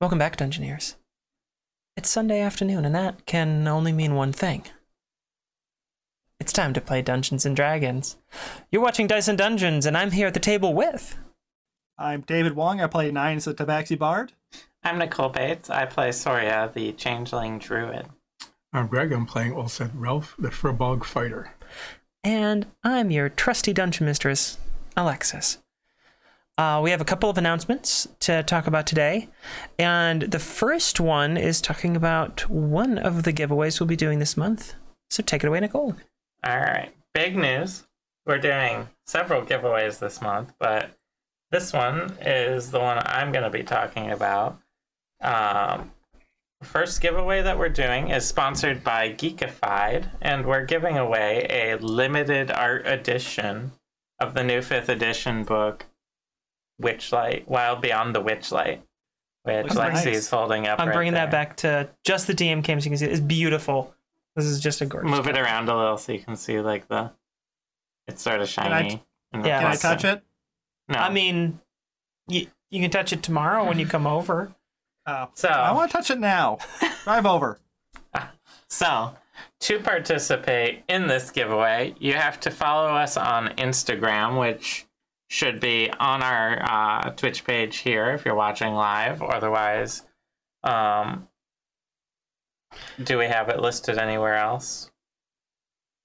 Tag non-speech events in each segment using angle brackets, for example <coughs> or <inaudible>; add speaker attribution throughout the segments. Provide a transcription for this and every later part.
Speaker 1: Welcome back, Dungeoneers. It's Sunday afternoon, and that can only mean one thing. It's time to play Dungeons and Dragons. You're watching Dice and Dungeons, and I'm here at the table with.
Speaker 2: I'm David Wong. I play nine as a Tabaxi Bard.
Speaker 3: I'm Nicole Bates. I play Soria, the changeling druid.
Speaker 4: I'm Uh, Greg. I'm playing Olseth Ralph, the Frobog Fighter.
Speaker 1: And I'm your trusty dungeon mistress, Alexis. Uh, we have a couple of announcements to talk about today. And the first one is talking about one of the giveaways we'll be doing this month. So take it away, Nicole.
Speaker 3: All right. Big news. We're doing several giveaways this month, but this one is the one I'm going to be talking about. Um, first giveaway that we're doing is sponsored by Geekified, and we're giving away a limited art edition of the new fifth edition book, Witchlight, Wild Beyond the Witchlight, which
Speaker 2: Looks nice.
Speaker 3: Lexi's holding up.
Speaker 1: Oh, I'm
Speaker 3: right
Speaker 1: bringing that
Speaker 3: there.
Speaker 1: back to just the DM cam so you can see it. It's beautiful. This is just a gorgeous.
Speaker 3: Move it around a little so you can see like the. It's sort of
Speaker 2: I-
Speaker 3: shiny. in the
Speaker 1: Yeah.
Speaker 2: Can I
Speaker 3: front.
Speaker 2: touch it?
Speaker 3: No.
Speaker 1: I mean, you, you can touch it tomorrow when you come over.
Speaker 2: Oh.
Speaker 3: so
Speaker 2: I want to touch it now. <laughs> Drive over.
Speaker 3: So, to participate in this giveaway, you have to follow us on Instagram, which should be on our uh, Twitch page here if you're watching live. Otherwise, um, do we have it listed anywhere else?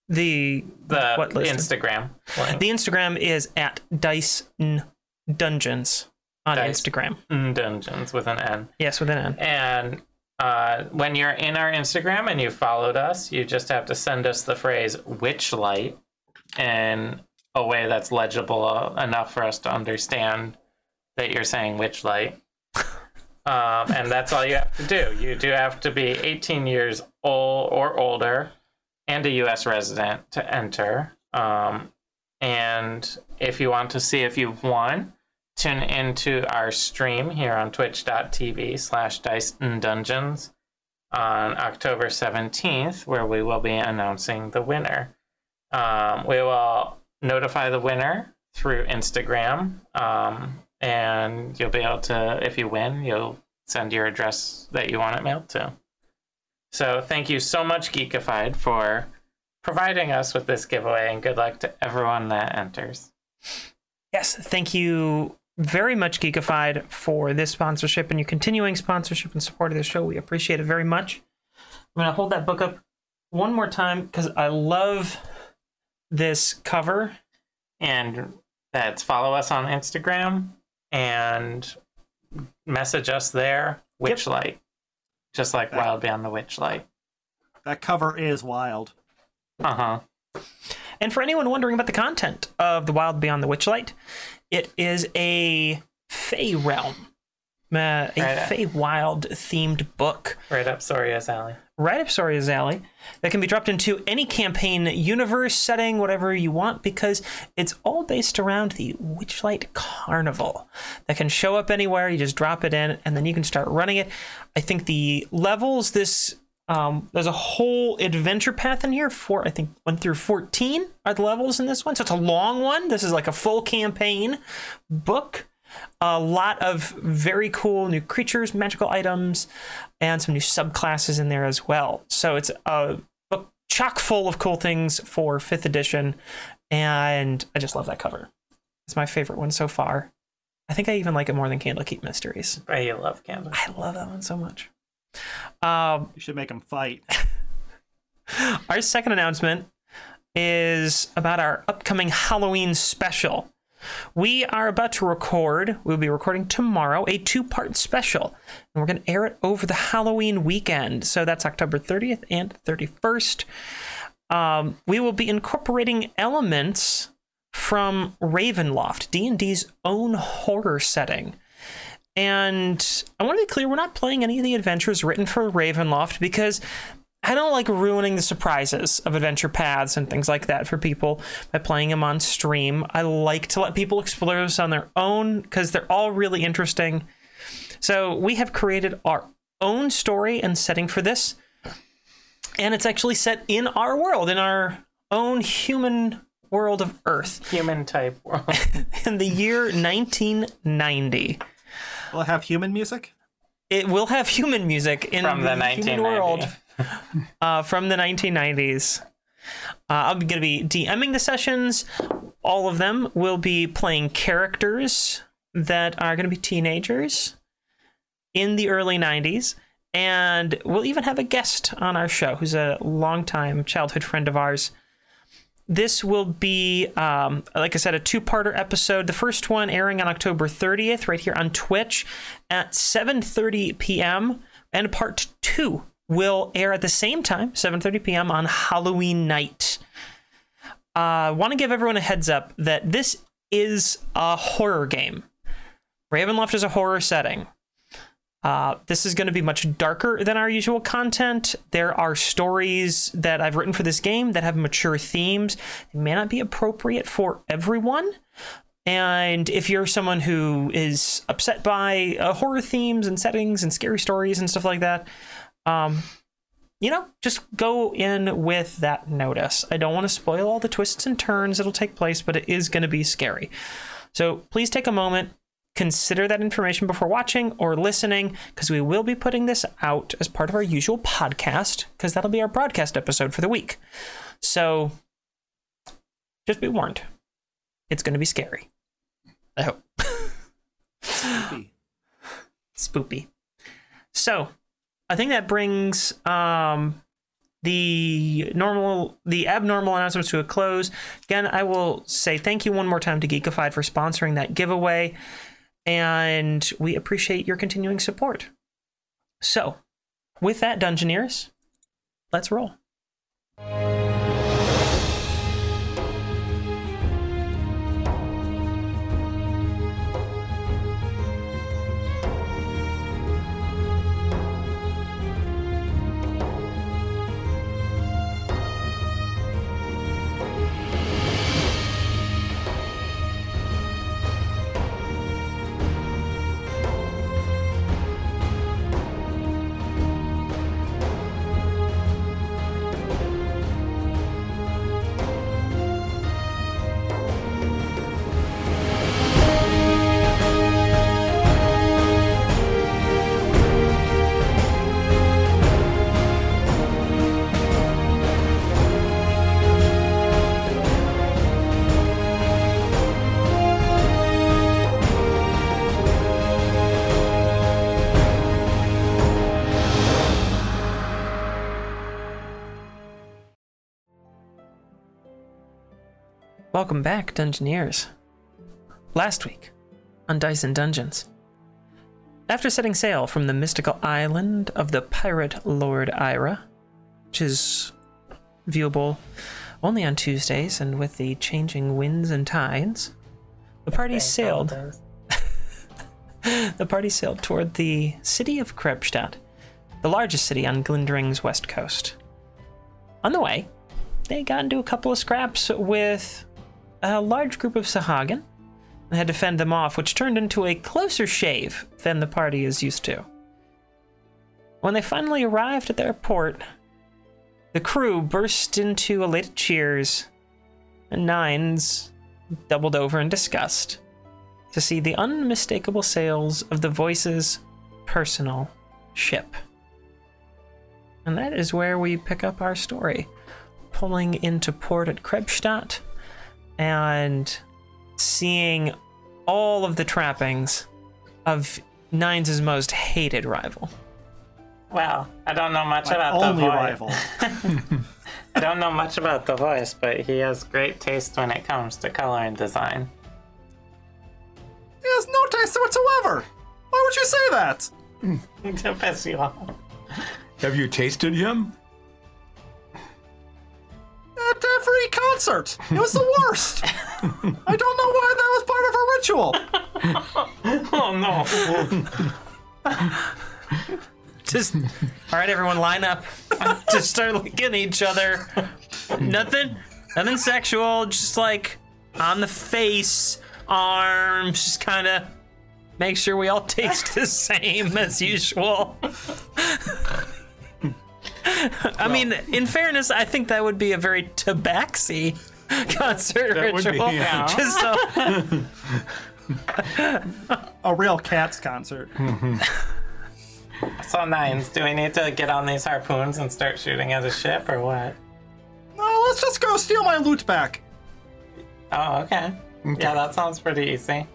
Speaker 1: The
Speaker 3: The
Speaker 1: What listed?
Speaker 3: Instagram. link.
Speaker 1: the Instagram is at Dice N Dungeons on
Speaker 3: Dice.
Speaker 1: Instagram.
Speaker 3: Mm, Dungeons with an N.
Speaker 1: Yes, with an N.
Speaker 3: And uh, when you're in our Instagram and you followed us, you just have to send us the phrase "witch light" in a way that's legible enough for us to understand that you're saying "witch light." Um, and that's all you have to do. You do have to be 18 years old or older and a U.S. resident to enter. Um, and if you want to see if you've won, tune into our stream here on twitch.tv slash dice and dungeons on october 17th where we will be announcing the winner um, we will notify the winner through instagram um, and you'll be able to if you win you'll send your address that you want it mailed to so thank you so much geekified for providing us with this giveaway and good luck to everyone that enters
Speaker 1: Yes, thank you very much, Geekified, for this sponsorship and your continuing sponsorship and support of the show. We appreciate it very much. I'm going to hold that book up one more time because I love this cover.
Speaker 3: and that's follow us on Instagram and message us there. Witchlight, just like Wild Beyond the Witchlight.
Speaker 2: That cover is wild.
Speaker 3: Uh huh.
Speaker 1: And for anyone wondering about the content of The Wild Beyond the Witchlight, it is a Fey realm, uh, a
Speaker 3: Right.
Speaker 1: Fey Wild themed book.
Speaker 3: Right up Soria's alley.
Speaker 1: right up Soria's alley that can be dropped into any campaign universe setting, whatever you want, because it's all based around the Witchlight Carnival that can show up anywhere. You just drop it in, and then you can start running it. I think the levels this um, there's a whole adventure path in here for I think one through fourteen are the levels in this one, so it's a long one. This is like a full campaign book a lot of very cool new creatures, magical items, and some new subclasses in there as well. So it's a book chock full of cool things for fifth edition, and I just love that cover. It's my favorite one so far. I think I even like it more than Candlekeep Mysteries.
Speaker 3: Oh, you love Canada.
Speaker 1: I love that one so much. Um,
Speaker 2: You should make them fight.
Speaker 1: our second announcement is about our upcoming Halloween special. We are about to record, we'll be recording tomorrow, a two part special. And we're going to air it over the Halloween weekend. So that's October 30th and 31st. Um, we will be incorporating elements from Ravenloft, D&D's own horror setting. And I want to be clear, we're not playing any of the adventures written for Ravenloft because I don't like ruining the surprises of adventure paths and things like that for people by playing them on stream. I like to let people explore this on their own because they're all really interesting. So we have created our own story and setting for this. And it's actually set in our world, in our own human world of Earth
Speaker 3: Human type world.
Speaker 1: in the year 1990.
Speaker 2: Will it have human music?
Speaker 1: it will have human music in
Speaker 3: From the
Speaker 1: human
Speaker 3: 1990s.
Speaker 1: world uh, from the 1990s. Uh, I'm going to be DMing the sessions. All of them will be playing characters that are going to be teenagers in the early 90s. And we'll even have a guest on our show who's a longtime childhood friend of ours. This will be, um, like I said, a two parter episode. The first one airing on October 30th, right here on Twitch at 7.30 p.m. And part two will air at the same time, 7.30 p.m. on Halloween night. I want to give everyone a heads up that this is a horror game. Ravenloft is a horror setting. Uh, this is going to be much darker than our usual content. There are stories that I've written for this game that have mature themes. They may not be appropriate for everyone. And if you're someone who is upset by uh, horror themes and settings and scary stories and stuff like that, um, you know, just go in with that notice. I don't want to spoil all the twists and turns that'll take place, but it is going to be scary. So please take a moment, consider that information before watching or listening, because we will be putting this out as part of our usual podcast, because that'll be our broadcast episode for the week. So just be warned, it's going to be scary. I hope. <laughs> Spoopy. So I think that brings um, the normal, the abnormal announcements to a close. Again, I will say thank you one more time to Geekified for sponsoring that giveaway, and we appreciate your continuing support. So, with that, Dungeoneers, let's roll. Welcome back, Dungeoneers. Last week, on Dice and Dungeons. After setting sail from the mystical island of the pirate Lord Ira, which is viewable only on Tuesdays and with the changing winds and tides, the party
Speaker 3: Thanks,
Speaker 1: sailed
Speaker 3: holidays.
Speaker 1: the party sailed toward the city of Krebstadt, the largest city on Glindering's west coast. On the way, they got into a couple of scraps with a large group of Sahagin and had to fend them off, which turned into a closer shave than the party is used to. When they finally arrived at their port, the crew burst into elated cheers, and Nines doubled over in disgust to see the unmistakable sails of the voice's personal ship. And that is where we pick up our story, pulling into port at Krebstadt and seeing all of the trappings of Nines' most hated rival.
Speaker 3: Well, I don't know much
Speaker 2: My
Speaker 3: about the
Speaker 2: only
Speaker 3: voice.
Speaker 2: rival.
Speaker 3: I don't know much about the voice, but he has great taste when it comes to color and design.
Speaker 2: He has no taste whatsoever. Why would you say that?
Speaker 3: to piss you off.
Speaker 4: Have you tasted him?
Speaker 2: At every concert, it was the worst. I don't know why that was part of her ritual.
Speaker 3: Oh no.
Speaker 1: Just, all right, everyone, line up. <laughs> just start looking at each other. Nothing, nothing sexual. Just like on the face, arms. Just kind of make sure we all taste the same as usual. I mean, in fairness, I think that would be a very tabaxi <laughs> concert
Speaker 4: That would be,
Speaker 1: ritual.
Speaker 4: yeah.
Speaker 1: Just so
Speaker 2: A real cats concert.
Speaker 3: So nines, do we need to get on these harpoons and start shooting at a ship or what?
Speaker 2: No, let's just go steal my loot back.
Speaker 3: Oh, okay. Yeah, that sounds pretty easy.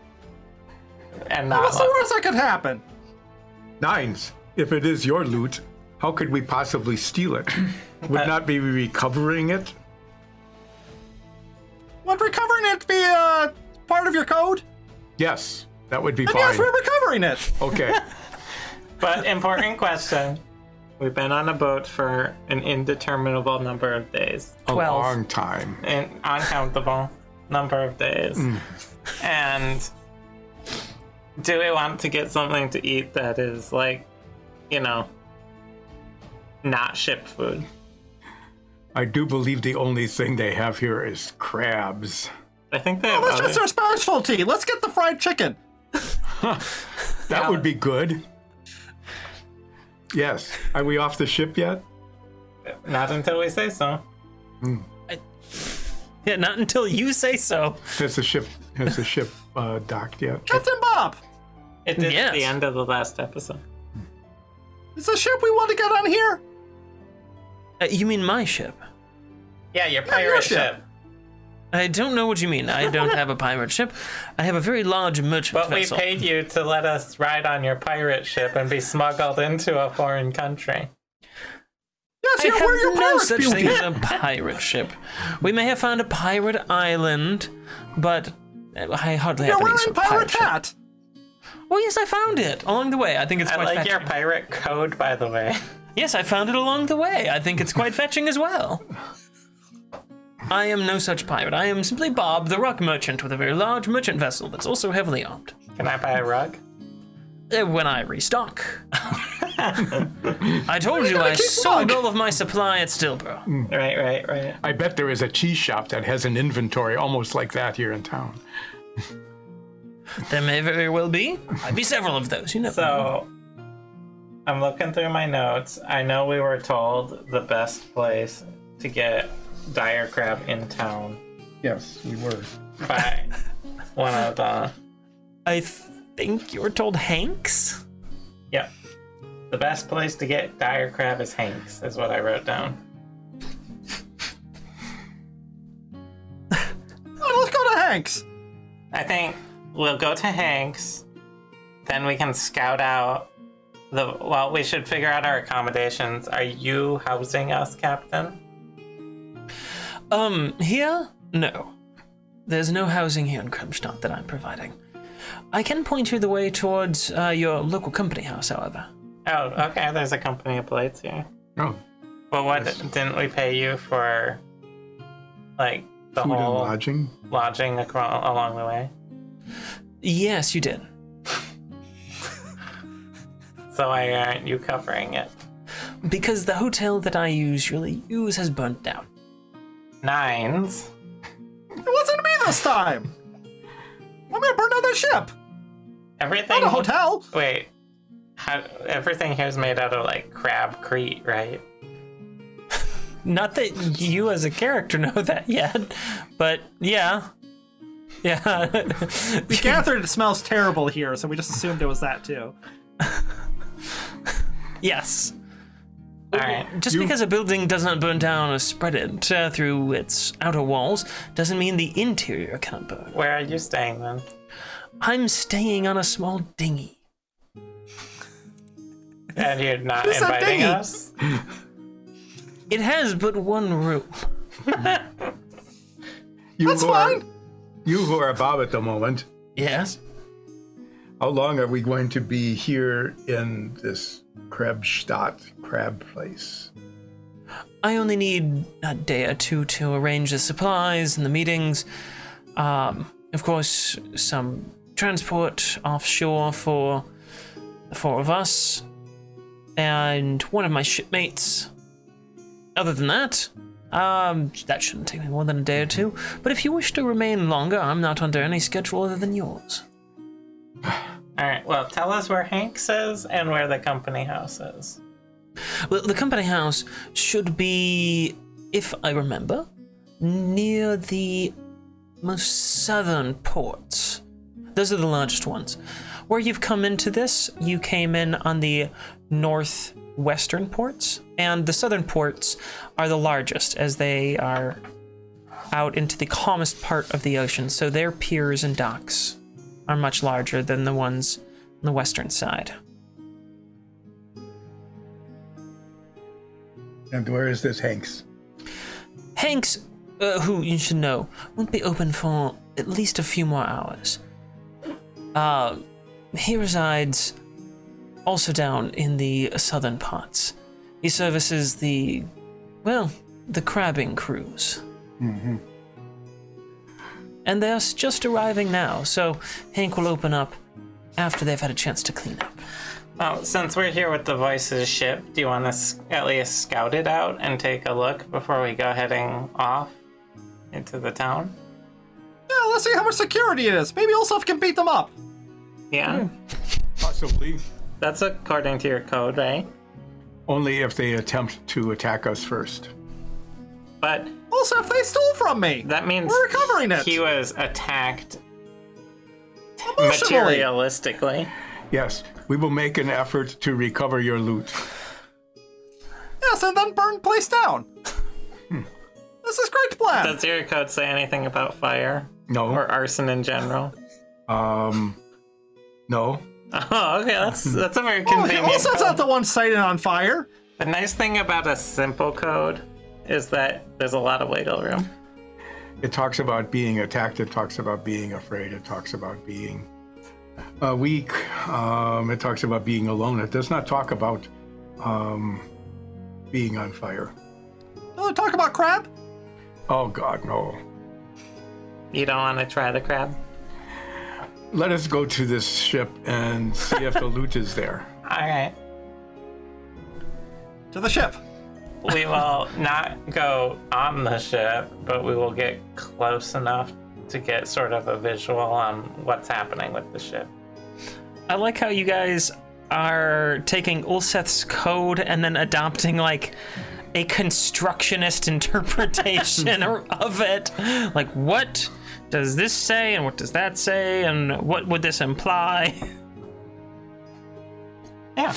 Speaker 3: And not
Speaker 2: What's the
Speaker 3: like- <laughs>
Speaker 2: worst that could happen?
Speaker 4: Nines. If it is your loot, how could we possibly steal <clears throat> it? Would not be recovering it?
Speaker 2: Would recovering it be uh, part of your code?
Speaker 4: Yes, that would be
Speaker 2: And
Speaker 4: fine.
Speaker 2: yes, we're recovering it.
Speaker 4: Okay.
Speaker 3: But important question. We've been on a boat for an indeterminable number of days,
Speaker 4: A
Speaker 1: Twelve.
Speaker 4: long time.
Speaker 3: an uncountable number of days. Mm. And do we want to get something to eat that is like, you know, not ship food?
Speaker 4: I do believe the only thing they have here is crabs.
Speaker 3: I think they have
Speaker 2: That's
Speaker 3: other-
Speaker 2: just our specialty. Let's get the fried chicken.
Speaker 4: That would be good. Yes. Are we off the ship yet?
Speaker 3: not until we say so.
Speaker 1: Yeah, not until you say so.
Speaker 4: Has the ship has the ship uh, docked yet?
Speaker 2: Captain Bob,
Speaker 3: It is
Speaker 1: Yes.
Speaker 3: the end of the last episode.
Speaker 2: is the ship we want to get on here?
Speaker 1: Uh, you mean my ship?
Speaker 3: Yeah,
Speaker 2: your
Speaker 3: your pirate
Speaker 2: ship.
Speaker 3: ship.
Speaker 1: I don't know what you mean. I don't have a pirate ship. I have a very large merchant
Speaker 3: But we
Speaker 1: vessel.
Speaker 3: paid you to let us ride on your pirate ship and be smuggled into a foreign country.
Speaker 2: Yes,
Speaker 1: I
Speaker 2: here, we're your
Speaker 1: have no
Speaker 2: pirate
Speaker 1: such
Speaker 2: beauty.
Speaker 1: thing as a pirate ship. We may have found a pirate island, but I hardly
Speaker 2: You're
Speaker 1: have any
Speaker 2: wearing
Speaker 1: sort of
Speaker 2: pirate
Speaker 1: pirate ship.
Speaker 2: hat.
Speaker 1: Oh yes, I found it along the way. I think it's
Speaker 3: I
Speaker 1: quite
Speaker 3: like your
Speaker 1: fetching.
Speaker 3: pirate code, by the way. <laughs>
Speaker 1: Yes, I found it along the way. I think it's quite fetching as well. I am no such pirate. I am simply Bob, the rock merchant, with a very large merchant vessel that's also heavily armed.
Speaker 3: Can I buy a rug?
Speaker 1: Uh, When I restock, I told you I
Speaker 2: keep
Speaker 1: sold
Speaker 2: rug.
Speaker 1: all of my supply at Stillborough.
Speaker 3: Right, right, right.
Speaker 4: I bet there is a cheese shop that has an inventory almost like that here in town.
Speaker 1: There may very well be. Might be several of those. You never know.
Speaker 3: So, I'm looking through my notes. I know we were told the best place to get dire crab in town
Speaker 4: Yes, we were.
Speaker 3: by one of the.
Speaker 1: I think you were told Hanks.
Speaker 3: Yep. The best place to get dire crab is Hank's, is what I wrote down.
Speaker 2: Oh, let's go to Hank's.
Speaker 3: I think we'll go to Hank's. Then we can scout out the. Well, we should figure out our accommodations. Are you housing us, Captain?
Speaker 1: Um, here? No. There's no housing here in Kremstadt that I'm providing. I can point you the way towards uh, your local company house, however.
Speaker 3: Oh, okay. There's a company of plates here.
Speaker 4: Oh,
Speaker 3: Well, what didn't we pay you for? Like the
Speaker 4: food and
Speaker 3: whole
Speaker 4: lodging.
Speaker 3: lodging acro- along the way.
Speaker 1: Yes, you did.
Speaker 3: So why aren't you covering it?
Speaker 1: Because the hotel that I usually use has burnt down.
Speaker 3: Nines.
Speaker 2: It wasn't me this time. I'm gonna burn down the ship.
Speaker 3: Everything.
Speaker 2: Not a hotel.
Speaker 3: Wait. How, everything here is made out of like crabcrete, right?
Speaker 1: Not that you as a character <laughs> know that yet, but yeah. Yeah.
Speaker 2: We
Speaker 1: <laughs>
Speaker 2: gathered it smells terrible here, so we just assumed it was that too.
Speaker 1: yes.
Speaker 3: All right.
Speaker 1: Just because a building does not burn down or spread it uh, through its outer walls doesn't mean the interior cannot burn.
Speaker 3: Where are you staying then?
Speaker 1: I'm staying on a small dinghy.
Speaker 3: And you're not
Speaker 2: Who's that
Speaker 3: inviting
Speaker 2: dinghy?
Speaker 3: us?
Speaker 1: It has but one room.
Speaker 4: You
Speaker 2: That's
Speaker 4: who are-
Speaker 2: fine.
Speaker 4: You who are Bob at the moment,
Speaker 1: Yes.
Speaker 4: how long are we going to be here in this Krebstadt crab place?
Speaker 1: I only need a day or two to arrange the supplies and the meetings. Um, of course, some transport offshore for the four of us and one of my shipmates. Other than that, um, that shouldn't take me more than a day or two. But if you wish to remain longer, I'm not under any schedule other than yours.
Speaker 3: All right. Well, tell us where Hank's is and where the company house is.
Speaker 1: Well, the company house should be, if I remember, near the most southern ports. Those are the largest ones. Where you've come into this, you came in on the northwestern ports, and the southern ports are the largest as they are out into the calmest part of the ocean. So their piers and docks are much larger than the ones on the western side.
Speaker 4: And where is this Hanks?
Speaker 1: Hanks, uh, who you should know, won't be open for at least a few more hours. Uh, he resides also down in the southern parts. He services the, well, the crabbing crews. And they're s- just arriving now, so Hank will open up after they've had a chance to clean up.
Speaker 3: Oh, since we're here with the Voices ship, do you want to at least scout it out and take a look before we go heading off into the town?
Speaker 2: Yeah, let's see how much security it is. Maybe Olsef can beat them up.
Speaker 3: Yeah.
Speaker 2: Hmm.
Speaker 4: Possibly.
Speaker 3: That's according to your code, right?
Speaker 4: Only if they attempt to attack us first.
Speaker 3: But
Speaker 2: Olsef, they stole from me.
Speaker 3: that means
Speaker 2: We're recovering it.
Speaker 3: he was attacked
Speaker 2: Emotionally.
Speaker 3: materialistically.
Speaker 4: Yes, we will make an effort to recover your loot.
Speaker 2: Yes, and then burn
Speaker 1: <laughs>
Speaker 2: place down.
Speaker 1: Hmm.
Speaker 2: this is great plan.
Speaker 3: Does your code say anything about fire
Speaker 4: No.
Speaker 3: or arson in general? <laughs>
Speaker 4: Um. No.
Speaker 3: Oh, okay, that's that's a very
Speaker 2: oh,
Speaker 3: convenient.
Speaker 2: Olsef's
Speaker 3: code.
Speaker 2: not the one sighted on fire.
Speaker 3: The nice thing about a simple code is that there's a lot of wiggle room.
Speaker 4: It talks about being attacked. It talks about being afraid. It talks about being uh, weak. Um, it talks about being alone. It does not talk about um, being on fire.
Speaker 2: Oh, talk about crab.
Speaker 4: Oh God, no.
Speaker 3: You don't want to try the crab.
Speaker 4: Let us go to this ship and see if the loot is there.
Speaker 3: All right,
Speaker 2: To the ship.
Speaker 3: we will not go on the ship, but we will get close enough to get sort of a visual on what's happening with the ship.
Speaker 1: I like how you guys are taking Ulseth's code and then adopting like a constructionist <laughs> interpretation or- of it. Like, what does this say, and what does that say, and what would this imply? <laughs>
Speaker 3: Yeah.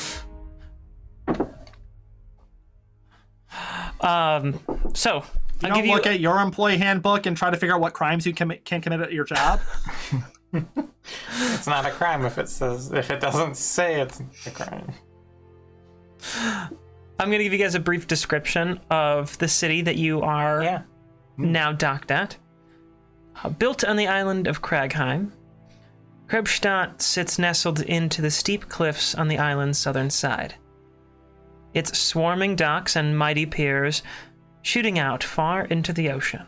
Speaker 1: Um, so I'll
Speaker 2: You
Speaker 1: give
Speaker 2: don't
Speaker 1: you
Speaker 2: look at your employee handbook and try to figure out what crimes you commi- can commit at your job.
Speaker 1: <laughs>
Speaker 3: It's not a crime if it says if it doesn't say it's a crime.
Speaker 1: I'm gonna give you guys a brief description of the city that you are
Speaker 3: Yeah.
Speaker 1: now docked at. Uh, built on the island of Kragheim, Krebstadt sits nestled into the steep cliffs on the island's southern side. Its swarming docks and mighty piers shooting out far into the ocean.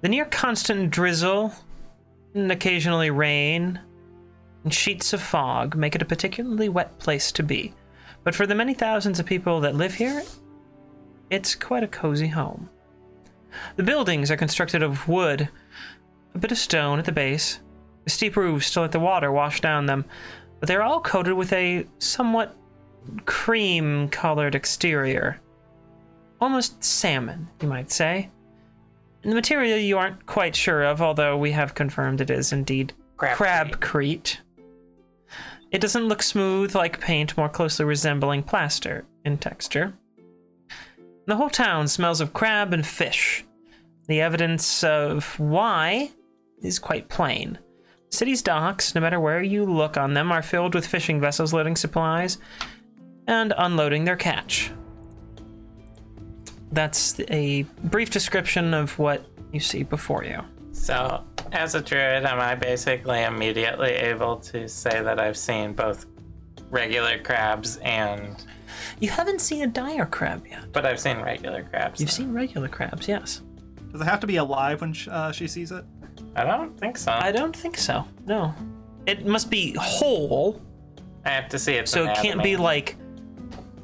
Speaker 1: The near constant drizzle and occasionally rain and sheets of fog make it a particularly wet place to be, but for the many thousands of people that live here, it's quite a cozy home. The buildings are constructed of wood, a bit of stone at the base, the steep roofs still let the water wash down them, but they're all coated with a somewhat cream colored exterior. Almost salmon, you might say. And the material you aren't quite sure of, although we have confirmed it is indeed
Speaker 3: Crabcrete.
Speaker 1: crabcrete. It doesn't look smooth like paint, more closely resembling plaster in texture. The whole town smells of crab and fish. The evidence of why is quite plain. City's docks, no matter where you look on them, are filled with fishing vessels loading supplies and unloading their catch. That's a brief description of what you see before you.
Speaker 3: So, as a druid, am I basically immediately able to say that I've seen both regular crabs and.
Speaker 1: You haven't seen a dire crab yet.
Speaker 3: But I've seen regular crabs.
Speaker 1: You've seen regular crabs, yes.
Speaker 2: Does it have to be alive when sh- uh, she sees it?
Speaker 3: I don't think so.
Speaker 1: I
Speaker 3: I,
Speaker 1: don't think so. No. It must be whole,
Speaker 3: have to see it.
Speaker 1: so it can't be like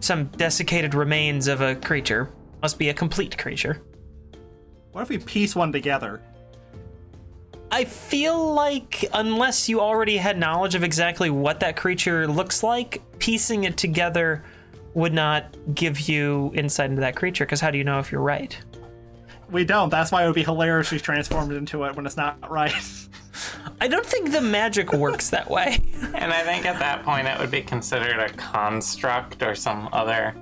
Speaker 1: some desiccated remains of a creature. Must be a complete creature.
Speaker 2: What if we piece one together?
Speaker 1: I feel like unless you already had knowledge of exactly what that creature looks like, piecing it together would not give you insight into that creature. Because how do you know if you're right?
Speaker 2: <laughs> We don't. That's why it would be hilarious. She's transformed into it when it's not right.
Speaker 1: I don't think the magic works that way. <laughs>
Speaker 3: And I think at that point it would be considered a construct or some other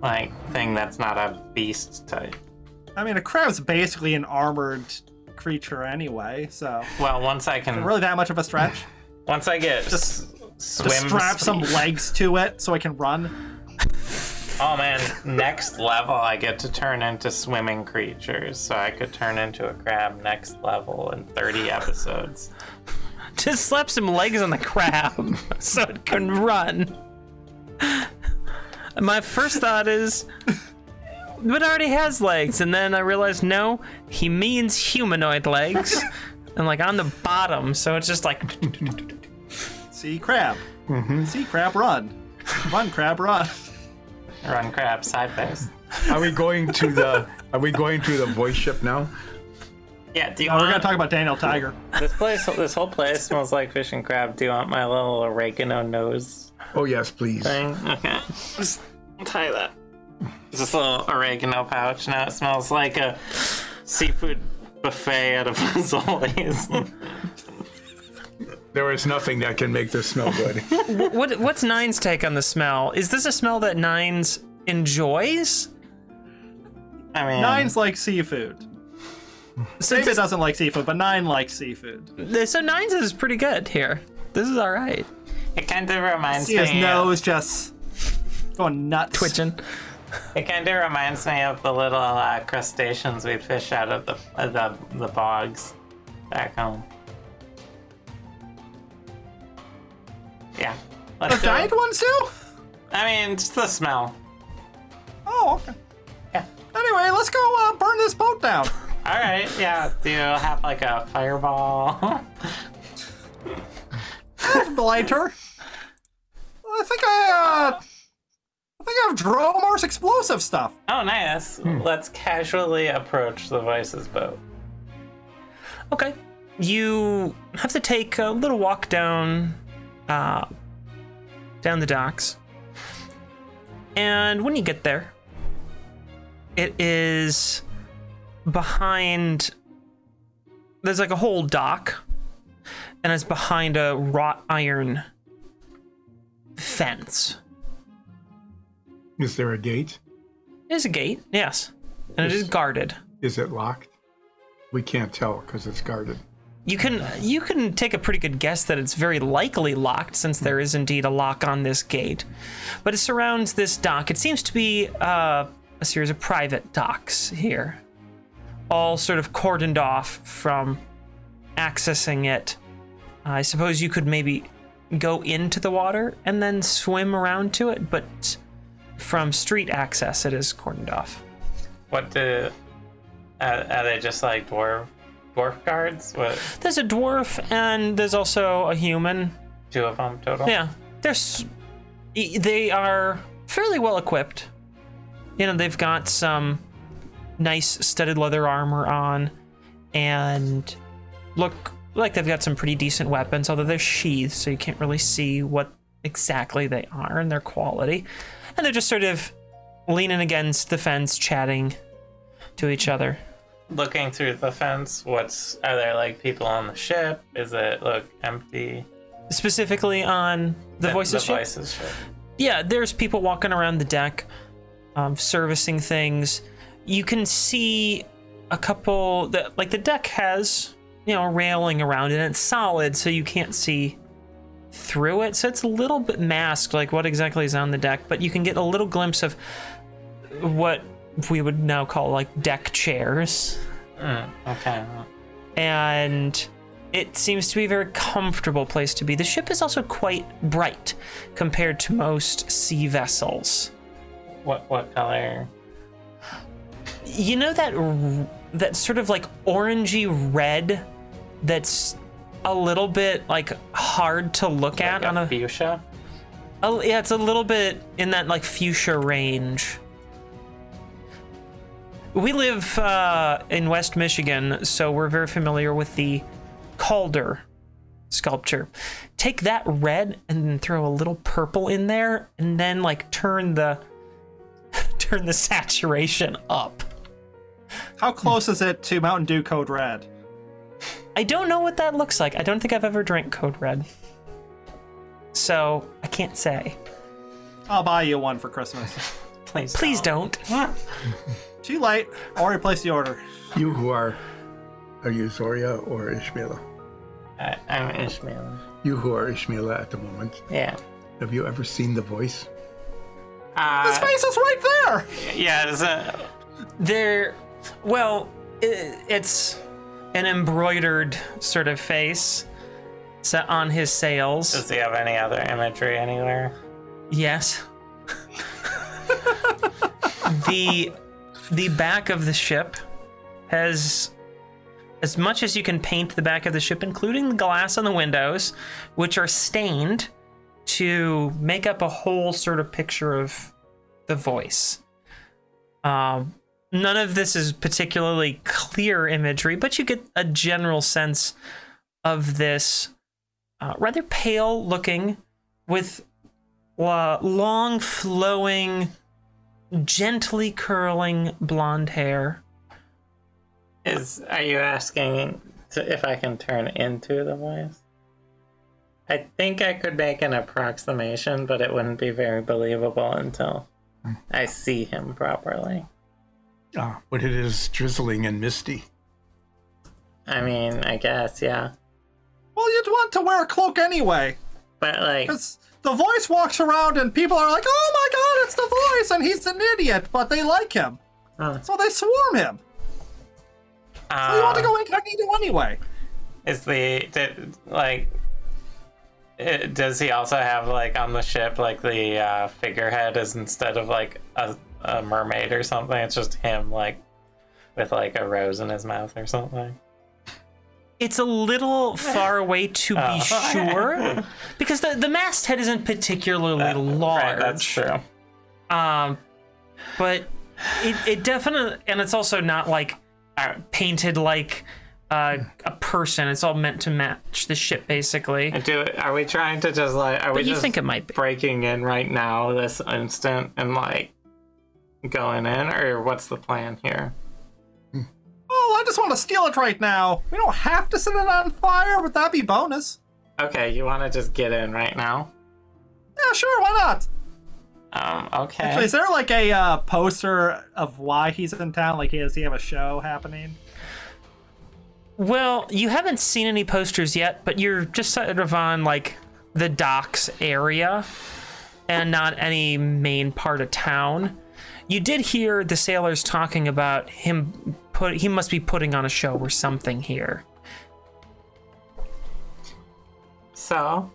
Speaker 3: like thing that's not a beast type.
Speaker 2: I mean, a crab's basically an armored creature anyway, so <laughs>
Speaker 3: Well, once I can,
Speaker 2: really that much of a stretch.
Speaker 3: once I get
Speaker 2: Just-
Speaker 3: s-
Speaker 2: Just
Speaker 3: swim
Speaker 2: strap some
Speaker 3: speed-
Speaker 2: legs to it so I can run.
Speaker 3: Oh man, next level I get to turn into swimming creatures, so I could turn into a crab next level in 30 episodes.
Speaker 1: Just slap some legs on the crab <laughs> so it can run. My first thought is, but it already has legs, and then I realized no, he means humanoid <laughs> legs, and like on the bottom, so it's just like
Speaker 2: See crab.
Speaker 1: Mm-hmm.
Speaker 2: See crab run. Run crab run.
Speaker 3: Run crab sideways.
Speaker 4: Are we going to the? Are we going to the voice ship now?
Speaker 3: Yeah, do you
Speaker 2: We're
Speaker 3: want
Speaker 2: gonna talk about Daniel Tiger.
Speaker 3: this place? This whole place smells like fish and crab. Do you want my little oregano nose
Speaker 4: Oh yes, please.
Speaker 3: thing? Okay, just tie that. It's This little oregano pouch. Now it smells like a seafood buffet <laughs> out of Fazoli's.
Speaker 4: There is nothing that can make this smell good.
Speaker 1: what? What's Nine's take on the smell? Is this a smell that Nine's enjoys?
Speaker 3: I mean,
Speaker 2: Nine's like seafood.
Speaker 1: Since
Speaker 2: David
Speaker 1: it's-
Speaker 2: doesn't like seafood, but Nine likes seafood.
Speaker 1: so Nine's is pretty good here. This is all right.
Speaker 3: it kind of reminds
Speaker 2: See
Speaker 3: me.
Speaker 2: his nose just going nuts.
Speaker 1: Twitching.
Speaker 3: It kind of reminds me of the little uh, crustaceans we fish out of the, uh, the the bogs back home. Yeah.
Speaker 2: The
Speaker 3: Let's do
Speaker 2: giant
Speaker 3: it.
Speaker 2: ones too?
Speaker 3: I mean, just the smell.
Speaker 2: Oh, okay.
Speaker 3: Yeah.
Speaker 2: Anyway, let's go uh, burn this boat down.
Speaker 3: All right. Yeah. Do you have like a fireball? <laughs>
Speaker 2: Blighter. I think I, uh, I think I have Dromar's explosive stuff.
Speaker 3: oh, nice.
Speaker 1: Hmm.
Speaker 3: Let's casually approach the voices boat.
Speaker 1: Okay. You have to take a little walk down, uh, down the docks. And when you get there, it is behind. There's like a whole dock, and it's behind a wrought iron fence.
Speaker 4: Is there a gate?
Speaker 1: There's a gate, yes, and it is guarded.
Speaker 4: Is it locked? We can't tell because it's guarded.
Speaker 1: You can you can take a pretty good guess that it's very likely locked, since there is indeed a lock on this gate. But it surrounds this dock. It seems to be uh, a series of private docks here, all sort of cordoned off from accessing it. I suppose you could maybe go into the water and then swim around to it, but from street access, it is cordoned off.
Speaker 3: What do? Are, are they just like dwarf dwarf guards? What?
Speaker 1: There's a dwarf and there's also a human
Speaker 3: Two of them total.
Speaker 1: Yeah, they're s- e- they are fairly well equipped. You know, they've got some nice studded leather armor on, and look like they've got some pretty decent weapons. Although they're sheathed, so you can't really see what exactly they are and their quality. And they're just sort of leaning against the fence, chatting to each other.
Speaker 3: looking through the fence what's are there like people on the ship is it look empty
Speaker 1: Specifically on the voices.
Speaker 3: the
Speaker 1: ship?
Speaker 3: voices ship.
Speaker 1: yeah, there's people walking around the deck, um, servicing things. You can see a couple that like the deck has you know railing around it. And it's solid, so you can't see through it. So it's a little bit masked, like what exactly is on the deck. But you can get a little glimpse of what we would now call like deck chairs
Speaker 3: Mm, okay
Speaker 1: and it seems to be a very comfortable place to be. The ship is also quite bright compared to most sea vessels.
Speaker 3: what what color
Speaker 1: You know that r- that sort of like orangey red that's a little bit like hard to look at on
Speaker 3: Like
Speaker 1: a,
Speaker 3: fuchsia
Speaker 1: a yeah, it's a little bit in that like fuchsia range. We live uh, in West Michigan, so we're very familiar with the Calder sculpture. Take that red and then throw a little purple in there, and then like turn the <laughs> turn the saturation up.
Speaker 2: How close is it to Mountain Dew Code Red?
Speaker 1: I don't know what that looks like. I don't think I've ever drank Code Red. So I can't say.
Speaker 2: I'll buy you one for Christmas.
Speaker 3: Please,
Speaker 1: Please don't.
Speaker 2: Too late. I already placed the order.
Speaker 4: You who are, are you Zoria or Ishmaela?
Speaker 3: I, I'm Ishmael.
Speaker 4: You who are Ishmaela at the moment,
Speaker 3: Yeah.
Speaker 4: have you ever seen the voice?
Speaker 2: The
Speaker 3: Uh,
Speaker 2: space is right there.
Speaker 3: yeah, it's a,
Speaker 1: There, well, i it's an embroidered sort of face set on his sails.
Speaker 3: does he have any other imagery anywhere?
Speaker 1: Yes. the the back of the ship has as much as you can paint the back of the ship including the glass on the windows which are stained to make up a whole sort of picture of the voice. Um none of this is particularly clear imagery but you get a general sense of this uh, rather pale looking with uh, long, flowing, gently curling blonde hair.
Speaker 3: Is are you asking to, if I can turn into the voice? I think I could make an approximation, but it wouldn't be very believable until
Speaker 2: Hmm.
Speaker 3: I see him properly.
Speaker 4: Ah, but it is drizzling and misty.
Speaker 3: I mean, I guess, yeah.
Speaker 2: Well, you'd want to wear a cloak anyway.
Speaker 3: But like,
Speaker 2: Because the voice walks around and people are like, oh my god, it's the voice, and he's an idiot, but they like him.
Speaker 3: Huh.
Speaker 2: So they swarm him. So you want to
Speaker 3: uh,
Speaker 2: go incognito anyway.
Speaker 3: is the did, like, it, does he also have like on the ship like the uh, figurehead is instead of like a, a mermaid or something? It's just him like with like a rose in his mouth or something.
Speaker 1: It's a little far away to be
Speaker 3: Oh.
Speaker 1: sure, because the, the masthead isn't particularly
Speaker 3: That-
Speaker 1: large.
Speaker 3: Right, that's true.
Speaker 1: Um, but it, it definitely, and it's also not like uh, painted like uh, a person. It's all meant to match the ship, basically.
Speaker 3: Do are we trying to just like are we
Speaker 1: But you
Speaker 3: just
Speaker 1: think it might be.
Speaker 3: breaking in right now, this instant, and like going in, or what's the plan here?
Speaker 2: Oh, I just want to steal it right now. We don't have to set it on fire, but that'd be bonus.
Speaker 3: Okay, you want to just get in right now?
Speaker 2: Yeah, sure, why not?
Speaker 3: Um, okay.
Speaker 2: Actually, is there like a uh, poster of why he's in town? Like, does he have a show happening?
Speaker 1: Well, you haven't seen any posters yet, but you're just sort of on like the docks area and not any main part of town. You did hear the sailors talking about him put he must be putting on a show or something here.
Speaker 3: so,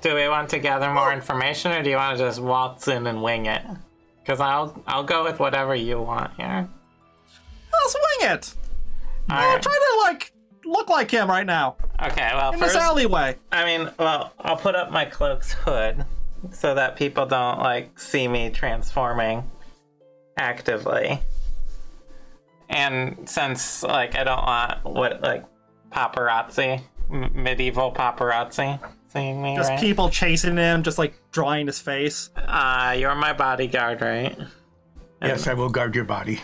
Speaker 3: do we want to gather more information, or do you want to just waltz in and wing it? Because I'll I'll go with whatever you want here.
Speaker 2: Let's wing it.
Speaker 3: All
Speaker 2: I'll
Speaker 3: right.
Speaker 2: try to like look like him right now
Speaker 3: Okay. Well,
Speaker 2: in
Speaker 3: first,
Speaker 2: this alleyway.
Speaker 3: I mean, well, I'll put up my cloak's hood so that people don't like see me transforming actively. And since like I don't want what like paparazzi, m- medieval paparazzi seeing me,
Speaker 2: Just
Speaker 3: right?
Speaker 2: people chasing him, just like drawing his face.
Speaker 3: uh, you're my bodyguard, right?
Speaker 2: Um,
Speaker 4: Yes, I will guard your body,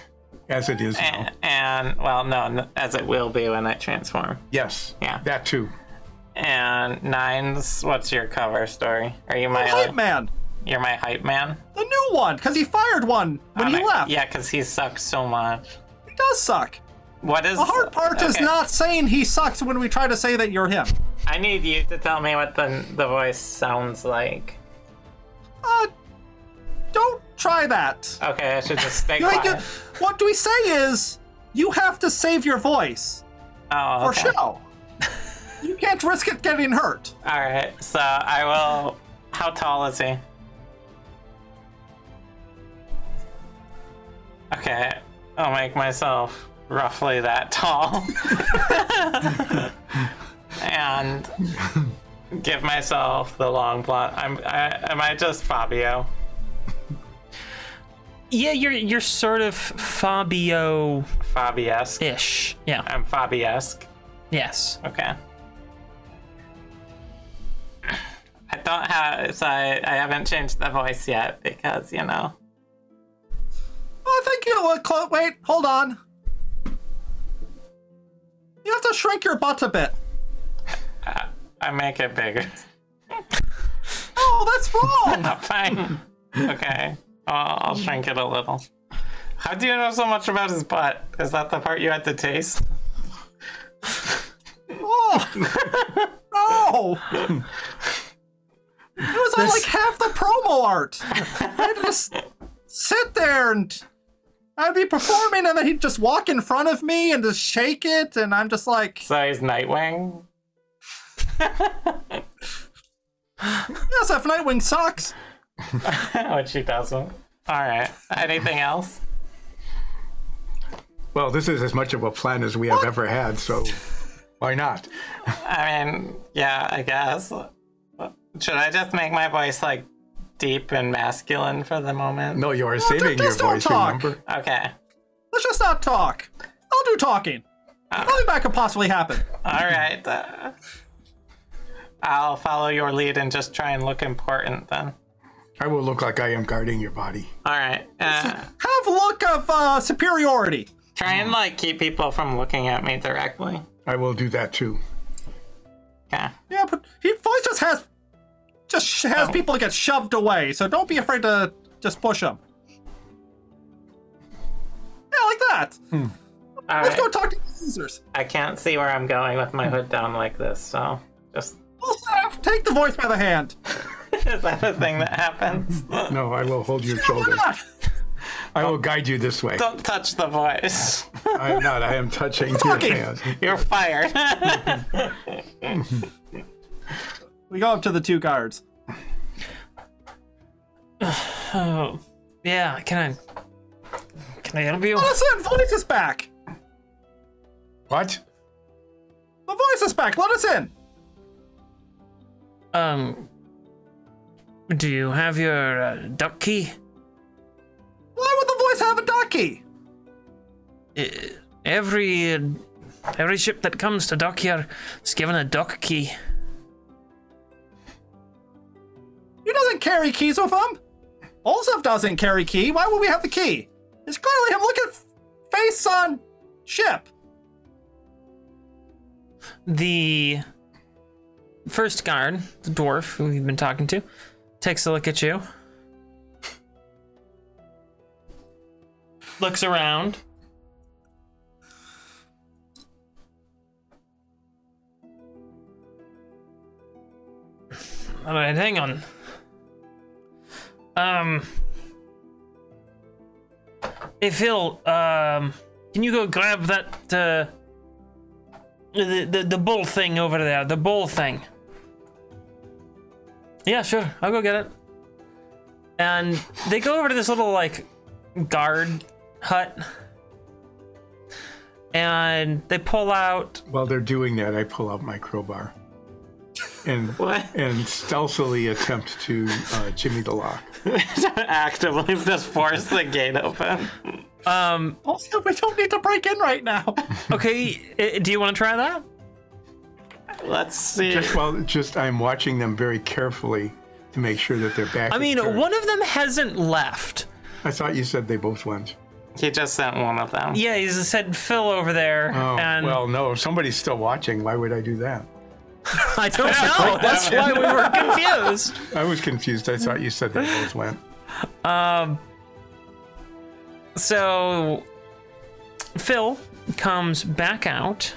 Speaker 4: as it is now.
Speaker 2: eh,
Speaker 3: And, and well, no, n- as it will be when I transform.
Speaker 4: Yes,
Speaker 3: Yeah.
Speaker 4: that too.
Speaker 3: And nines, what's your cover story? Are you my
Speaker 2: Hype man,
Speaker 3: you're my hype man?
Speaker 2: the new one, because he fired one when
Speaker 3: Um,
Speaker 2: he left.
Speaker 3: Yeah, because he sucks so much.
Speaker 2: He does suck.
Speaker 3: What is
Speaker 2: The hard part is
Speaker 3: okay,
Speaker 2: not saying he sucks when we try to say that you're him.
Speaker 3: I need you to tell me what the the voice sounds like.
Speaker 2: Uh, don't try that.
Speaker 3: Okay, I should just stay
Speaker 2: <laughs> You
Speaker 3: quiet.
Speaker 2: ain't get- what do we say is you have to save your voice
Speaker 3: oh,
Speaker 2: for
Speaker 3: okay. <laughs>
Speaker 2: show. you can't risk it getting hurt.
Speaker 3: All right, so I will. How tall is he? Okay, I'll make myself roughly that tall, <laughs> and give myself the long blonde. I'm. I, am I just Fabio?
Speaker 1: Yeah, you're you're sort of Fabio
Speaker 3: Fabiesque.
Speaker 1: ish. Yeah.
Speaker 3: I'm Fabiesque.
Speaker 1: Yes.
Speaker 3: Okay. I don't have so I, I haven't changed the voice yet because you know.
Speaker 2: Oh, Uh, I think you know what, Clo- wait, hold on. You have to shrink your butt a bit.
Speaker 3: I make it bigger. <laughs>
Speaker 2: Oh, that's wrong.
Speaker 3: Oh, fine. okay. I'll, I'll shrink it a little. How do you know so much about his butt? Is that the part you had to taste?
Speaker 2: oh. No. It was on like half the promo art. I would just sit there and I'd be performing, and then he'd just walk in front of me and just shake it, and I'm just like,
Speaker 3: So he's Nightwing? <laughs>
Speaker 2: yes, I have Nightwing socks.
Speaker 3: Which he doesn't. Alright. Anything else?
Speaker 4: Well, this is as much of a plan as we have ever
Speaker 2: <laughs>
Speaker 4: had, so why not?
Speaker 3: I mean, yeah, I guess. Should I just make my voice like deep and masculine for the moment?
Speaker 4: No, you are
Speaker 2: dude,
Speaker 4: saving your
Speaker 2: just don't
Speaker 4: voice,
Speaker 2: talk.
Speaker 4: remember?
Speaker 3: Okay.
Speaker 2: Let's just not talk. I'll do talking. Nothing bad could possibly happen.
Speaker 3: Alright. uh, I'll follow your lead and just try and look important then.
Speaker 4: I will look like I am guarding your body.
Speaker 3: Alright. Uh,
Speaker 2: Have look of uh, superiority.
Speaker 3: try and like keep people from looking at me directly.
Speaker 4: I will do that too.
Speaker 3: Yeah.
Speaker 2: Yeah, but he voice just has just sh- has
Speaker 3: Oh.
Speaker 2: people get shoved away, so don't be afraid to just push them. Yeah, like that.
Speaker 3: All
Speaker 2: Let's
Speaker 3: right.
Speaker 2: go talk to the users.
Speaker 3: I can't see where I'm going with my hood down like this, so just <laughs>
Speaker 2: Well, Sav, take the voice by the hand.
Speaker 3: is that a thing that happens?
Speaker 4: No, I will hold
Speaker 2: <laughs>
Speaker 4: your
Speaker 2: Why
Speaker 4: shoulder.
Speaker 2: not?
Speaker 4: I will guide you this way.
Speaker 3: Don't touch the voice.
Speaker 4: I am not. I am touching your
Speaker 2: Talking.
Speaker 4: hands.
Speaker 3: You're fired. <laughs>
Speaker 2: We go up to the two guards.
Speaker 1: Oh, yeah. Can I? Can I help you?
Speaker 2: Listen, voice is back.
Speaker 4: What?
Speaker 2: The voice is back. Let us in.
Speaker 1: Um. Do you have your uh, duck key?
Speaker 2: Why would the voice have a ducky?
Speaker 1: Eh, Every uh, every ship that comes to dock here is given a dock key.
Speaker 2: He doesn't carry keys with him. Olsef doesn't carry key. Why would we have the key? It's clearly him. Look at face on ship.
Speaker 1: The first guard, the dwarf who we've been talking to, takes a look at you. Looks around. All right, hang on. Um, hey Phil, um, can you go grab that uh, the, the the bull thing over there? The bull thing. Yeah, sure. I'll go get it. And they go over to this little like guard hut, and they pull
Speaker 4: <laughs>
Speaker 1: out.
Speaker 4: While they're doing that, I pull out my crowbar and
Speaker 3: What?
Speaker 4: and stealthily attempt to uh, jimmy the lock.
Speaker 3: Actively just force the gate open.
Speaker 1: Um.
Speaker 2: Also, we don't need to break in right now.
Speaker 1: Okay. eh, do you want to try that?
Speaker 3: Let's see.
Speaker 4: Just well, just I'm watching them very carefully to make sure that they're back.
Speaker 1: I mean, uh, one of them hasn't left.
Speaker 4: I thought you said they both went.
Speaker 3: He just sent one of them. <laughs>
Speaker 1: Yeah, he said Phil over there,
Speaker 4: Oh,
Speaker 1: and
Speaker 4: well, no, somebody's still watching. Why would I do that?
Speaker 1: <laughs> I
Speaker 4: <laughs>
Speaker 1: don't know. That's why we were confused.
Speaker 4: I was confused. I thought you said they both went.
Speaker 1: So Phil comes back out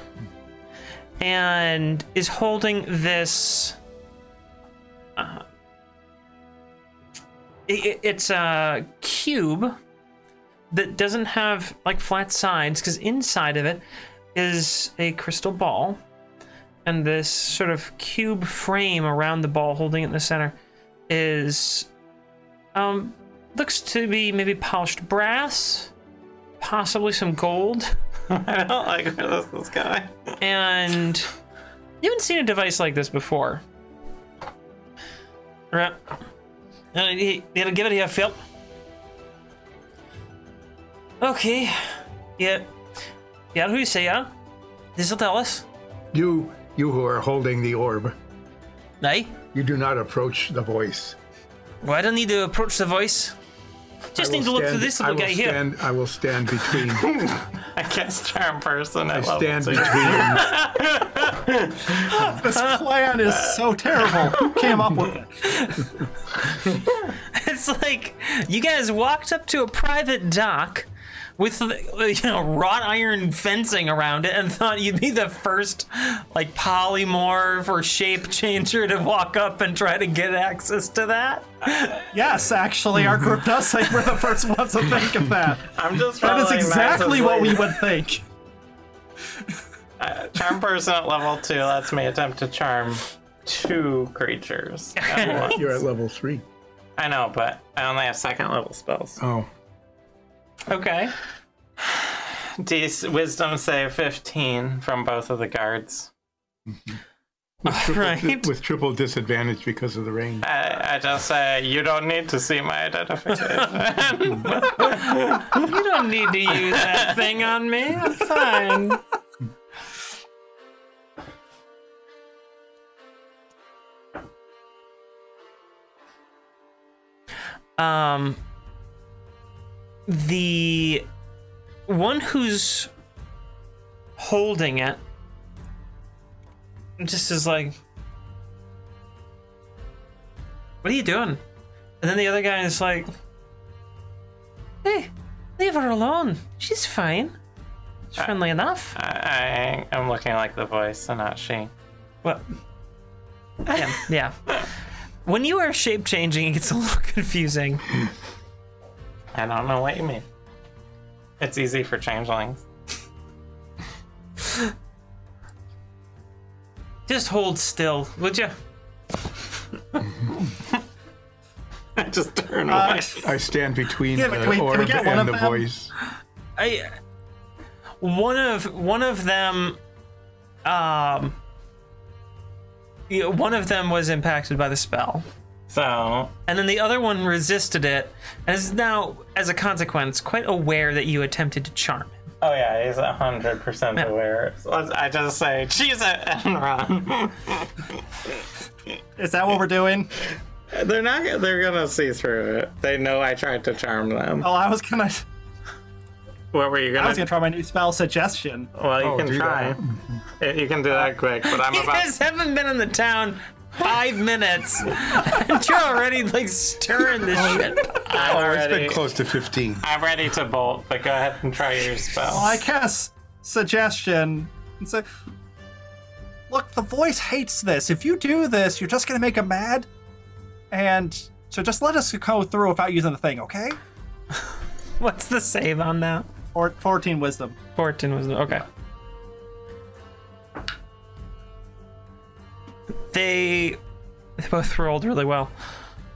Speaker 1: and is holding this. Uh, i- i- it's a cube that doesn't have like flat sides because inside of it is a crystal ball and this sort of cube frame around the ball holding it in the center is um looks to be maybe polished brass, possibly some gold,
Speaker 3: I don't like where this is going.
Speaker 1: and you haven't seen a device like this before. Right? Uh, he- he'll give it here, Phil. Okay. Yeah. Yeah, who you say, yeah? This will tell us.
Speaker 4: You, you who are holding the orb,
Speaker 1: Aye.
Speaker 4: you do not approach the voice.
Speaker 1: Well, I don't need to approach the voice. Just
Speaker 4: I will
Speaker 1: need to look through
Speaker 4: stand-
Speaker 1: this
Speaker 4: I
Speaker 1: little
Speaker 4: will
Speaker 1: guy here.
Speaker 4: stand- I will <laughs> stand between.
Speaker 3: I guess charm person. I,
Speaker 4: I
Speaker 3: love
Speaker 4: stand
Speaker 3: it.
Speaker 4: between. I
Speaker 2: This plan is so terrible. Who came up with it?
Speaker 1: <laughs> It's like you guys walked up to a private dock with you know wrought iron fencing around it and thought you'd be the first like polymorph or shape changer to walk up and try to get access to that.
Speaker 2: Yes, actually, our group does think we're the first ones to think of that.
Speaker 3: I'm just.
Speaker 2: That is
Speaker 3: following
Speaker 2: exactly
Speaker 3: Max's
Speaker 2: what we
Speaker 3: lead.
Speaker 2: would think.
Speaker 3: Charm person at level two lets me attempt to charm two creatures. at once.
Speaker 4: You're at level three.
Speaker 3: I know, but I only have second level spells. <laughs>
Speaker 4: Oh,
Speaker 1: Okay.
Speaker 3: DC wisdom save 15 from both of the guards.
Speaker 1: <laughs> Right.
Speaker 4: with triple disadvantage because of the rain.
Speaker 3: I, I just say, you don't need to see my identification.
Speaker 1: You don't need to use that thing on me. I'm fine. Um, the one who's holding it just is like, "What are you doing?" And then the other guy is like, "Hey." Leave her alone. She's fine. She's friendly enough.
Speaker 3: uh, I, I am looking like the voice and not she.
Speaker 1: Well, yeah, yeah. When you are shape changing, it gets a little <laughs> confusing.
Speaker 3: I don't know what you mean. It's easy for changelings. <laughs>
Speaker 1: Just hold still, would you?
Speaker 3: I just turn
Speaker 2: Uh,
Speaker 3: away.
Speaker 4: I stand between
Speaker 2: Yeah, but
Speaker 4: the
Speaker 2: can we- can we
Speaker 4: orb
Speaker 2: get one
Speaker 4: and the
Speaker 2: of them?
Speaker 4: voice.
Speaker 1: I one of one of them, um, yeah, one of them was impacted by the spell,
Speaker 3: So,
Speaker 1: and then the other one resisted it, and is now, as a consequence, quite aware that you attempted to charm. him.
Speaker 3: oh yeah, he's <laughs> 100% aware. So let's- I just say, she's it, and run.
Speaker 2: Is that what we're doing?
Speaker 3: <laughs> they're not, they're gonna see through it. They know I tried to charm them.
Speaker 2: Oh, I was gonna,
Speaker 3: What were you
Speaker 2: I was gonna try my new spell suggestion.
Speaker 3: Well, you
Speaker 4: Oh,
Speaker 3: can
Speaker 4: do
Speaker 3: try.
Speaker 4: that.
Speaker 3: Yeah, You can do that quick, but I'm
Speaker 1: You
Speaker 3: about.
Speaker 1: guys haven't been in the town five minutes, <laughs> and you're already like stirring this shit.
Speaker 3: <laughs> I'm
Speaker 4: Oh, it's
Speaker 3: already.
Speaker 4: been close to 15.
Speaker 3: I'm ready to bolt, but go ahead and try your spell.
Speaker 2: Well, I guess suggestion. And say, look, the voice hates this. If you do this, you're just gonna make him mad. And so just let us go through without using the thing, okay?
Speaker 1: What's the save on that?
Speaker 2: Or 14 wisdom.
Speaker 1: 14 was okay. They they both rolled really well,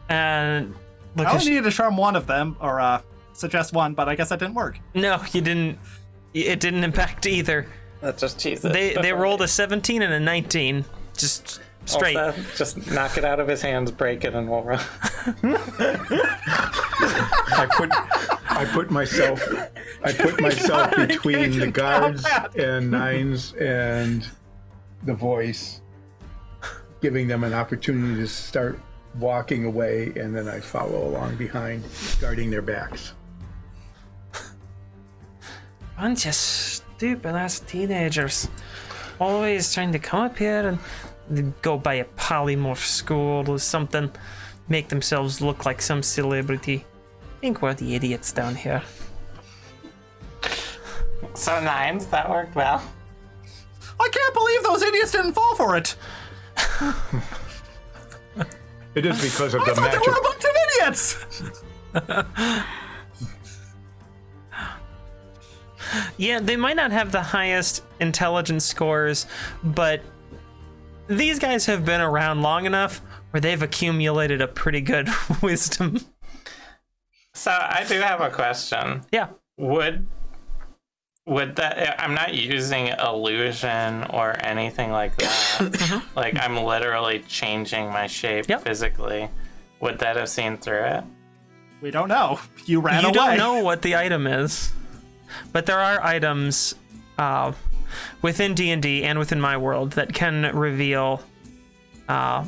Speaker 1: and look,
Speaker 2: I
Speaker 1: at
Speaker 2: only needed to charm one of them, or uh, suggest one, but I guess that didn't work.
Speaker 1: no, you didn't. It didn't impact either.
Speaker 3: Let's just cheese it.
Speaker 1: They they rolled a 17 and a 19, just straight.
Speaker 3: Also, just knock it out of his hands, break it, and we'll run.
Speaker 4: I put I put myself I
Speaker 2: <laughs>
Speaker 4: put myself between the guards and nines and the voice, giving them an opportunity to start walking away, and then I follow along behind, guarding their backs.
Speaker 1: bunch of stupid ass teenagers always trying to come up here and go by a polymorph school or something make themselves look like some celebrity think we're the idiots down here
Speaker 3: so nines, that worked well.
Speaker 2: I can't believe those idiots didn't fall for it.
Speaker 4: It is because of
Speaker 2: I
Speaker 4: the
Speaker 2: thought they
Speaker 4: magic.
Speaker 2: were a bunch of idiots.
Speaker 1: yeah they might not have the highest intelligence scores but these guys have been around long enough where they've accumulated a pretty good <laughs> wisdom
Speaker 3: So I do have a question.
Speaker 1: yeah
Speaker 3: Would would that? I'm not using illusion or anything like that. like I'm literally changing my shape
Speaker 1: Yep.
Speaker 3: physically. Would that have seen through it?
Speaker 2: We don't know. You ran
Speaker 1: you
Speaker 2: away.
Speaker 1: don't know what the item is, but there are items uh, within D and D and within my world that can reveal uh,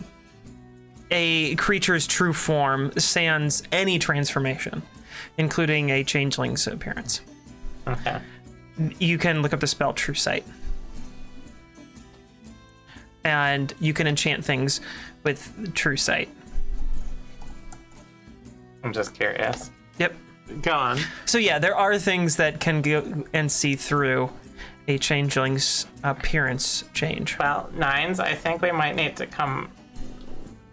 Speaker 1: a creature's true form sans any transformation, including a changeling's appearance.
Speaker 3: Okay.
Speaker 1: You can look up the spell True Sight. And you can enchant things with True Sight.
Speaker 3: I'm just curious.
Speaker 1: Yep.
Speaker 3: Go on.
Speaker 1: So yeah, there are things that can go and see through a changeling's appearance change.
Speaker 3: Well, nines, I think we might need to come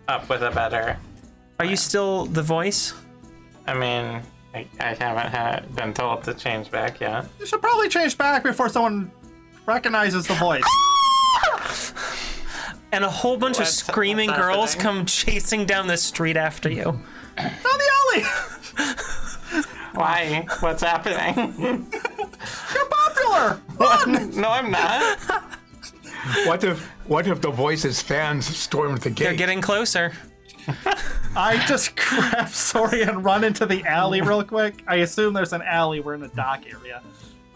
Speaker 3: up with a better.
Speaker 1: Are you still the voice?
Speaker 3: I mean, I, I haven't had, been told to change back yet.
Speaker 2: You should probably change back before someone recognizes the
Speaker 4: <laughs>
Speaker 2: voice.
Speaker 1: And a whole bunch
Speaker 3: What's-
Speaker 1: of screaming
Speaker 3: what's
Speaker 1: girls
Speaker 3: happening?
Speaker 1: come chasing down the street after you.
Speaker 2: Down the alley.
Speaker 3: Why? What's happening? <laughs>
Speaker 2: You're popular.
Speaker 3: no, I'm not.
Speaker 4: What if what if the voices fans stormed the
Speaker 1: They're
Speaker 4: gate?
Speaker 1: getting closer.
Speaker 2: I just <laughs> grab Sorry and run into the alley real quick. I assume there's an alley. We're in a dock area.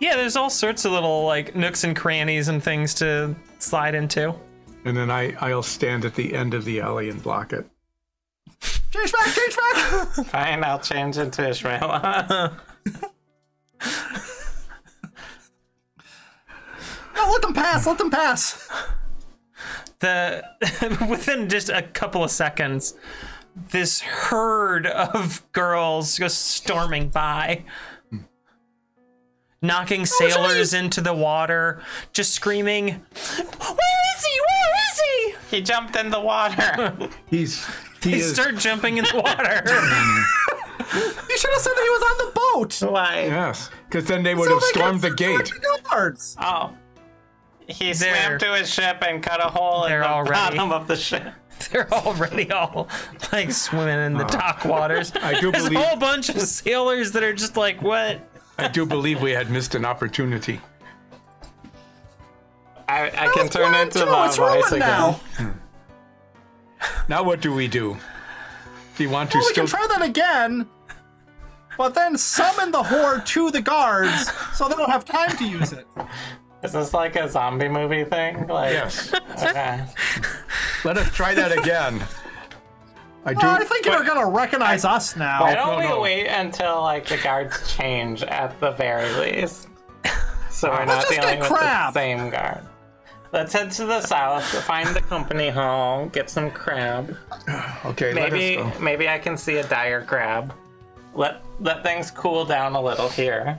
Speaker 1: Yeah, there's all sorts of little like nooks and crannies and things to slide into.
Speaker 4: and then I I'll stand at the end of the alley and block it.
Speaker 2: Change back. Change back.
Speaker 3: Fine, I'll change into Ishmael. <laughs>
Speaker 2: No, let them pass. Let them pass.
Speaker 1: the <laughs> within just a couple of seconds this herd of girls goes storming by knocking sailors into the water just screaming where is he where is he
Speaker 3: he jumped in the water. <laughs>
Speaker 4: He's he
Speaker 1: they
Speaker 4: is
Speaker 1: start jumping in the
Speaker 4: <laughs>
Speaker 1: water <laughs>
Speaker 2: You should have said that he was on the boat.
Speaker 3: Why?
Speaker 4: yes, because then they would
Speaker 2: So
Speaker 4: have
Speaker 2: they
Speaker 4: stormed the
Speaker 2: could have
Speaker 4: gate.
Speaker 2: secured the guards.
Speaker 3: Oh. He
Speaker 1: They're-
Speaker 3: swam to his ship and cut a hole in
Speaker 1: They're
Speaker 3: the
Speaker 1: already-
Speaker 3: bottom of the ship.
Speaker 1: they're already all like swimming in the dock waters
Speaker 4: Ah.
Speaker 2: <laughs>
Speaker 4: <laughs> I do
Speaker 1: there's a
Speaker 4: believe-
Speaker 1: whole bunch of sailors that are just like what
Speaker 4: I do believe we had missed an opportunity.
Speaker 3: I, I
Speaker 2: That
Speaker 3: can
Speaker 2: was
Speaker 3: turn
Speaker 2: plan
Speaker 3: into
Speaker 2: two.
Speaker 3: my
Speaker 2: It's ruined
Speaker 3: voice again.
Speaker 2: now.
Speaker 4: Now what do we do? Do you want to
Speaker 2: Well, we
Speaker 4: still
Speaker 2: can try that again. But then summon the horde to the guards so they don't have time to use it.
Speaker 3: Is this like a zombie movie thing? Like,
Speaker 4: Yes. Oh,
Speaker 3: Okay.
Speaker 4: Let us try that again. I do
Speaker 2: Well, I think you're gonna recognize us
Speaker 3: Why
Speaker 2: now.
Speaker 3: don't
Speaker 4: no,
Speaker 3: we
Speaker 4: no.
Speaker 3: wait until like the guards change at the very least? So we're not
Speaker 2: just get
Speaker 3: dealing with the
Speaker 2: crab.
Speaker 3: same guard. Let's head to the south, find the company hall, get some crab.
Speaker 4: Okay,
Speaker 3: Maybe
Speaker 4: let us go.
Speaker 3: maybe I can see a dire crab. Let let things cool down a little here.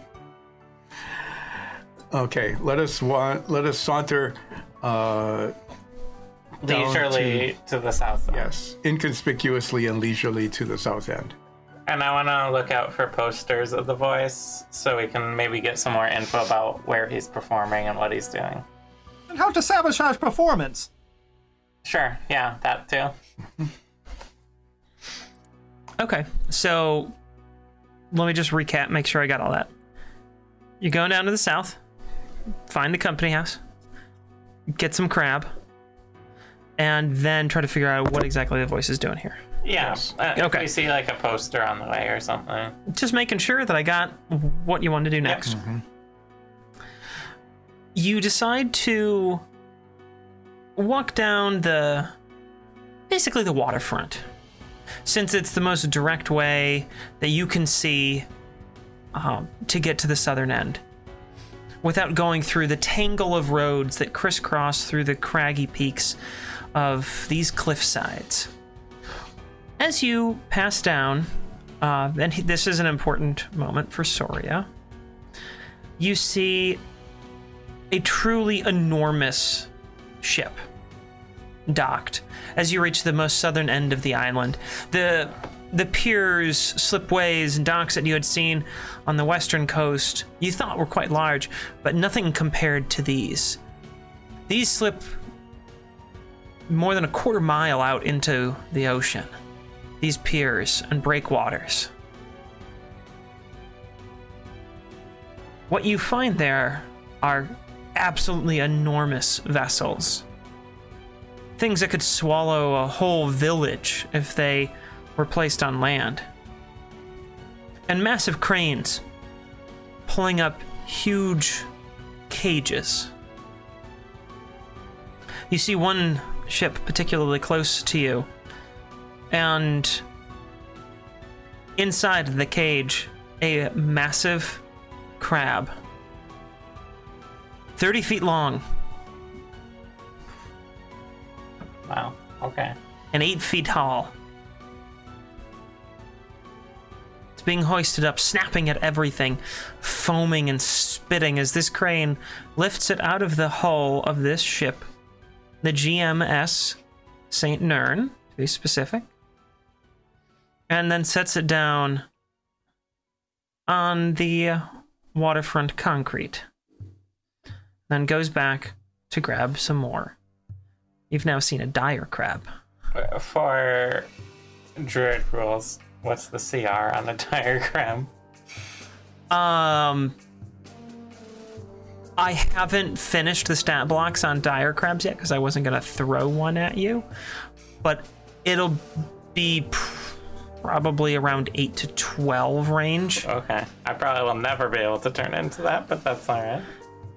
Speaker 4: Okay, let us wa- let us saunter uh Down
Speaker 3: Leisurely to, the south. side.
Speaker 4: yes, inconspicuously and leisurely to the south end.
Speaker 3: And I want to look out for posters of the voice so we can maybe get some more info about where he's performing and what he's doing.
Speaker 2: And how to sabotage performance.
Speaker 3: Sure, yeah, that too.
Speaker 1: Okay, so let me just recap, make sure I got all that. You're going down to the south, find the company house, get some crab, and then try to figure out what exactly the voice is doing here.
Speaker 3: Yeah.
Speaker 4: Yes.
Speaker 3: Uh, if
Speaker 1: Okay.
Speaker 3: we see like a poster on the way or something.
Speaker 1: Just making sure that I got what you want to do next. You decide to walk down the basically the waterfront. Since it's the most direct way that you can see um, to get to the southern end without going through the tangle of roads that crisscross through the craggy peaks of these cliff sides. As you pass down, uh, and he- this is an important moment for Soria, you see a truly enormous ship docked as you reach the most southern end of the island. The the piers, slipways, and docks that you had seen on the western coast you thought were quite large, but nothing compared to these. These slip more than a quarter mile out into the ocean. These piers and breakwaters. What you find there are absolutely enormous vessels things that could swallow a whole village if they were placed on land. And massive cranes pulling up huge cages. You see one ship particularly close to you and inside the cage, a massive crab, 30 feet long
Speaker 3: Wow. Okay.
Speaker 1: and 8 feet tall. It's being hoisted up, snapping at everything, foaming and spitting as this crane lifts it out of the hull of this ship, the GMS St. Nern, to be specific, and then sets it down on the waterfront concrete. Then goes back to grab some more. You've now seen a dire crab.
Speaker 3: Uh, For druid rules, what's the <laughs> CR on a diagram?
Speaker 1: Um, I haven't finished the stat blocks on dire crabs yet because I wasn't gonna throw one at you, but it'll be pr- probably around eight to twelve range.
Speaker 3: Okay. I probably will never be able to turn into that, but that's all right.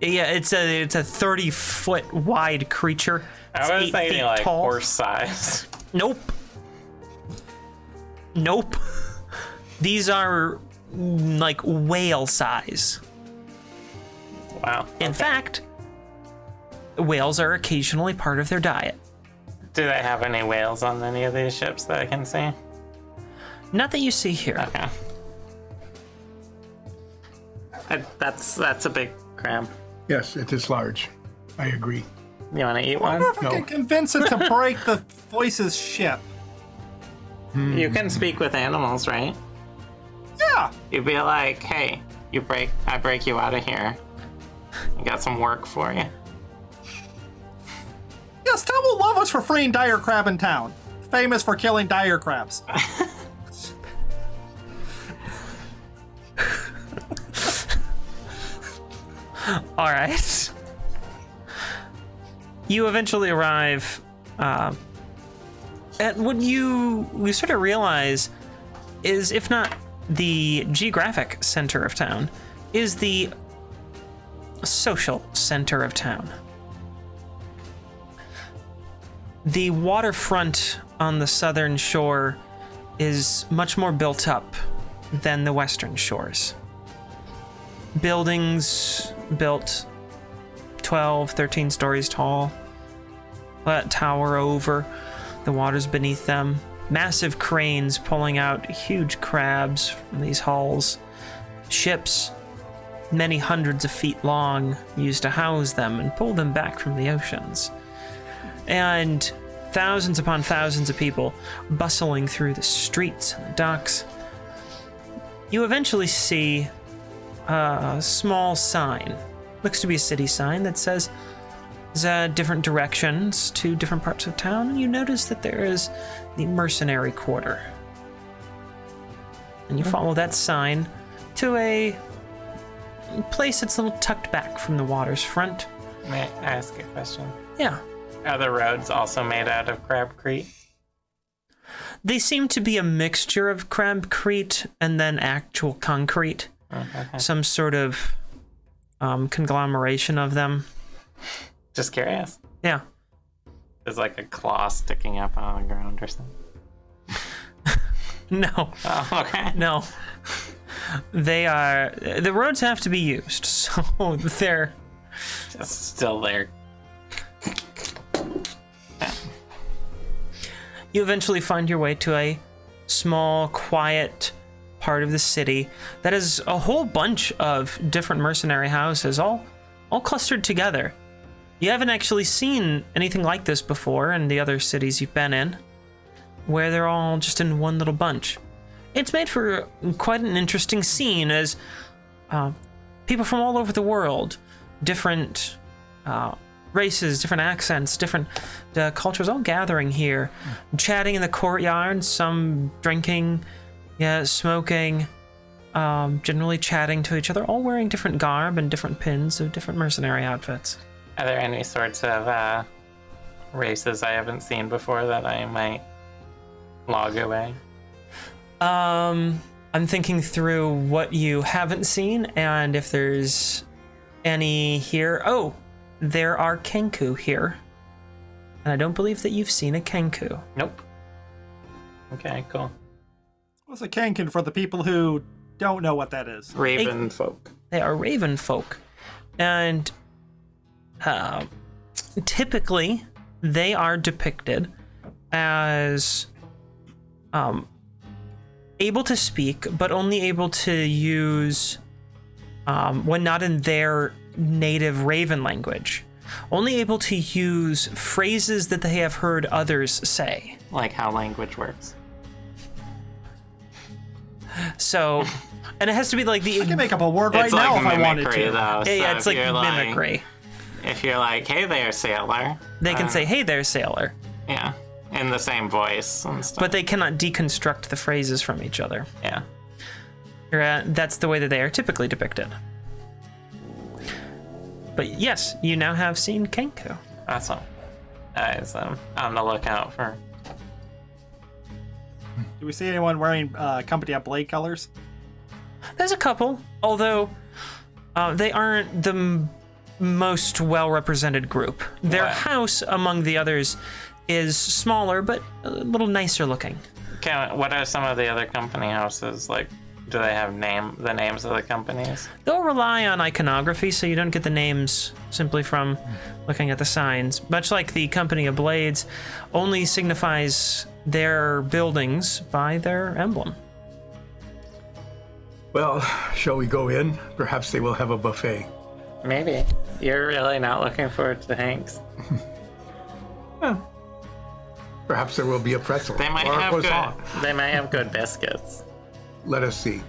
Speaker 1: Yeah, it's a it's a thirty foot wide creature. It's
Speaker 3: I was
Speaker 1: eight
Speaker 3: thinking
Speaker 1: feet
Speaker 3: like
Speaker 1: tall.
Speaker 3: horse size. <laughs>
Speaker 1: Nope. Nope. <laughs> These are mm, like whale size.
Speaker 3: Wow.
Speaker 1: In fact, whales are occasionally part of their diet.
Speaker 3: Do they have any whales on any of these ships that I can see?
Speaker 1: Not that you see here.
Speaker 3: Okay. I, that's that's a big cram.
Speaker 4: Yes, it is large. I agree.
Speaker 3: You want to eat one?
Speaker 2: I can convince it to break the voices ship.
Speaker 3: You can speak with animals, right?
Speaker 2: Yeah.
Speaker 3: You'd be like, "Hey, you break, I break you out of here. I got some work for you."
Speaker 2: Yes, Tom will love us for freeing dire crab in town. Famous for killing dire crabs.
Speaker 1: All right. You eventually arrive uh, at what you you sort of realize is, if not the geographic center of town, is the social center of town. The waterfront on the southern shore is much more built up than the western shores. buildings built 12, 13 stories tall that tower over the waters beneath them. Massive cranes pulling out huge crabs from these hulls. Ships, many hundreds of feet long, used to house them and pull them back from the oceans. And thousands upon thousands of people bustling through the streets and the docks. You eventually see a small sign. Looks to be a city sign that says uh, different directions to different parts of town. And you notice that there is the mercenary quarter. And you follow that sign to a place that's a little tucked back from the water's front.
Speaker 3: May I ask a question?
Speaker 1: Yeah.
Speaker 3: Are the roads also made out of crabcrete?
Speaker 1: They seem to be a mixture of crabcrete and then actual concrete. Some sort of um, conglomeration of them.
Speaker 3: Just curious.
Speaker 1: Yeah. <laughs>
Speaker 3: There's like a claw sticking up out of the ground or something.
Speaker 1: No.
Speaker 3: <laughs> Oh, okay.
Speaker 1: <laughs> No. They are the roads have to be used, <laughs> so they're
Speaker 3: <laughs> It's still there.
Speaker 1: you eventually find your way to a small, quiet part of the city that is a whole bunch of different mercenary houses, all all clustered together. You haven't actually seen anything like this before in the other cities you've been in, where they're all just in one little bunch. It's made for quite an interesting scene as uh, people from all over the world, different uh, races, different accents, different uh, cultures, all gathering here, chatting in the courtyard. Some drinking, yeah, smoking, um, generally chatting to each other. All wearing different garb and different pins of different mercenary outfits.
Speaker 3: Are there any sorts of uh, races I haven't seen before that I might log away?
Speaker 1: Um, I'm thinking through what you haven't seen and if there's any here. Oh, there are Kenku here. And I don't believe that you've seen a Kenku.
Speaker 3: Nope. Okay, cool.
Speaker 2: What's a kankin for the people who don't know what that is?
Speaker 3: Raven folk.
Speaker 1: They are raven folk, and uh, typically they are depicted as um, able to speak, but only able to use um, when not in their native raven language. Only able to use phrases that they have heard others say.
Speaker 3: Like how language works. <laughs>
Speaker 1: So, and it has to be like the
Speaker 2: I can make up a word right
Speaker 3: it's
Speaker 2: now
Speaker 3: like
Speaker 2: if I wanted
Speaker 3: mimicry,
Speaker 2: to.
Speaker 3: though.
Speaker 1: yeah, yeah,
Speaker 3: so
Speaker 1: it's
Speaker 3: if
Speaker 1: like
Speaker 3: you're
Speaker 1: mimicry.
Speaker 3: If you're like, "Hey there, sailor,"
Speaker 1: they can
Speaker 3: uh,
Speaker 1: say, "Hey there, sailor,"
Speaker 3: "Yeah," in the same voice and stuff.
Speaker 1: but they cannot deconstruct the phrases from each other.
Speaker 3: yeah,
Speaker 1: Or, uh, that's the way that they are typically depicted. But yes, you now have seen Kenko.
Speaker 3: awesome. Guys, I'm um, on the lookout for.
Speaker 2: Do we see anyone wearing uh, company up blade colors?
Speaker 1: There's a couple, although uh, they aren't the m- most well represented group. Their
Speaker 3: Right.
Speaker 1: house, among the others, is smaller but a little nicer looking.
Speaker 3: Can, what are some of the other company houses like? Do they have name the names of the companies?
Speaker 1: They'll rely on iconography, so you don't get the names simply from looking at the signs. Much like the Company of Blades only signifies their buildings by their emblem.
Speaker 4: Well, shall we go in? Perhaps they will have a buffet.
Speaker 3: Maybe you're really not looking forward to Hanks.
Speaker 4: Perhaps there will be a pretzel.
Speaker 3: They might
Speaker 4: or a
Speaker 3: have
Speaker 4: croissant.
Speaker 3: good. They might have good biscuits.
Speaker 4: Let us see.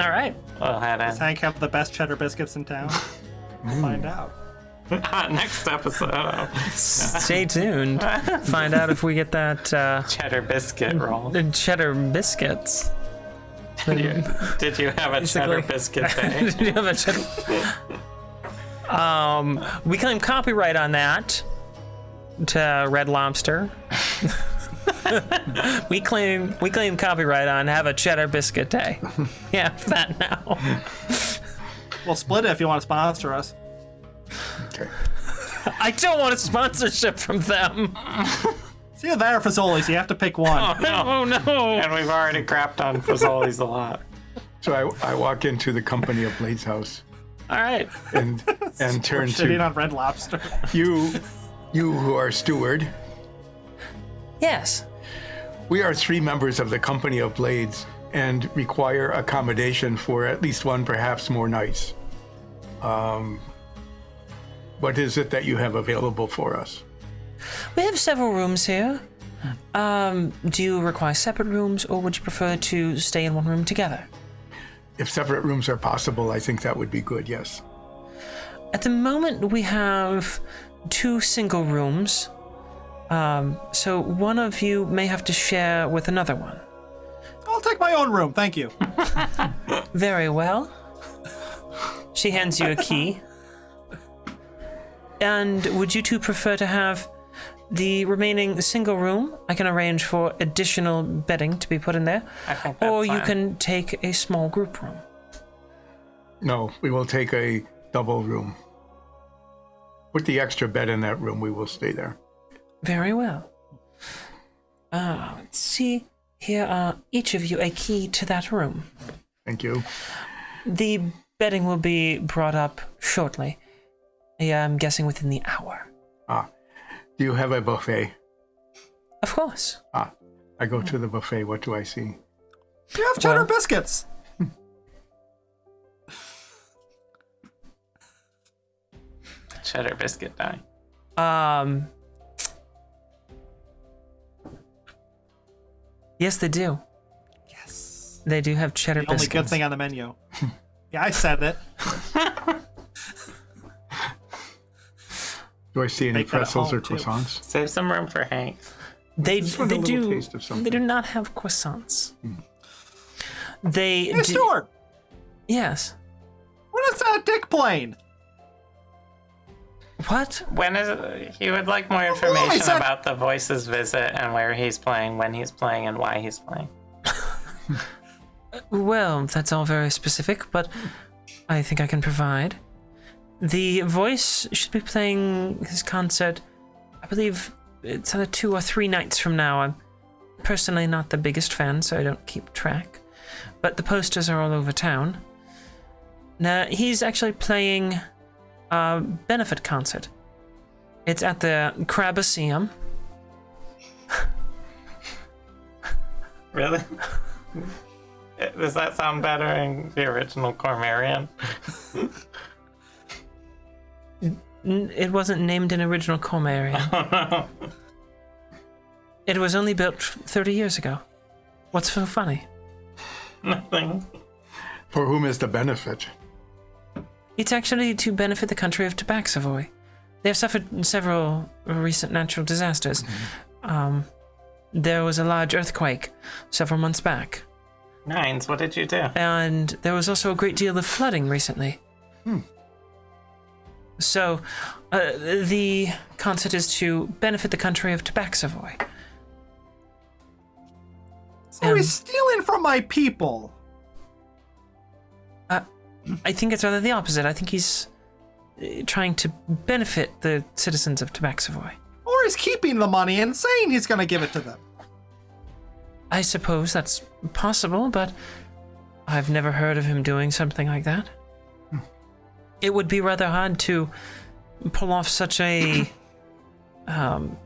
Speaker 1: All right.
Speaker 3: We'll head
Speaker 2: Does
Speaker 3: in.
Speaker 2: Hank have the best cheddar biscuits
Speaker 1: <laughs>
Speaker 2: in town? We'll find out.
Speaker 3: <laughs> Next episode,
Speaker 1: Stay tuned. Find out if we get that uh,
Speaker 3: <laughs> cheddar biscuit roll.
Speaker 1: the cheddar biscuits.
Speaker 3: Did you, <laughs> did you have a cheddar biscuit day?
Speaker 1: Do you have a cheddar- um, we claim copyright on that to Red Lobster. <laughs> we claim we claim copyright on have a cheddar biscuit day. <laughs> Yeah, that now.
Speaker 2: We'll split it if you want to sponsor us.
Speaker 4: Okay.
Speaker 1: I don't want a sponsorship from them.
Speaker 2: See you there, Fazoli's. You have to pick one.
Speaker 1: <laughs> Oh no.
Speaker 3: And we've already crapped on Fazoli's a lot.
Speaker 4: So I, I walk into the company of Blade's house
Speaker 1: All right.
Speaker 4: and and turn
Speaker 2: Shitting
Speaker 4: to
Speaker 2: on Red Lobster.
Speaker 4: you, you who are steward.
Speaker 1: Yes.
Speaker 4: We are three members of the company of Blades and require accommodation for at least one, perhaps more nights. Um, what is it that you have available for us?
Speaker 1: We have several rooms here. Um, do you require separate rooms, or would you prefer to stay in one room together?
Speaker 4: If separate rooms are possible, I think that would be good. Yes.
Speaker 1: At the moment, we have two single rooms. Um, so one of you may have to share with another one.
Speaker 2: I'll take my own room, thank you.
Speaker 1: Very well. She hands you a key. And would you two prefer to have the remaining single room? I can arrange for additional bedding to be put in there.
Speaker 3: I think that's
Speaker 1: Or you
Speaker 3: fine.
Speaker 1: can take a small group room.
Speaker 4: No, we will take a double room. Put the extra bed in that room. We will stay there.
Speaker 1: Very well. Ah, let's see. Here are each of you a key to that room.
Speaker 4: Thank you.
Speaker 1: The bedding will be brought up shortly. Yeah, I'm guessing within the hour.
Speaker 4: Ah, do you have a buffet?
Speaker 1: Of course.
Speaker 4: Ah, I go to the buffet. What do I see?
Speaker 2: You have cheddar
Speaker 1: Well-
Speaker 2: biscuits.
Speaker 3: Cheddar biscuit day.
Speaker 1: Um. Yes, they do.
Speaker 2: Yes.
Speaker 1: They do have cheddar
Speaker 2: The only
Speaker 1: biscuits.
Speaker 2: good thing on
Speaker 1: <laughs>
Speaker 2: the menu. Yeah, I said it.
Speaker 4: Do I see any
Speaker 2: Make that at
Speaker 4: pretzels
Speaker 2: home,
Speaker 4: or
Speaker 2: too.
Speaker 4: croissants?
Speaker 3: Save some room for Hanks.
Speaker 1: they
Speaker 4: Just want a
Speaker 1: they
Speaker 4: little
Speaker 1: do
Speaker 4: taste of something. Hmm.
Speaker 1: they do not have croissants. They
Speaker 2: Hey,
Speaker 1: do,
Speaker 2: Stuart,
Speaker 1: yes.
Speaker 2: what is that dick plane?
Speaker 1: What?
Speaker 3: When is he would like more
Speaker 2: I
Speaker 3: information
Speaker 2: said-
Speaker 3: about the voices visit and where he's playing, when he's playing, and why he's playing.
Speaker 1: Well, that's all very specific, but I think I can provide. The voice should be playing his concert, I believe, it's uh, two or three nights from now. I'm personally not the biggest fan, so I don't keep track. But the posters are all over town. Now, he's actually playing a benefit concert. It's at the Crabaseum.
Speaker 3: Really? <laughs> Does that sound better in the original Cormarian? <laughs>
Speaker 1: N- It wasn't named in original Colm area.
Speaker 3: Oh no.
Speaker 1: It was only built 30 years ago. What's so funny?
Speaker 3: Nothing.
Speaker 4: For whom is the benefit?
Speaker 1: It's actually to benefit the country of Tabaxavoy. They have suffered several recent natural disasters. Um, there was a large earthquake several months back,
Speaker 3: Nines, what did you do?
Speaker 1: and there was also a great deal of flooding recently. So, uh, the concert is to benefit the country of Tabaxavoy.
Speaker 2: So he's stealing from my people.
Speaker 1: I think it's rather the opposite. I think he's uh, trying to benefit the citizens of Tabaxavoy.
Speaker 2: Or he's keeping the money and saying he's gonna give it to them.
Speaker 1: I suppose that's possible, but I've never heard of him doing something like that. It would be rather hard to pull off such a um,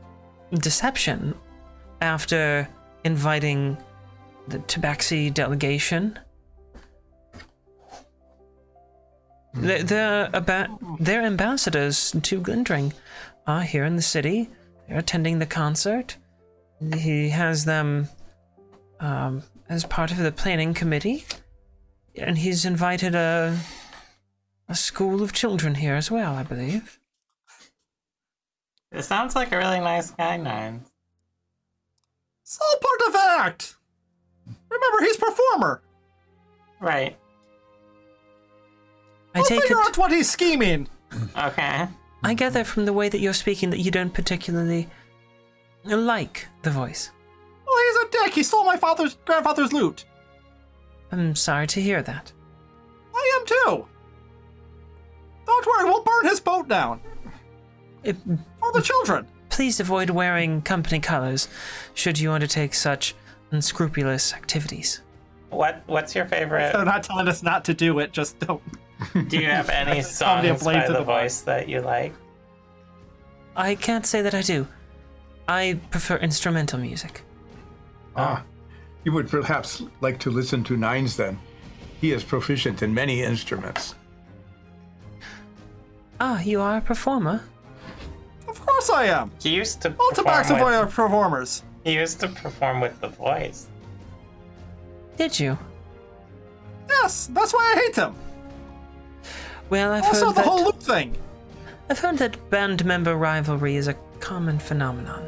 Speaker 1: deception after inviting the Tabaxi delegation. Their, their, aba- their ambassadors to Glindring are here in the city. They're attending the concert. He has them um, as part of the planning committee, and he's invited a a school of children here as well, I believe.
Speaker 3: It sounds like a really nice guy, Nines.
Speaker 2: It's all part of an act. Remember, he's performer.
Speaker 3: Right.
Speaker 1: I
Speaker 2: We'll
Speaker 1: take
Speaker 2: figure
Speaker 1: it.
Speaker 2: out what he's scheming.
Speaker 3: Okay.
Speaker 1: I gather from the way that you're speaking that you don't particularly like the voice.
Speaker 2: Well, Oh, he's a dick. He stole my father's grandfather's loot.
Speaker 1: I'm sorry to hear that.
Speaker 2: I am too. Don't worry, we'll burn his boat down
Speaker 1: It,
Speaker 2: for the children.
Speaker 1: please avoid wearing company colors should you undertake such unscrupulous activities.
Speaker 3: What What's your
Speaker 2: They're
Speaker 3: favorite?
Speaker 2: not telling us not to do it. Just don't.
Speaker 3: Do you have any
Speaker 2: Comedy of Blades
Speaker 3: songs by
Speaker 2: of
Speaker 3: the
Speaker 2: the Void.
Speaker 3: voice that you like?
Speaker 1: I can't say that I do. I prefer instrumental music.
Speaker 4: Ah, you would perhaps like to listen to Nines then. He is proficient in many instruments.
Speaker 1: Ah, you are a performer?
Speaker 2: Of course I am.
Speaker 3: He used to
Speaker 2: All tobacco boy
Speaker 3: perform
Speaker 2: are performers.
Speaker 3: with, He used to perform with the voice.
Speaker 1: Did you?
Speaker 2: Yes, that's why I hate them.
Speaker 1: Well, I've
Speaker 2: Also,
Speaker 1: heard
Speaker 2: the
Speaker 1: that
Speaker 2: whole loot thing.
Speaker 1: I've heard that band member rivalry is a common phenomenon.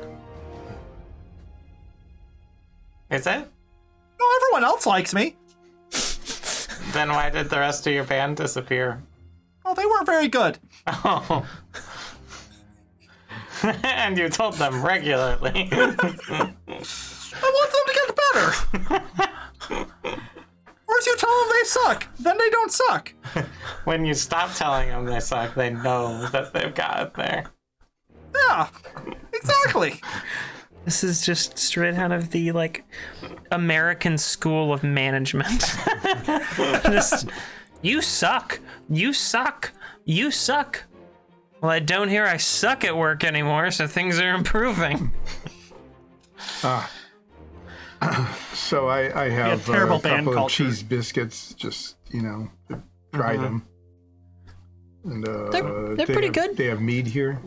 Speaker 3: Is it?
Speaker 2: No, everyone else likes me.
Speaker 3: Then why did the rest of your band disappear? <laughs>
Speaker 2: Oh, they weren't very good.
Speaker 3: Oh. and you told them regularly. <laughs>
Speaker 2: I want them to get better. or if you tell them they suck, then they don't suck.
Speaker 3: when you stop telling them they suck, they know that they've got it there.
Speaker 2: Yeah, exactly.
Speaker 1: This is just straight out of the like American School of Management. <laughs> just, you suck. You suck. You suck. Well, I don't hear I suck at work anymore, so things are improving.
Speaker 4: So I, I have uh,
Speaker 2: terrible
Speaker 4: a
Speaker 2: band
Speaker 4: couple of
Speaker 2: culture. Mm-hmm.
Speaker 4: cheese biscuits, just you know, to try them. And
Speaker 1: They're-
Speaker 4: uh,
Speaker 1: they're
Speaker 4: they
Speaker 1: pretty
Speaker 4: have-
Speaker 1: good.
Speaker 4: They have mead here,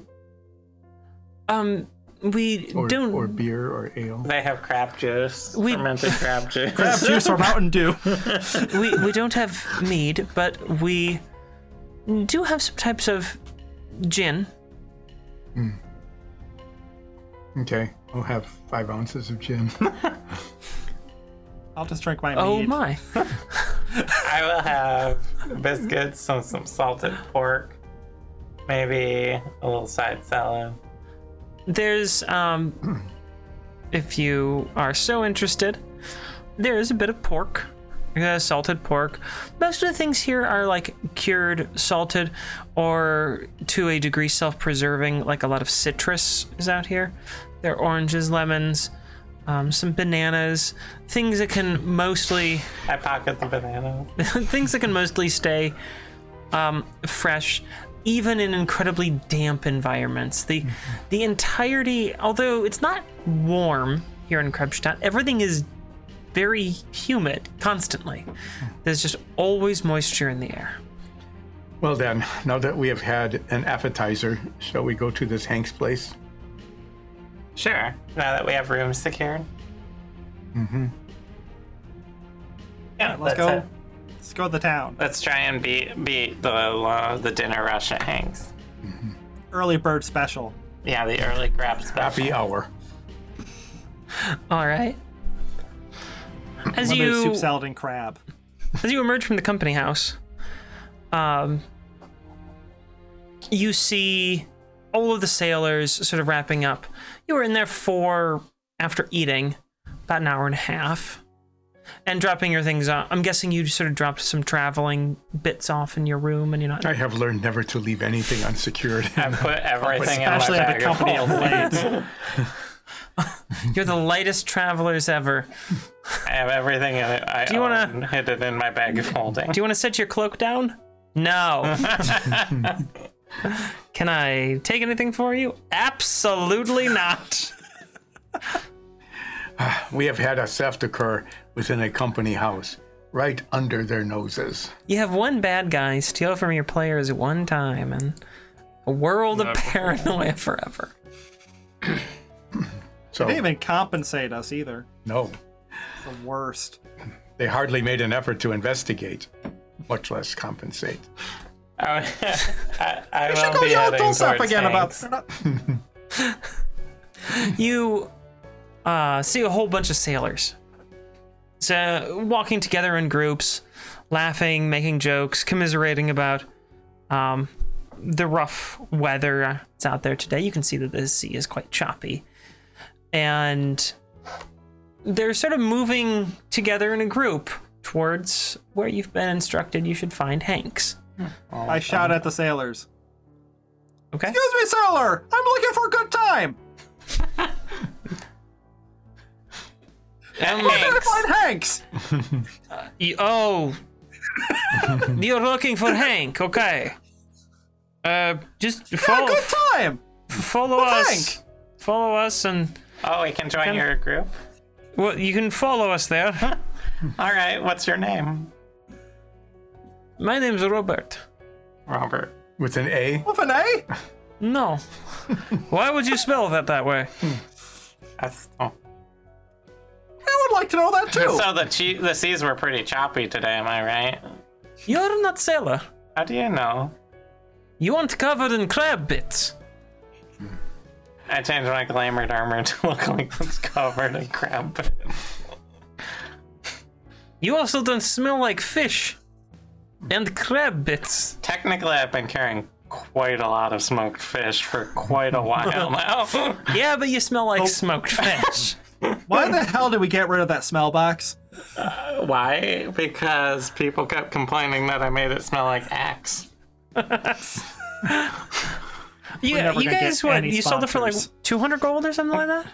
Speaker 1: Um, we
Speaker 4: or,
Speaker 1: don't.
Speaker 4: or beer, or ale.
Speaker 3: They have crab juice.
Speaker 1: We-
Speaker 3: fermented crab juice. <laughs>
Speaker 2: Grab juice or Mountain Dew.
Speaker 1: <laughs> we, we don't have mead, but we do have some types of gin.
Speaker 4: Okay, I'll have five ounces of gin. <laughs>
Speaker 2: I'll just drink my
Speaker 1: Oh
Speaker 2: mead.
Speaker 1: my.
Speaker 3: I will have biscuits, some some salted pork, maybe a little side salad.
Speaker 1: There's, um, if you are so interested, there is a bit of pork, uh, salted pork. Most of the things here are like cured, salted, or to a degree self preserving, like a lot of citrus is out here. There are oranges, lemons, um, some bananas, things that can mostly
Speaker 3: I pocket the banana.
Speaker 1: <laughs> things that can mostly stay um, fresh even in incredibly damp environments the the entirety although it's not warm here in Krebstadt everything is very humid constantly there's just always moisture in the air
Speaker 4: Well, then, now that we have had an appetizer, shall we go to this Hank's place?
Speaker 3: Sure. Now that we have room secured. Mm-hmm. Yeah,
Speaker 2: Let's
Speaker 3: that's
Speaker 2: go.
Speaker 3: it.
Speaker 2: Let's go to the town.
Speaker 3: Let's try and beat beat the uh, the dinner rush at Hanks.
Speaker 2: Early bird special.
Speaker 3: Yeah, the early grab special.
Speaker 4: Happy hour.
Speaker 1: all right as
Speaker 2: Limited
Speaker 1: you
Speaker 2: soup salad and crab.
Speaker 1: As you emerge from the company house, um, you see all of the sailors sort of wrapping up. You were in there for after eating about an hour and a half and dropping your things off. I'm guessing you sort of dropped some traveling bits off in your room and you're not.
Speaker 4: I have learned never to leave anything unsecured. <laughs>
Speaker 3: I put everything in my
Speaker 2: Especially at
Speaker 3: bag.
Speaker 2: the company of blades.
Speaker 1: You're the lightest travelers ever.
Speaker 3: <laughs> I have everything in it. I Do
Speaker 1: you
Speaker 3: you
Speaker 1: wanna-
Speaker 3: want to hit it in my bag of holding?
Speaker 1: Do you want to set your cloak down? No. Can I take anything for you? Absolutely not.
Speaker 4: we have had a theft occur within a company house, right under their noses.
Speaker 1: You have one bad guy steal from your players at one time and a world of paranoia forever.
Speaker 4: So,
Speaker 2: They didn't even compensate us either.
Speaker 4: no,
Speaker 2: The worst.
Speaker 4: they hardly made an effort to investigate, much less compensate.
Speaker 3: <laughs> I, I, I
Speaker 2: Should
Speaker 3: will
Speaker 2: go
Speaker 3: be
Speaker 2: yell at
Speaker 3: heading
Speaker 2: those up
Speaker 3: towards
Speaker 2: again about.
Speaker 3: Hanks.
Speaker 2: they're not-
Speaker 1: You uh, see a whole bunch of sailors. So walking together in groups, laughing, making jokes, commiserating about um, the rough weather that's out there today. You can see that the sea is quite choppy. And they're sort of moving together in a group towards where you've been instructed you should find Hanks.
Speaker 2: I shout at the sailors.
Speaker 1: <laughs> Okay?
Speaker 2: Excuse me, sailor. I'm looking for a good time. <laughs>
Speaker 3: And
Speaker 2: Gotta
Speaker 3: Hanks.
Speaker 2: Find Hanks.
Speaker 1: Y-
Speaker 2: <laughs>
Speaker 1: Oh, you're looking for Hank. Okay. Uh, just follow
Speaker 2: Good time.
Speaker 1: follow us.
Speaker 2: Hank.
Speaker 1: Follow us, and
Speaker 3: Oh, we can join your group.
Speaker 1: well, you can follow us there.
Speaker 3: All right. What's your name?
Speaker 1: My name's Robert.
Speaker 3: Robert.
Speaker 4: With an A?
Speaker 2: With an A? <laughs>
Speaker 1: No. Why would you spell that that way?
Speaker 3: That's, oh.
Speaker 2: I would like to know that too.
Speaker 3: So the che- the seas were pretty choppy today. Am I right?
Speaker 1: You're not sailor.
Speaker 3: How do you know?
Speaker 1: You aren't covered in crab bits.
Speaker 3: I changed my glamored armor to <laughs> look like it's covered in crab.
Speaker 1: You also don't smell like fish. And crab bits.
Speaker 3: Technically, I've been carrying quite a lot of smoked fish for quite a <laughs> while now.
Speaker 1: Yeah, but you smell
Speaker 2: Oh.
Speaker 1: like
Speaker 2: <laughs>
Speaker 1: smoked fish.
Speaker 2: Why the hell did we get rid of that smell box?
Speaker 3: Why? Because people kept complaining that I made it smell like axe.
Speaker 1: Yeah,
Speaker 2: never
Speaker 1: you
Speaker 2: gonna get
Speaker 1: guys what?
Speaker 2: any
Speaker 1: You sold it for like
Speaker 2: sponsors.
Speaker 1: 200 gold or something like that?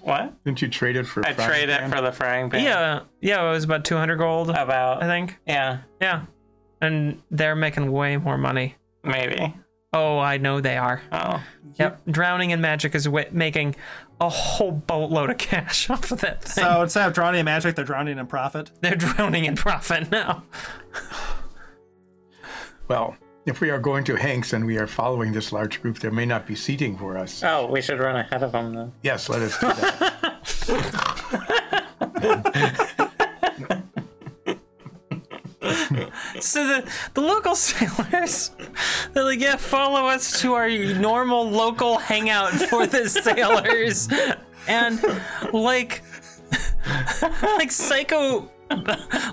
Speaker 3: What?
Speaker 4: Didn't you trade it for?
Speaker 3: I
Speaker 4: frying
Speaker 3: trade it
Speaker 4: pan?
Speaker 3: for the frying pan.
Speaker 1: Yeah, yeah, it was about 200 gold, I
Speaker 3: About.
Speaker 1: think.
Speaker 3: Yeah.
Speaker 1: Yeah. And they're making way more money.
Speaker 3: Maybe.
Speaker 1: Oh, I know they are.
Speaker 3: Oh.
Speaker 1: Yep. Drowning in magic is wi- making a whole boatload of <laughs> cash off of that thing.
Speaker 2: So instead of drowning in magic, they're drowning in profit.
Speaker 1: they're drowning in profit now.
Speaker 4: Well, if we are going to Hank's and we are following this large group, there may not be seating for us.
Speaker 3: Oh, we should run ahead of them then.
Speaker 4: Yes, let us do that.
Speaker 1: So the, the local <laughs> sailors, they're like, yeah, follow us to our normal local hangout for the sailors. And like, <laughs> like psycho,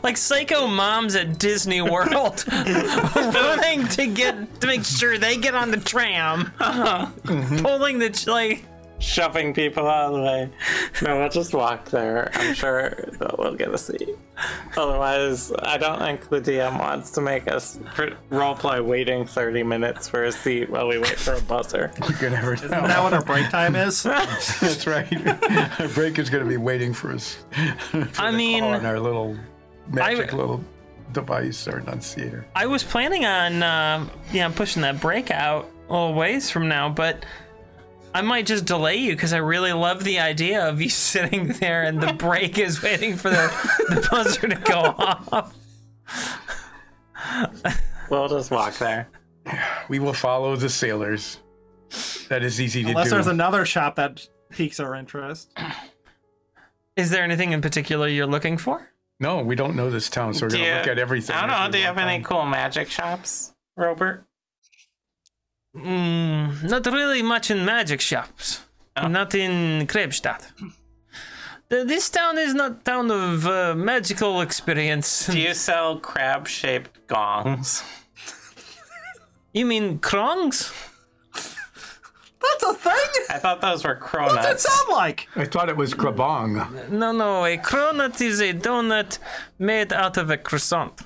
Speaker 1: like psycho moms at Disney World <laughs> running to get, to make sure they get on the tram. Pulling the, ch- like,
Speaker 3: shoving people out of the way. No, we'll just walk there. I'm sure that we'll get a seat. Otherwise, I don't think the DM wants to make us pr- roleplay waiting 30 minutes for a seat while we wait for a buzzer.
Speaker 4: You can never
Speaker 2: Isn't that
Speaker 4: tell.
Speaker 2: what our break time is?
Speaker 4: That's <laughs> right. Our break is going to be waiting for us. for
Speaker 1: I
Speaker 4: the
Speaker 1: mean,
Speaker 4: call on our little magic little device or enunciator.
Speaker 1: I was planning on, um yeah, pushing that break out a little ways from now, but I might just delay you because I really love the idea of you <laughs> sitting there and the break is waiting for the, the <laughs> buzzer to go off.
Speaker 3: We'll just walk there.
Speaker 4: We will follow the sailors. That is easy to
Speaker 2: Unless
Speaker 4: do.
Speaker 2: there's another shop that piques our interest.
Speaker 1: Is there anything in particular you're looking for?
Speaker 4: no, we don't know this town, so we're
Speaker 3: Do
Speaker 4: going to
Speaker 3: you-
Speaker 4: look at everything.
Speaker 3: I
Speaker 4: as
Speaker 3: don't know.
Speaker 4: we
Speaker 3: Do you
Speaker 4: walk
Speaker 3: have any
Speaker 4: by.
Speaker 3: cool magic shops, Robert?
Speaker 1: Mm, not really much in magic shops. Not in Krebstadt. Th- This town is not town of uh, magical experience.
Speaker 3: Do you sell crab shaped gongs?
Speaker 1: You mean krongs?
Speaker 2: That's a thing?
Speaker 3: I thought those were
Speaker 2: What's it
Speaker 3: cronuts.
Speaker 2: sound like?
Speaker 4: I thought it was Krabong.
Speaker 1: No, no, a cronut is a donut made out of a croissant.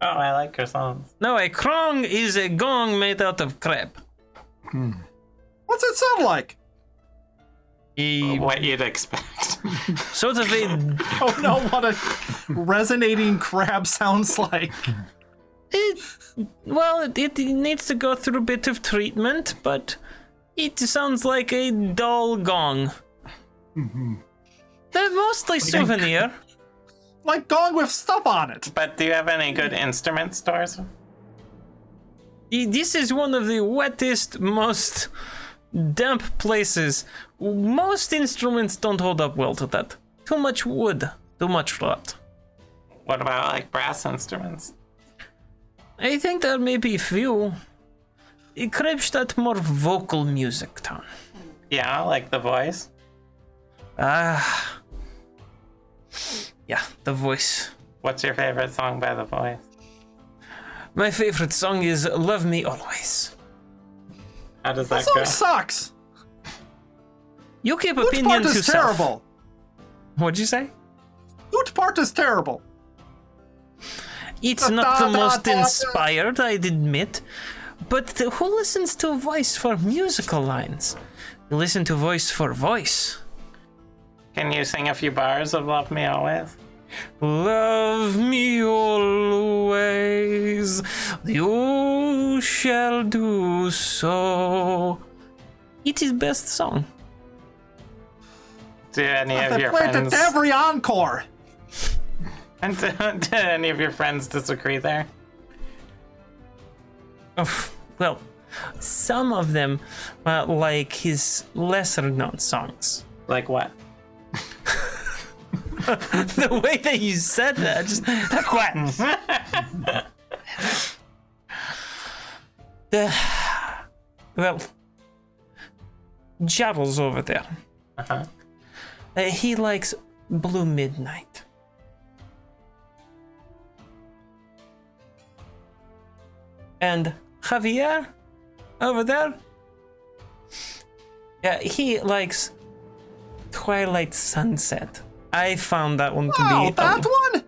Speaker 3: Oh, I like croissants.
Speaker 1: No, a krong is a gong made out of crepe.
Speaker 2: What's it sound like?
Speaker 1: A
Speaker 3: What you'd expect. <laughs>
Speaker 1: sort of a,
Speaker 2: Oh no, what a resonating crab sounds like.
Speaker 1: it- well, it, it needs to go through a bit of treatment, but it sounds like a dull gong. They're mostly souvenir.
Speaker 2: Like gong with stuff on it.
Speaker 3: But do you have any good instrument stores?
Speaker 1: I- This is one of the wettest, most damp places. Most instruments don't hold up well to that. Too much wood, too much rot.
Speaker 3: What about like brass instruments?
Speaker 1: I think there may be few. I- Krebstadt more vocal music town.
Speaker 3: Yeah, like the voice.
Speaker 1: Ah. Yeah, the voice.
Speaker 3: What's your favorite song by the voice?
Speaker 1: My favorite song is Love Me Always.
Speaker 3: How does
Speaker 2: That
Speaker 3: that
Speaker 2: song
Speaker 3: go?
Speaker 2: sucks.
Speaker 1: You keep
Speaker 2: Which
Speaker 1: opinion
Speaker 2: part
Speaker 1: to
Speaker 2: is
Speaker 1: self.
Speaker 2: terrible?
Speaker 1: What'd you say?
Speaker 2: Which part is terrible?
Speaker 1: It's
Speaker 2: Da,
Speaker 1: not the
Speaker 2: da,
Speaker 1: most
Speaker 2: da, da.
Speaker 1: inspired, I admit. But the- who listens to voice for musical lines? You listen to voice for voice.
Speaker 3: Can you sing a few bars of Love Me Always?
Speaker 1: Love me always, you shall do so. It is best song.
Speaker 3: Do any of
Speaker 2: They
Speaker 3: your
Speaker 2: play it at
Speaker 3: friends?
Speaker 2: every encore.
Speaker 3: And <laughs> do, do any of your friends disagree there?
Speaker 1: Oh, well, some of them uh, like his lesser known songs. <laughs>
Speaker 3: Like what?
Speaker 1: The way that you said that, just quit. the, <sighs> well, Jarl's over there.
Speaker 3: Uh-huh.
Speaker 1: Uh, he likes Blue Midnight. And Javier over there, yeah, he likes Twilight Sunset. I found that one to
Speaker 2: Oh,
Speaker 1: be.
Speaker 2: that one?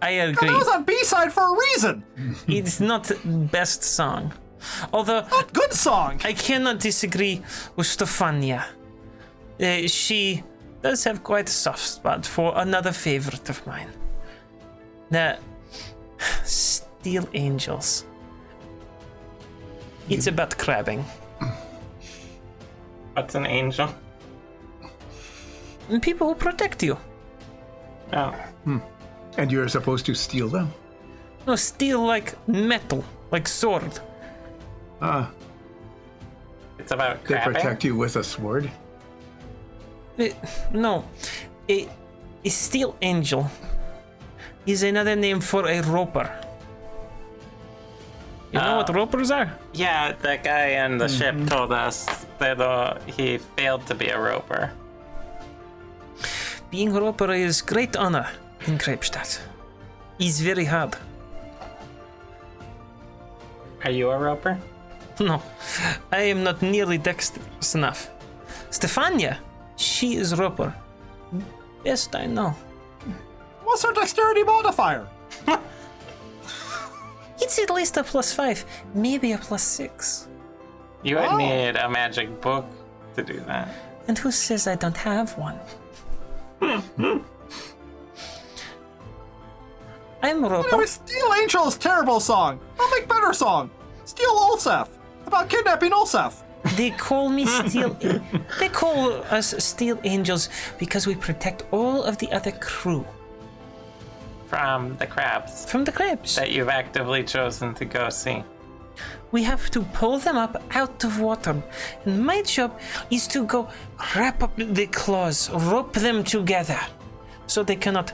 Speaker 1: <laughs> I
Speaker 2: That
Speaker 1: agree.
Speaker 2: was on B side for a reason.
Speaker 1: It's not best song, although
Speaker 2: Good song.
Speaker 1: I cannot disagree with Stefania. Uh, she does have quite a soft spot for another favorite of mine. The Steel Angels. It's about crabbing.
Speaker 3: What's an angel?
Speaker 1: And people who protect you.
Speaker 3: Oh,
Speaker 4: And you're supposed to steal them?
Speaker 1: No, steel like metal, like sword.
Speaker 4: Ah,
Speaker 3: it's about
Speaker 4: they
Speaker 3: crabbing.
Speaker 4: protect you with a sword?
Speaker 1: Eh, no, a, a steel angel is another name for a roper. You know what
Speaker 3: Ah.
Speaker 1: ropers are?
Speaker 3: Yeah, that guy on the
Speaker 2: Mm-hmm.
Speaker 3: ship told us that the, he failed to be a roper.
Speaker 1: Being a roper is great honor in Krebstadt. It's very hard. <laughs>
Speaker 3: Are you a roper?
Speaker 1: No, I am not nearly dexterous enough. Stefania, she is Roper. Best I know.
Speaker 2: What's her dexterity modifier?
Speaker 1: It's at least a plus five, maybe a plus six.
Speaker 3: You would
Speaker 2: Oh.
Speaker 3: need a magic book to do that.
Speaker 1: And who says I don't have one? <laughs> I'm
Speaker 2: I
Speaker 1: Roper.
Speaker 2: would steal Angel's terrible song. I'll make better song. Steal Olsef about kidnapping Olsef.
Speaker 1: They call me Steel. they call us Steel Angels because we protect all of the other crew
Speaker 3: From the crabs
Speaker 1: from the crabs.
Speaker 3: that you've actively chosen to go see.
Speaker 1: We have to pull them up out of water. And my job is to go wrap up the claws, rope them together, so they cannot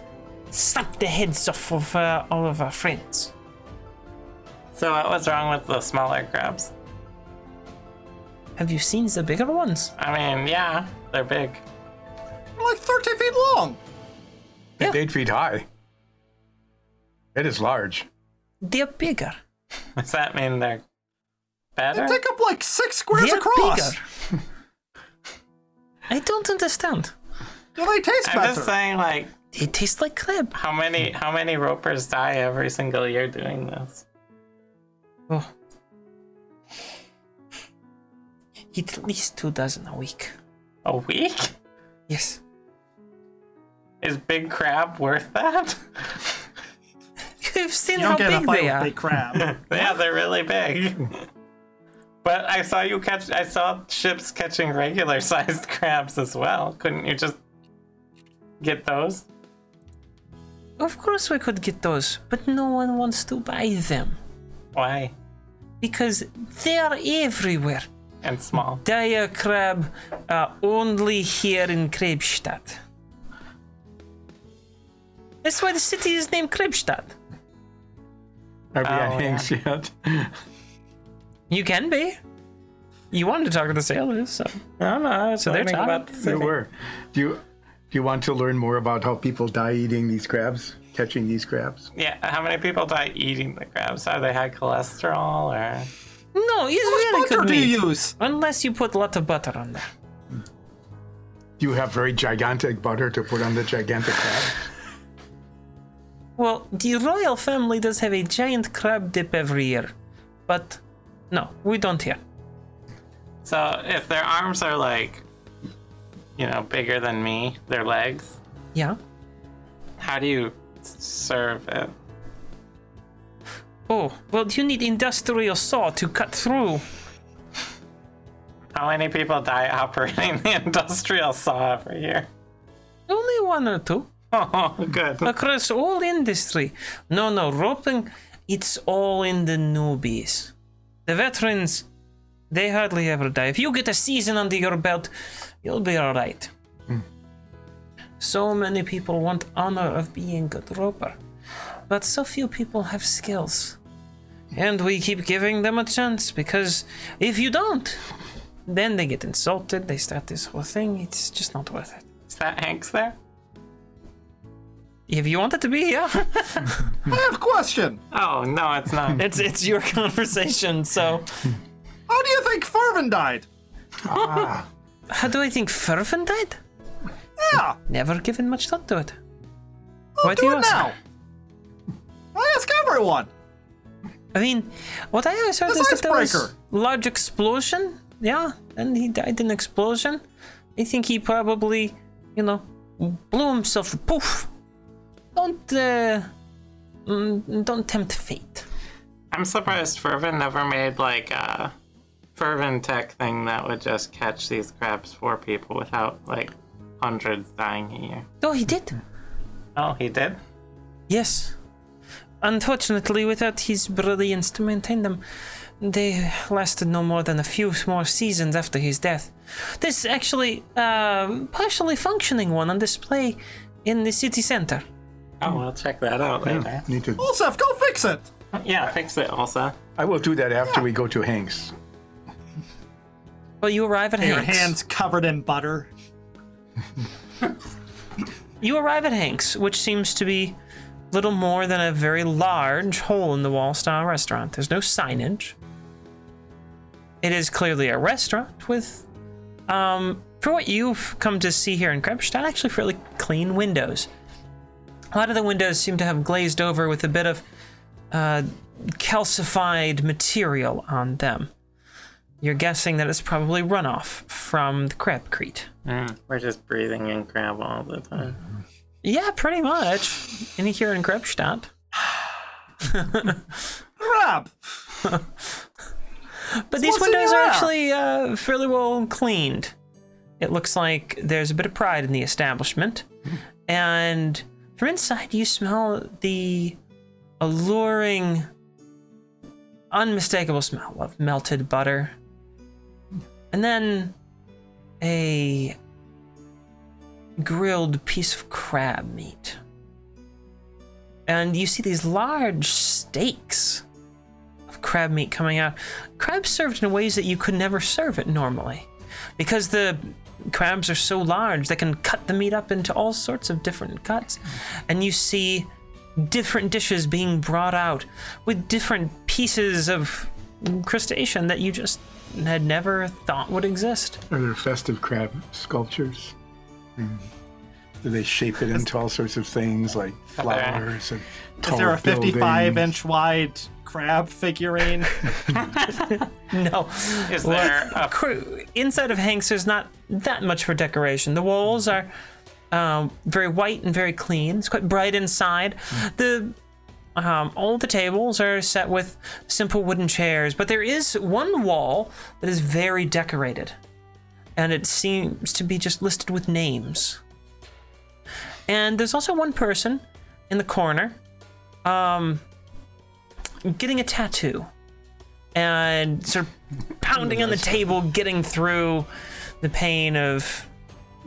Speaker 1: snap the heads off of uh, all of our friends.
Speaker 3: So, what was wrong with the smaller crabs?
Speaker 1: Have you seen the bigger ones?
Speaker 3: I mean, yeah, they're big. <laughs>
Speaker 2: They're like 30 feet long.
Speaker 4: It's eight feet high. It is large.
Speaker 1: They're bigger.
Speaker 3: Does that mean they're
Speaker 2: They
Speaker 3: better?
Speaker 2: take up like six squares
Speaker 1: They're
Speaker 2: across.
Speaker 1: bigger. <laughs> I don't understand.
Speaker 2: Do they taste
Speaker 3: I'm
Speaker 2: better?
Speaker 3: just saying, like,
Speaker 1: They taste like crab.
Speaker 3: how many how many ropers die every single year doing this?
Speaker 1: Oh. At least two dozen a week.
Speaker 3: A week? <laughs>
Speaker 1: Yes. <laughs>
Speaker 3: Is big crab worth that? <laughs>
Speaker 1: You've seen
Speaker 2: You
Speaker 1: how
Speaker 2: don't get in a
Speaker 1: big
Speaker 2: fight
Speaker 1: they
Speaker 2: with
Speaker 1: are.
Speaker 2: big
Speaker 4: <laughs>
Speaker 2: crab.
Speaker 3: yeah, they're really big. <laughs> But I saw you catch. I saw ships catching regular <laughs> sized crabs as well. Couldn't you just get those?
Speaker 1: Of course we could get those, but no one wants to buy them.
Speaker 3: Why?
Speaker 1: Because they are everywhere.
Speaker 3: And small.
Speaker 1: Dire crab are only here in Krebstadt. That's why the city is named Krebstadt.
Speaker 3: Oh,
Speaker 4: Are we on
Speaker 3: yeah.
Speaker 4: Hanks yet?
Speaker 1: You can be. You wanted to talk to the sailors, so.
Speaker 3: No, no. I was
Speaker 1: they're
Speaker 3: learning about
Speaker 1: tiny.
Speaker 3: the
Speaker 4: They
Speaker 3: city.
Speaker 4: were. Do you do you want to learn more about how people die eating these crabs, catching these crabs?
Speaker 3: Yeah. How many people die eating the crabs? Are they high cholesterol or?
Speaker 1: No, it's
Speaker 2: What
Speaker 1: very
Speaker 2: butter
Speaker 1: good
Speaker 2: do
Speaker 1: meat.
Speaker 2: you use?
Speaker 1: Unless you put a lot of butter on there.
Speaker 4: Do you have very gigantic butter to put on the gigantic crab?
Speaker 1: Well, the royal family does have a giant crab dip every year. But no, we don't here.
Speaker 3: So if their arms are like, you know, bigger than me, their legs.
Speaker 1: Yeah?
Speaker 3: How do you s- serve it?
Speaker 1: Oh, well, you need industrial saw to cut through.
Speaker 3: How many people die operating <laughs> the industrial saw every year? <laughs>
Speaker 1: Only one or two.
Speaker 3: Oh, good.
Speaker 1: Across all industry. No, no, roping, it's all in the newbies. The veterans, they hardly ever die. If you get a season under your belt, you'll be alright. So many people want honor of being good roper, but so few people have skills. And we keep giving them a chance because if you don't, then they get insulted, they start this whole thing, it's just not worth it.
Speaker 3: Is that Hanks there?
Speaker 1: If you want it to be, yeah. <laughs>
Speaker 2: I have a question.
Speaker 3: Oh, no, it's not. <laughs>
Speaker 1: It's it's your <laughs> conversation. So
Speaker 2: How do you think Fervin died?
Speaker 1: how do I think Fervin died?
Speaker 2: Yeah.
Speaker 1: Never given much thought to it.
Speaker 2: I'll
Speaker 1: Why do
Speaker 2: do
Speaker 1: you
Speaker 2: it
Speaker 1: ask?
Speaker 2: now. I ask everyone.
Speaker 1: I mean, what I always heard
Speaker 2: That's
Speaker 1: is that there was
Speaker 2: icebreaker.
Speaker 1: large explosion. Yeah, and he died in explosion. I think he probably, you know, blew himself poof. Don't uh, mm, don't tempt fate.
Speaker 3: I'm surprised Fervin never made like a Fervin tech thing that would just catch these crabs for people without like hundreds dying a year.
Speaker 1: Oh, he did.
Speaker 3: Oh, he did?
Speaker 1: Yes. Unfortunately, without his brilliance to maintain them, they lasted no more than a few more seasons after his death. There's actually a partially functioning one on display in the city center.
Speaker 3: Oh, I'll check that out later.
Speaker 4: Need to.
Speaker 2: Olsef, go fix it.
Speaker 3: Yeah, fix it, Elsa.
Speaker 4: I will do that after we go to Hanks.
Speaker 1: Well, you arrive at
Speaker 2: Your
Speaker 1: Hanks.
Speaker 2: hands covered in butter.
Speaker 1: You arrive at Hanks, which seems to be little more than a very large hole in the wall style restaurant. There's no signage. It is clearly a restaurant with um, for what you've come to see here in Krebstein, actually fairly clean windows. A lot of the windows seem to have glazed over with a bit of uh, calcified material on them. You're guessing that it's probably runoff from the crabcrete.
Speaker 3: Mm, we're just breathing in crab all the time.
Speaker 1: Yeah, pretty much. And here in Krebstadt.
Speaker 2: Crap!
Speaker 1: But these
Speaker 2: what's in
Speaker 1: windows
Speaker 2: your
Speaker 1: are
Speaker 2: eye?
Speaker 1: actually uh, fairly well cleaned. It looks like there's a bit of pride in the establishment. And from inside, you smell the alluring, unmistakable smell of melted butter. And then a grilled piece of crab meat. And you see these large steaks of crab meat coming out. Crabs served in ways that you could never serve it normally. Because the crabs are so large, they can cut the meat up into all sorts of different cuts. And you see different dishes being brought out with different pieces of crustacean that you just had never thought would exist. <laughs>
Speaker 4: Are there festive crab sculptures? Mm. Do they shape it into all sorts of
Speaker 3: <laughs>
Speaker 4: things like flowers and tall
Speaker 2: Is there a 55
Speaker 4: buildings?
Speaker 2: inch wide crab
Speaker 4: <laughs>
Speaker 2: figurine?
Speaker 1: No.
Speaker 3: Is there a
Speaker 1: Cr- Inside of Hanks, there's not that much for decoration. The walls are um, very white and very clean. It's quite bright inside. The um, all the tables are set with simple wooden chairs, but there is one wall that is very decorated, and it seems to be just listed with names. And there's also one person in the corner, um, getting a tattoo, and sort of pounding on the table, getting through the pain of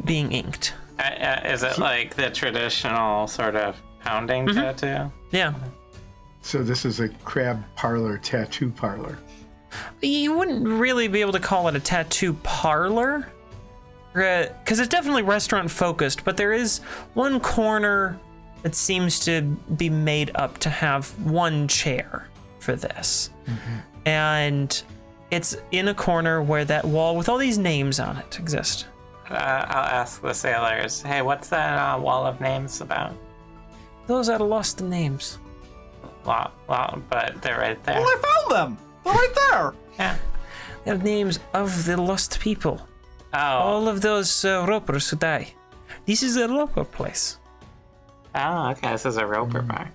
Speaker 1: being inked.
Speaker 3: Uh, uh, is it like the traditional sort of pounding
Speaker 1: Mm-hmm.
Speaker 3: tattoo?
Speaker 1: Yeah.
Speaker 4: So this is a crab parlor, tattoo parlor.
Speaker 1: you wouldn't really be able to call it a tattoo parlor because it's definitely restaurant focused but there is one corner that seems to be made up to have one chair for this and it's in a corner where that wall with all these names on it exists
Speaker 3: Uh, I'll ask the sailors. Hey, what's that uh, wall of names about?
Speaker 1: those that have lost the names
Speaker 3: Lot, lot, but they're right there.
Speaker 2: well, I found them! They're right there!
Speaker 3: Yeah.
Speaker 1: they have names of the lost people
Speaker 3: Oh.
Speaker 1: all of those uh, ropers who die this is a roper place
Speaker 3: Oh, okay. This is a roper
Speaker 1: Mm.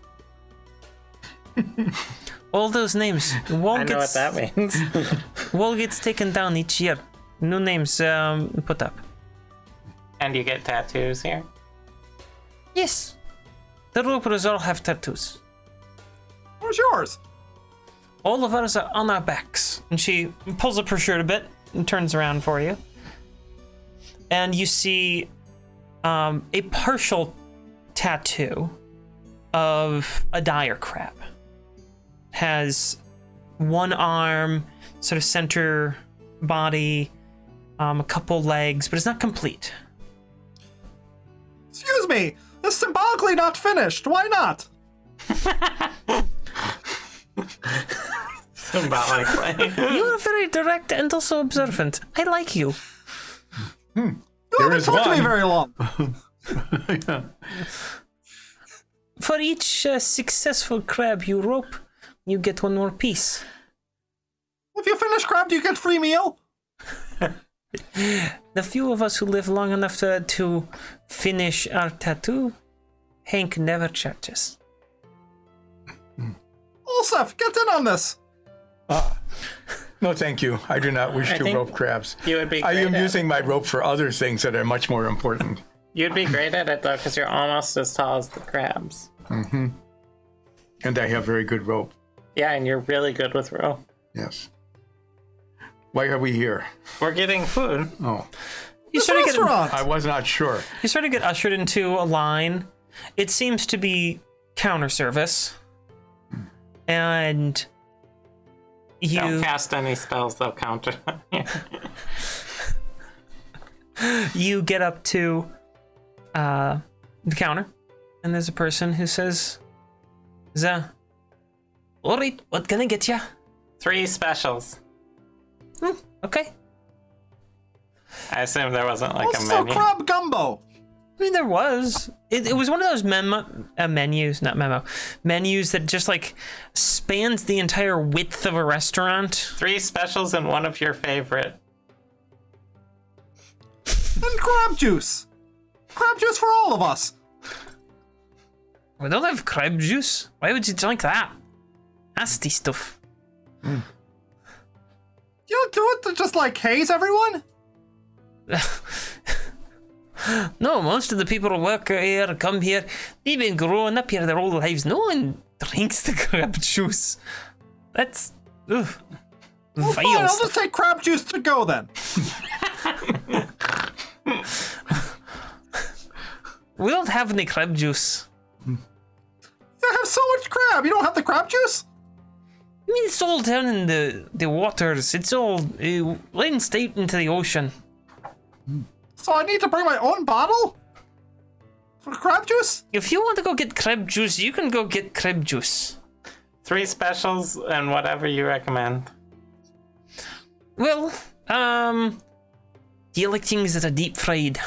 Speaker 3: bar.
Speaker 1: all those names
Speaker 3: <laughs> I
Speaker 1: won't
Speaker 3: know what that
Speaker 1: <laughs>
Speaker 3: means.
Speaker 1: Wall gets taken down each year. New names um, put up.
Speaker 3: and you get tattoos here?
Speaker 1: Yes. The ropers all have tattoos.
Speaker 2: Where's yours?
Speaker 1: All of ours are on our backs. And she pulls up her shirt a bit and turns around for you. And you see um, a partial tattoo of a dire crab. Has one arm, sort of center body, um, a couple legs, but it's not complete.
Speaker 2: Excuse me! It's symbolically not finished. Why not?
Speaker 3: <laughs> Symbolically.
Speaker 1: You are very direct and also observant. I like you.
Speaker 2: You
Speaker 4: There
Speaker 2: haven't
Speaker 4: is
Speaker 2: talked to me
Speaker 4: one.
Speaker 2: very long.
Speaker 1: For each uh, successful crab you rope, you get one more piece.
Speaker 2: If you finish crab, do you get free meal?
Speaker 1: The few of us who live long enough to, to finish our tattoo, Hank never charges.
Speaker 2: Olsef, get in on this!
Speaker 4: No, thank you. I do not wish
Speaker 3: I
Speaker 4: to
Speaker 3: think
Speaker 4: rope crabs.
Speaker 3: you would be
Speaker 4: I am
Speaker 3: great at-
Speaker 4: using my rope for other things that are much more important.
Speaker 3: You'd be great at it though, because you're almost as tall as the crabs.
Speaker 4: and I have very good rope.
Speaker 3: Yeah, and you're really good with rope.
Speaker 4: Yes. Why are we here?
Speaker 3: We're getting food.
Speaker 4: Oh,
Speaker 1: You
Speaker 2: This
Speaker 1: sort of get-
Speaker 2: restaurant!
Speaker 4: I was not sure.
Speaker 1: You sort of get ushered into a line. It seems to be counter service. And you
Speaker 3: Don't cast any spells, they'll counter. <laughs>
Speaker 1: you get up to uh, the counter, and there's a person who says, "The, all right, what can I get ya?
Speaker 3: Three specials.
Speaker 1: Hmm, okay."
Speaker 3: I assume there wasn't like a
Speaker 2: Also,
Speaker 3: menu.
Speaker 2: crab gumbo.
Speaker 1: I mean, there was. It, it was one of those memo, uh, menus, not memo, menus that just like spans the entire width of a restaurant.
Speaker 3: Three specials and one of your favorite.
Speaker 2: And crab juice. Crab juice for all of us.
Speaker 1: We don't have crab juice. Why would you drink that? Nasty stuff.
Speaker 2: You don't do it to just like haze everyone?
Speaker 1: No, most of the people who work here, come here, they've been growing up here their whole lives. No one drinks the <laughs> crab juice. That's. Ugh. Vile
Speaker 2: Fine, I'll
Speaker 1: stuff.
Speaker 2: just take crab juice to go then.
Speaker 1: We don't have any crab juice.
Speaker 2: You have so much crab. You don't have the crab juice?
Speaker 1: I mean, it's all down in the, the waters. It's all uh, rinsed out into the ocean.
Speaker 2: So I need to bring my own bottle? For crab juice?
Speaker 1: If you want to go get crab juice, you can go get crab juice.
Speaker 3: Three specials and whatever you recommend.
Speaker 1: Well, um, do you like things that are deep fried?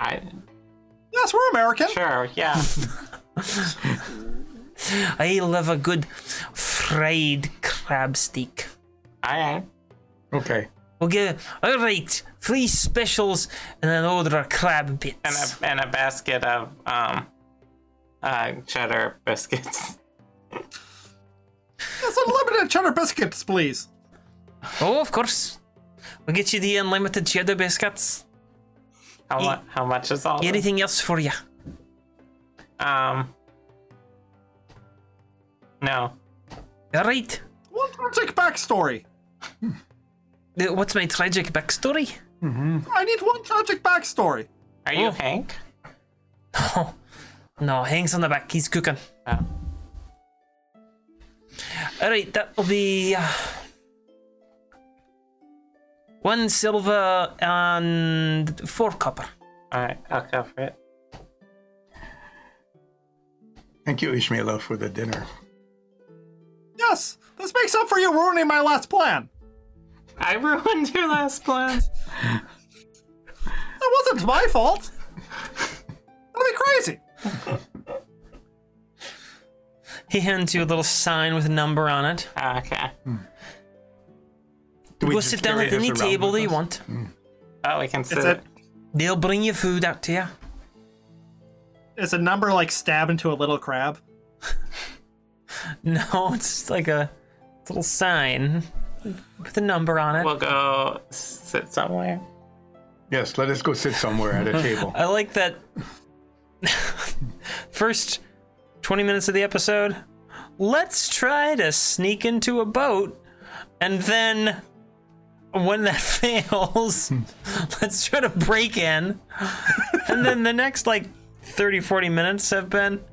Speaker 3: I
Speaker 2: Yes, we're American.
Speaker 3: sure,
Speaker 1: <laughs>
Speaker 3: yeah.
Speaker 1: I love a good fried crab steak.
Speaker 3: Alright.
Speaker 4: Okay.
Speaker 1: We'll get all right, three specials and an order of crab bits.
Speaker 3: And a and a basket of um uh cheddar biscuits. <laughs>
Speaker 2: Yes, unlimited cheddar biscuits, please.
Speaker 1: oh, of course. We'll get you the unlimited cheddar biscuits.
Speaker 3: How mu- how much is all? this?
Speaker 1: Anything else for you?
Speaker 3: Um No.
Speaker 1: All right.
Speaker 2: One tragic backstory.
Speaker 1: Uh, What's my tragic backstory?
Speaker 2: I need one tragic backstory.
Speaker 3: Are you
Speaker 1: Oh.
Speaker 3: Hank?
Speaker 1: Oh, no, hangs on the back. He's cooking.
Speaker 3: Oh.
Speaker 1: All right, that will be uh, one silver and four copper.
Speaker 3: Alright, I'll go for it.
Speaker 4: Thank you, Ishmaelov, for the dinner.
Speaker 2: Yes, this makes up for you ruining my last plan.
Speaker 3: I <laughs> ruined your last plan.
Speaker 2: That wasn't my fault. That'd be crazy.
Speaker 1: He hands you a little sign with a number on it.
Speaker 3: Ah, Okay.
Speaker 4: Do
Speaker 1: Go
Speaker 4: just
Speaker 1: sit down
Speaker 4: carry
Speaker 1: at any
Speaker 4: this around
Speaker 1: table
Speaker 4: with
Speaker 1: that you
Speaker 4: us? Mm.
Speaker 1: want.
Speaker 3: Oh, we can sit.
Speaker 2: It's a,
Speaker 1: They'll bring you food out to you. <laughs>
Speaker 2: it's a number like stab into a little crab.
Speaker 1: No, it's like a little sign with a number on it.
Speaker 3: We'll go sit somewhere.
Speaker 4: Yes, let us go sit somewhere at a
Speaker 1: <laughs>
Speaker 4: table.
Speaker 1: I like that. First 20 minutes of the episode, let's try to sneak into a boat. And then when that <laughs> fails, <laughs> let's try to break in. and then the next like 30, 40 minutes have been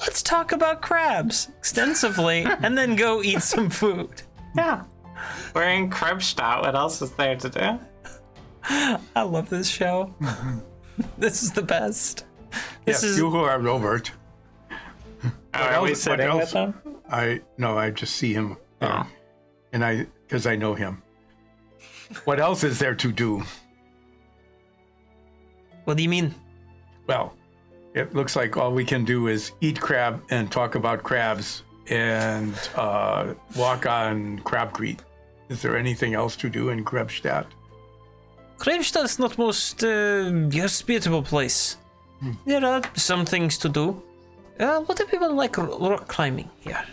Speaker 1: let's talk about crabs extensively and then go eat some food.
Speaker 3: Yeah. We're in Krebstadt. What else is there to do? Oh,
Speaker 1: I love this show. this is the best. This
Speaker 4: yes,
Speaker 1: is
Speaker 4: you who are Robert.
Speaker 3: Oh, are
Speaker 4: else-
Speaker 3: we
Speaker 4: what
Speaker 3: sitting with
Speaker 4: else?
Speaker 3: them?
Speaker 4: I no, I just see him, there. and I because I know him. What else is there to do?
Speaker 1: what do you mean?
Speaker 4: Well, it looks like all we can do is eat crab and talk about crabs and uh, walk on Crabcrete. Is there anything else to do in Krebstadt?
Speaker 1: Krebstadt's not most uh, hospitable place. There are some things to do. Uh, a lot of people like r- rock climbing here.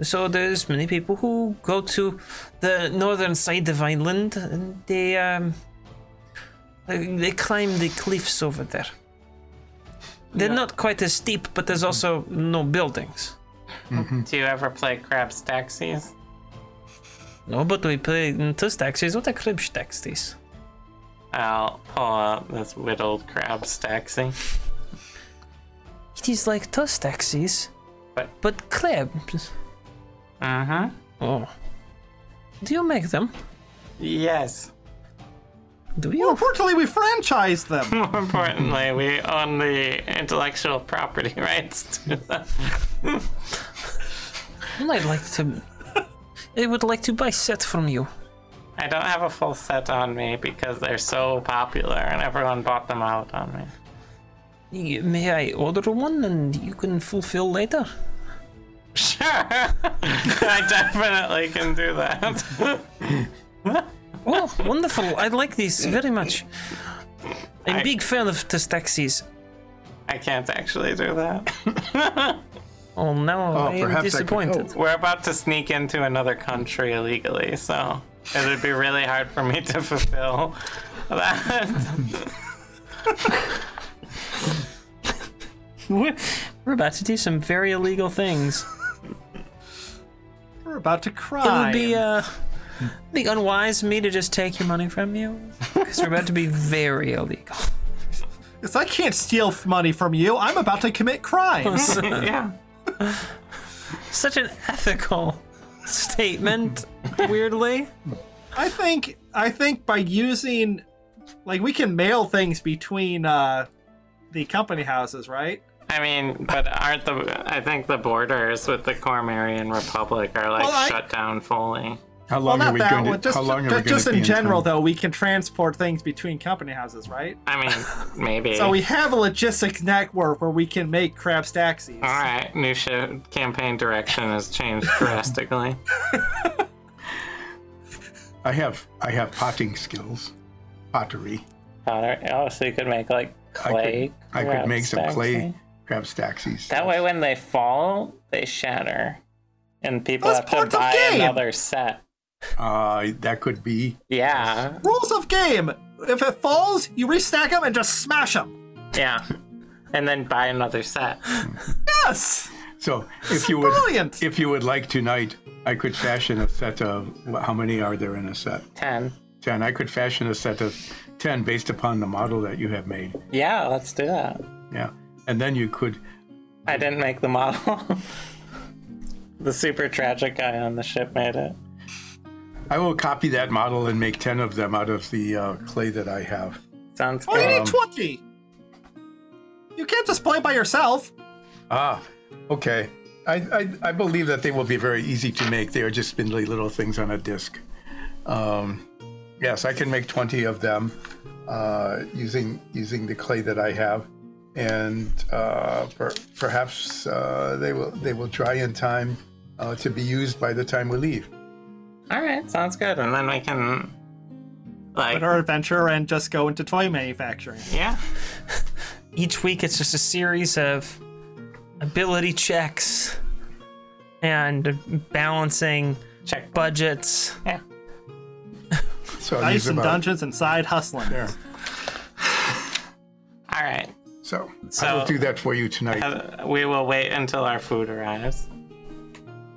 Speaker 1: So there's many people who go to the northern side of Ireland and they um, they they climb the cliffs over there. They're not quite as steep, but there's also no buildings.
Speaker 3: Do you ever play Crab's Taxis?
Speaker 1: No, but we play two taxis. What are Krebs taxis?
Speaker 3: I'll pull out this whittled Crab's Taxi.
Speaker 1: It is like two taxis,
Speaker 3: But-
Speaker 1: but Krebs.
Speaker 3: Mm-hmm.
Speaker 1: Oh. Do you make them?
Speaker 3: Yes.
Speaker 1: Do
Speaker 2: More
Speaker 1: you?
Speaker 2: importantly, we franchised them.
Speaker 3: More importantly, we own the intellectual property <laughs> rights to them.
Speaker 1: I'd like to. I would like to buy set from you.
Speaker 3: I don't have a full set on me because they're so popular and everyone bought them out on me.
Speaker 1: Y-
Speaker 3: <laughs>
Speaker 1: May I order one and you can fulfill later?
Speaker 3: Sure. <laughs> I definitely can do that. <laughs>
Speaker 1: Oh, wonderful. I like these very much. I'm a big fan of test taxis.
Speaker 3: I can't actually do that.
Speaker 1: Oh, now I am
Speaker 4: perhaps I could
Speaker 1: disappointed.
Speaker 3: We're about to sneak into another country illegally, so it would be really hard for me to fulfill that. <laughs>
Speaker 1: We're <laughs> we're about to do some very illegal things.
Speaker 2: We're about to
Speaker 1: It
Speaker 2: cry.
Speaker 1: would be, uh, be unwise of me to just take your money from you because we're about to be very illegal.
Speaker 2: It's- I can't steal f- money from you. I'm about to commit crimes.
Speaker 3: yeah.
Speaker 1: Such an ethical statement, weirdly.
Speaker 2: I think I think by using like we can mail things between uh the company houses, right?
Speaker 3: I mean, but aren't the? I think the borders with the Cormarian Republic are like
Speaker 2: Well, I-
Speaker 3: shut down fully.
Speaker 4: How
Speaker 2: Well,
Speaker 4: long are
Speaker 2: not
Speaker 4: we
Speaker 2: that
Speaker 4: going to?
Speaker 2: one. Just,
Speaker 4: how long are we
Speaker 2: ju-
Speaker 4: going
Speaker 2: just
Speaker 4: to
Speaker 2: in
Speaker 4: be
Speaker 2: general,
Speaker 4: town?
Speaker 2: though, we can transport things between company houses, right?
Speaker 3: I mean,
Speaker 4: <laughs>
Speaker 3: maybe.
Speaker 2: So we have a logistics network where we can make crab taxis.
Speaker 4: Ah.
Speaker 3: All right, new shift campaign direction has changed <laughs> drastically.
Speaker 4: I have I have potting skills, pottery.
Speaker 3: Powder- Oh, so you could make like
Speaker 4: I
Speaker 3: clay.
Speaker 4: could, I could make
Speaker 3: wraps,
Speaker 4: some clay
Speaker 3: actually.
Speaker 4: crab taxies.
Speaker 3: That way, when they fall, they shatter, and people
Speaker 2: That's
Speaker 3: have
Speaker 2: part
Speaker 3: to
Speaker 2: of
Speaker 3: buy
Speaker 2: game.
Speaker 3: another set.
Speaker 4: Uh, that could be.
Speaker 3: Yeah,
Speaker 2: Rules of game: If it falls, you restack them and just smash them.
Speaker 3: yeah, and then buy another set.
Speaker 2: Yes,
Speaker 4: So if you would,
Speaker 2: brilliant.
Speaker 4: if you would like tonight, I could fashion a set of how many are there in a set?
Speaker 3: Ten.
Speaker 4: Ten. I could fashion a set of ten based upon the model that you have made.
Speaker 3: Yeah, let's do that.
Speaker 4: Yeah, and then you could.
Speaker 3: I didn't make the model. <laughs> the super tragic guy on the ship made it.
Speaker 4: I will copy that model and make ten of them out of the uh, clay that I have.
Speaker 3: Sounds
Speaker 2: Oh, you
Speaker 3: good.
Speaker 2: need twenty. You can't just play by yourself.
Speaker 4: Ah, okay. I, I, I believe that they will be very easy to make. They are just spindly little things on a disc. Um, yes, I can make 20 of them uh, using using the clay that I have, and uh, per, perhaps uh, they will they will dry in time uh, to be used by the time we leave.
Speaker 3: All right, sounds good. And then we can, like,
Speaker 2: Quit our adventure and just go into toy manufacturing.
Speaker 3: yeah.
Speaker 1: Each week, it's just a series of ability checks and balancing
Speaker 3: Check.
Speaker 1: budgets.
Speaker 3: Yeah.
Speaker 4: So
Speaker 2: Dice
Speaker 4: these are
Speaker 2: and
Speaker 4: my-
Speaker 2: dungeons and side hustling.
Speaker 4: Yeah.
Speaker 3: All right.
Speaker 4: So, I
Speaker 3: So-
Speaker 4: will do that for you tonight. <laughs>
Speaker 3: Uh, we will wait until our food arrives.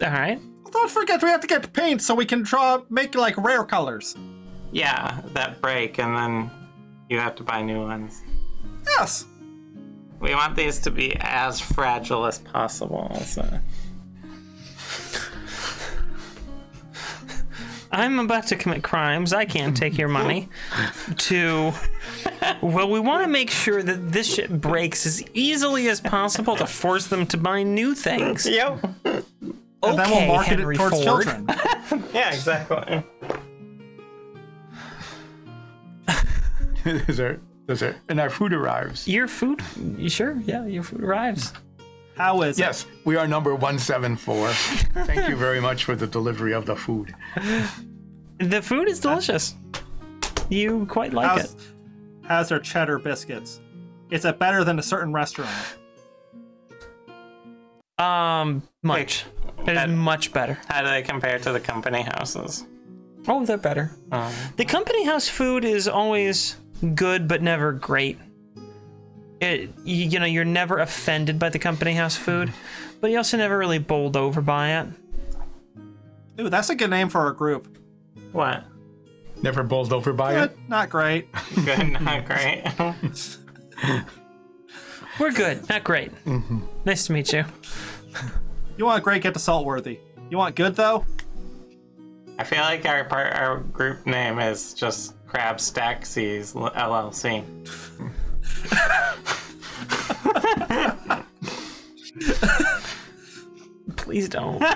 Speaker 1: All right.
Speaker 2: Don't forget, we have to get paint so we can draw, make like rare colors.
Speaker 3: Yeah, that break, and then you have to buy new ones.
Speaker 2: Yes.
Speaker 3: We want these to be as fragile as possible. So.
Speaker 1: I'm about to commit crimes. I can't take your money. to. Well, we want to make sure that this shit breaks as easily as possible to force them to buy new things. Okay,
Speaker 3: Yep.
Speaker 2: And then we'll market
Speaker 1: Henry
Speaker 2: it towards
Speaker 1: Ford.
Speaker 2: children.
Speaker 3: Yeah, exactly.
Speaker 4: Is there- is there- and our food arrives.
Speaker 1: Your food? You sure? Yeah, your food arrives.
Speaker 2: How is
Speaker 4: Yes, we are number 174. Thank you very much for the delivery of the food.
Speaker 1: The food is delicious. You quite like
Speaker 2: it?
Speaker 1: it.
Speaker 2: How's, how's their cheddar biscuits? Is it better than a certain restaurant?
Speaker 1: Um, much. It is
Speaker 3: that-
Speaker 1: much better.
Speaker 3: How do they compare to the company houses?
Speaker 1: Oh, they're better.
Speaker 3: Um,
Speaker 1: The company house food is always good, but never great. It, you, you know, you're never offended by the company house food, but you're also never really bowled over by it.
Speaker 2: Ooh, that's a good name for our group.
Speaker 3: what?
Speaker 4: Never bowled over by
Speaker 2: Good,
Speaker 4: it.
Speaker 2: not great.
Speaker 3: Good, <laughs> not great.
Speaker 1: We're good, not great. Nice to meet you.
Speaker 2: You want great, get to Saltworthy. You want good though?
Speaker 3: I feel like our part, our group name is just Crab Staxies LLC.
Speaker 1: <laughs>
Speaker 2: <laughs>
Speaker 1: Please don't. I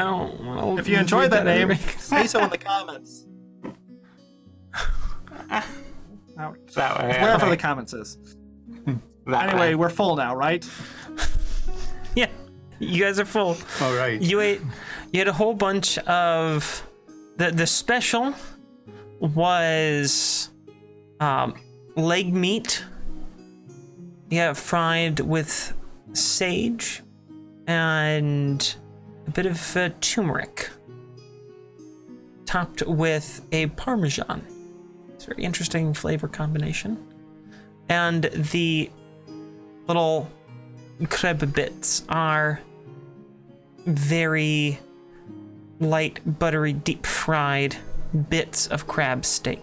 Speaker 1: don't want to.
Speaker 2: If you
Speaker 1: <laughs>
Speaker 2: enjoy that name, say so in the comments. Out.
Speaker 3: That way. I
Speaker 2: Wherever the
Speaker 3: like
Speaker 2: comments is.
Speaker 3: that
Speaker 2: Anyway,
Speaker 3: way.
Speaker 2: we're full now, right?
Speaker 1: yeah, you guys are full.
Speaker 4: All right.
Speaker 1: You ate. You had a whole bunch of the the special was um, leg meat. Yeah, fried with sage and a bit of uh, turmeric, topped with a parmesan. It's a very interesting flavor combination, and the little crepe bits are very light, buttery, deep fried bits of crab steak.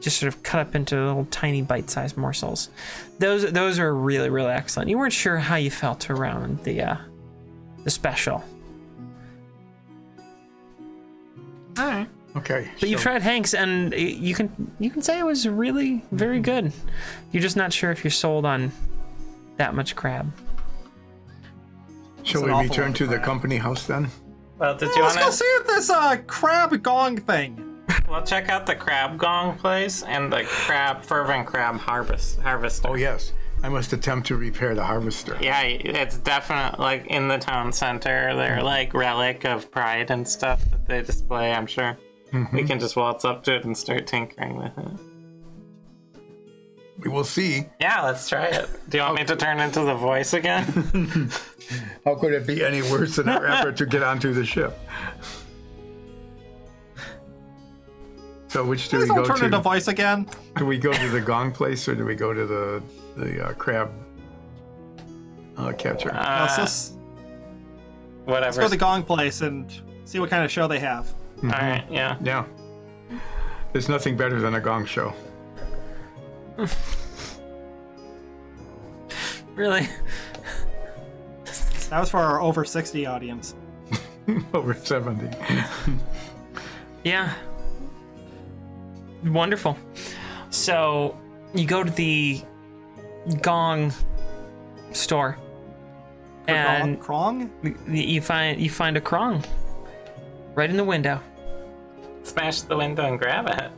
Speaker 1: Just sort of cut up into little tiny bite-sized morsels. Those those are really really excellent. You weren't sure how you felt around the uh, the special,
Speaker 4: Okay.
Speaker 1: but you tried Hanks, and y- you can you can say it was really very good. You're just not sure if you're sold on that much crab.
Speaker 4: Shall
Speaker 2: It's
Speaker 4: we
Speaker 2: an awful
Speaker 4: return
Speaker 2: lot
Speaker 4: to
Speaker 2: of
Speaker 4: the
Speaker 2: crap.
Speaker 4: company house then?
Speaker 3: Well, did you
Speaker 2: Let's
Speaker 3: want
Speaker 2: go
Speaker 3: to?
Speaker 2: see if this uh, crab gong thing.
Speaker 3: Well, check out the crab gong place and the crab fervent crab harvest harvester.
Speaker 4: Oh yes. I must attempt to repair the harvester.
Speaker 3: Yeah, it's definite. Like in the town center, they're like relic of pride and stuff that they display. I'm sure we can just waltz up to it and start tinkering with it.
Speaker 4: We will see.
Speaker 3: Yeah, let's try it. Do you want me to turn into the voice <laughs> again?
Speaker 4: How could it be any worse than our effort to get onto
Speaker 2: <laughs>
Speaker 4: the ship? So which do we
Speaker 2: Please
Speaker 4: go
Speaker 2: don't turn into
Speaker 4: to?
Speaker 2: voice again.
Speaker 4: Do we go to the gong place or do we go to the the uh, crab uh, catcher?
Speaker 3: Uh,
Speaker 2: Let's just- let's
Speaker 3: whatever.
Speaker 2: go to the gong place and see what kind of show they have.
Speaker 3: All right. Yeah.
Speaker 4: yeah. There's nothing better than a gong show. <laughs>
Speaker 1: Really,
Speaker 2: That was for our over 60 audience.
Speaker 4: Over 70.
Speaker 1: yeah, wonderful. So you go to the gong store, and
Speaker 2: Krong?
Speaker 1: y- you find you find a krong right in the window.
Speaker 3: Smash the window and grab <laughs> it.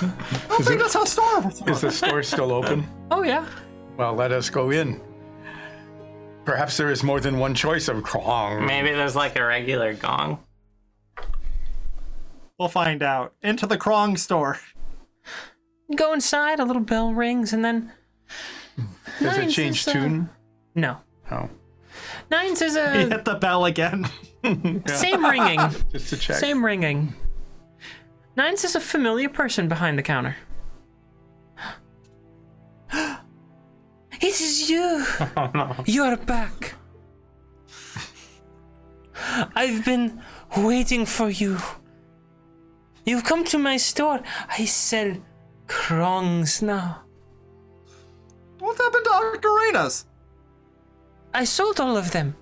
Speaker 2: I don't think that's how Star Wars
Speaker 4: Is the
Speaker 2: works.
Speaker 4: store still open?
Speaker 1: Oh yeah,
Speaker 4: Well, let us go in. Perhaps there is more than one choice of krong.
Speaker 3: Maybe there's like a regular gong.
Speaker 2: We'll find out. Into the Krong store. <laughs>
Speaker 1: you go inside. A little bell rings, and then
Speaker 4: Does it
Speaker 1: Nine
Speaker 4: change
Speaker 1: says, uh,
Speaker 4: tune?
Speaker 1: no.
Speaker 4: Oh,
Speaker 1: Nines is
Speaker 2: He
Speaker 1: a <laughs>
Speaker 2: hit the bell again. <laughs>
Speaker 1: same ringing,
Speaker 4: just to check.
Speaker 1: same ringing. Nines is a familiar person behind the counter. <gasps> it is <laughs> you.
Speaker 3: Oh no.
Speaker 1: You're back. I've been waiting for you. You've come to my store. I sell krongs now.
Speaker 2: What happened to Octarinas?
Speaker 1: I sold all of them.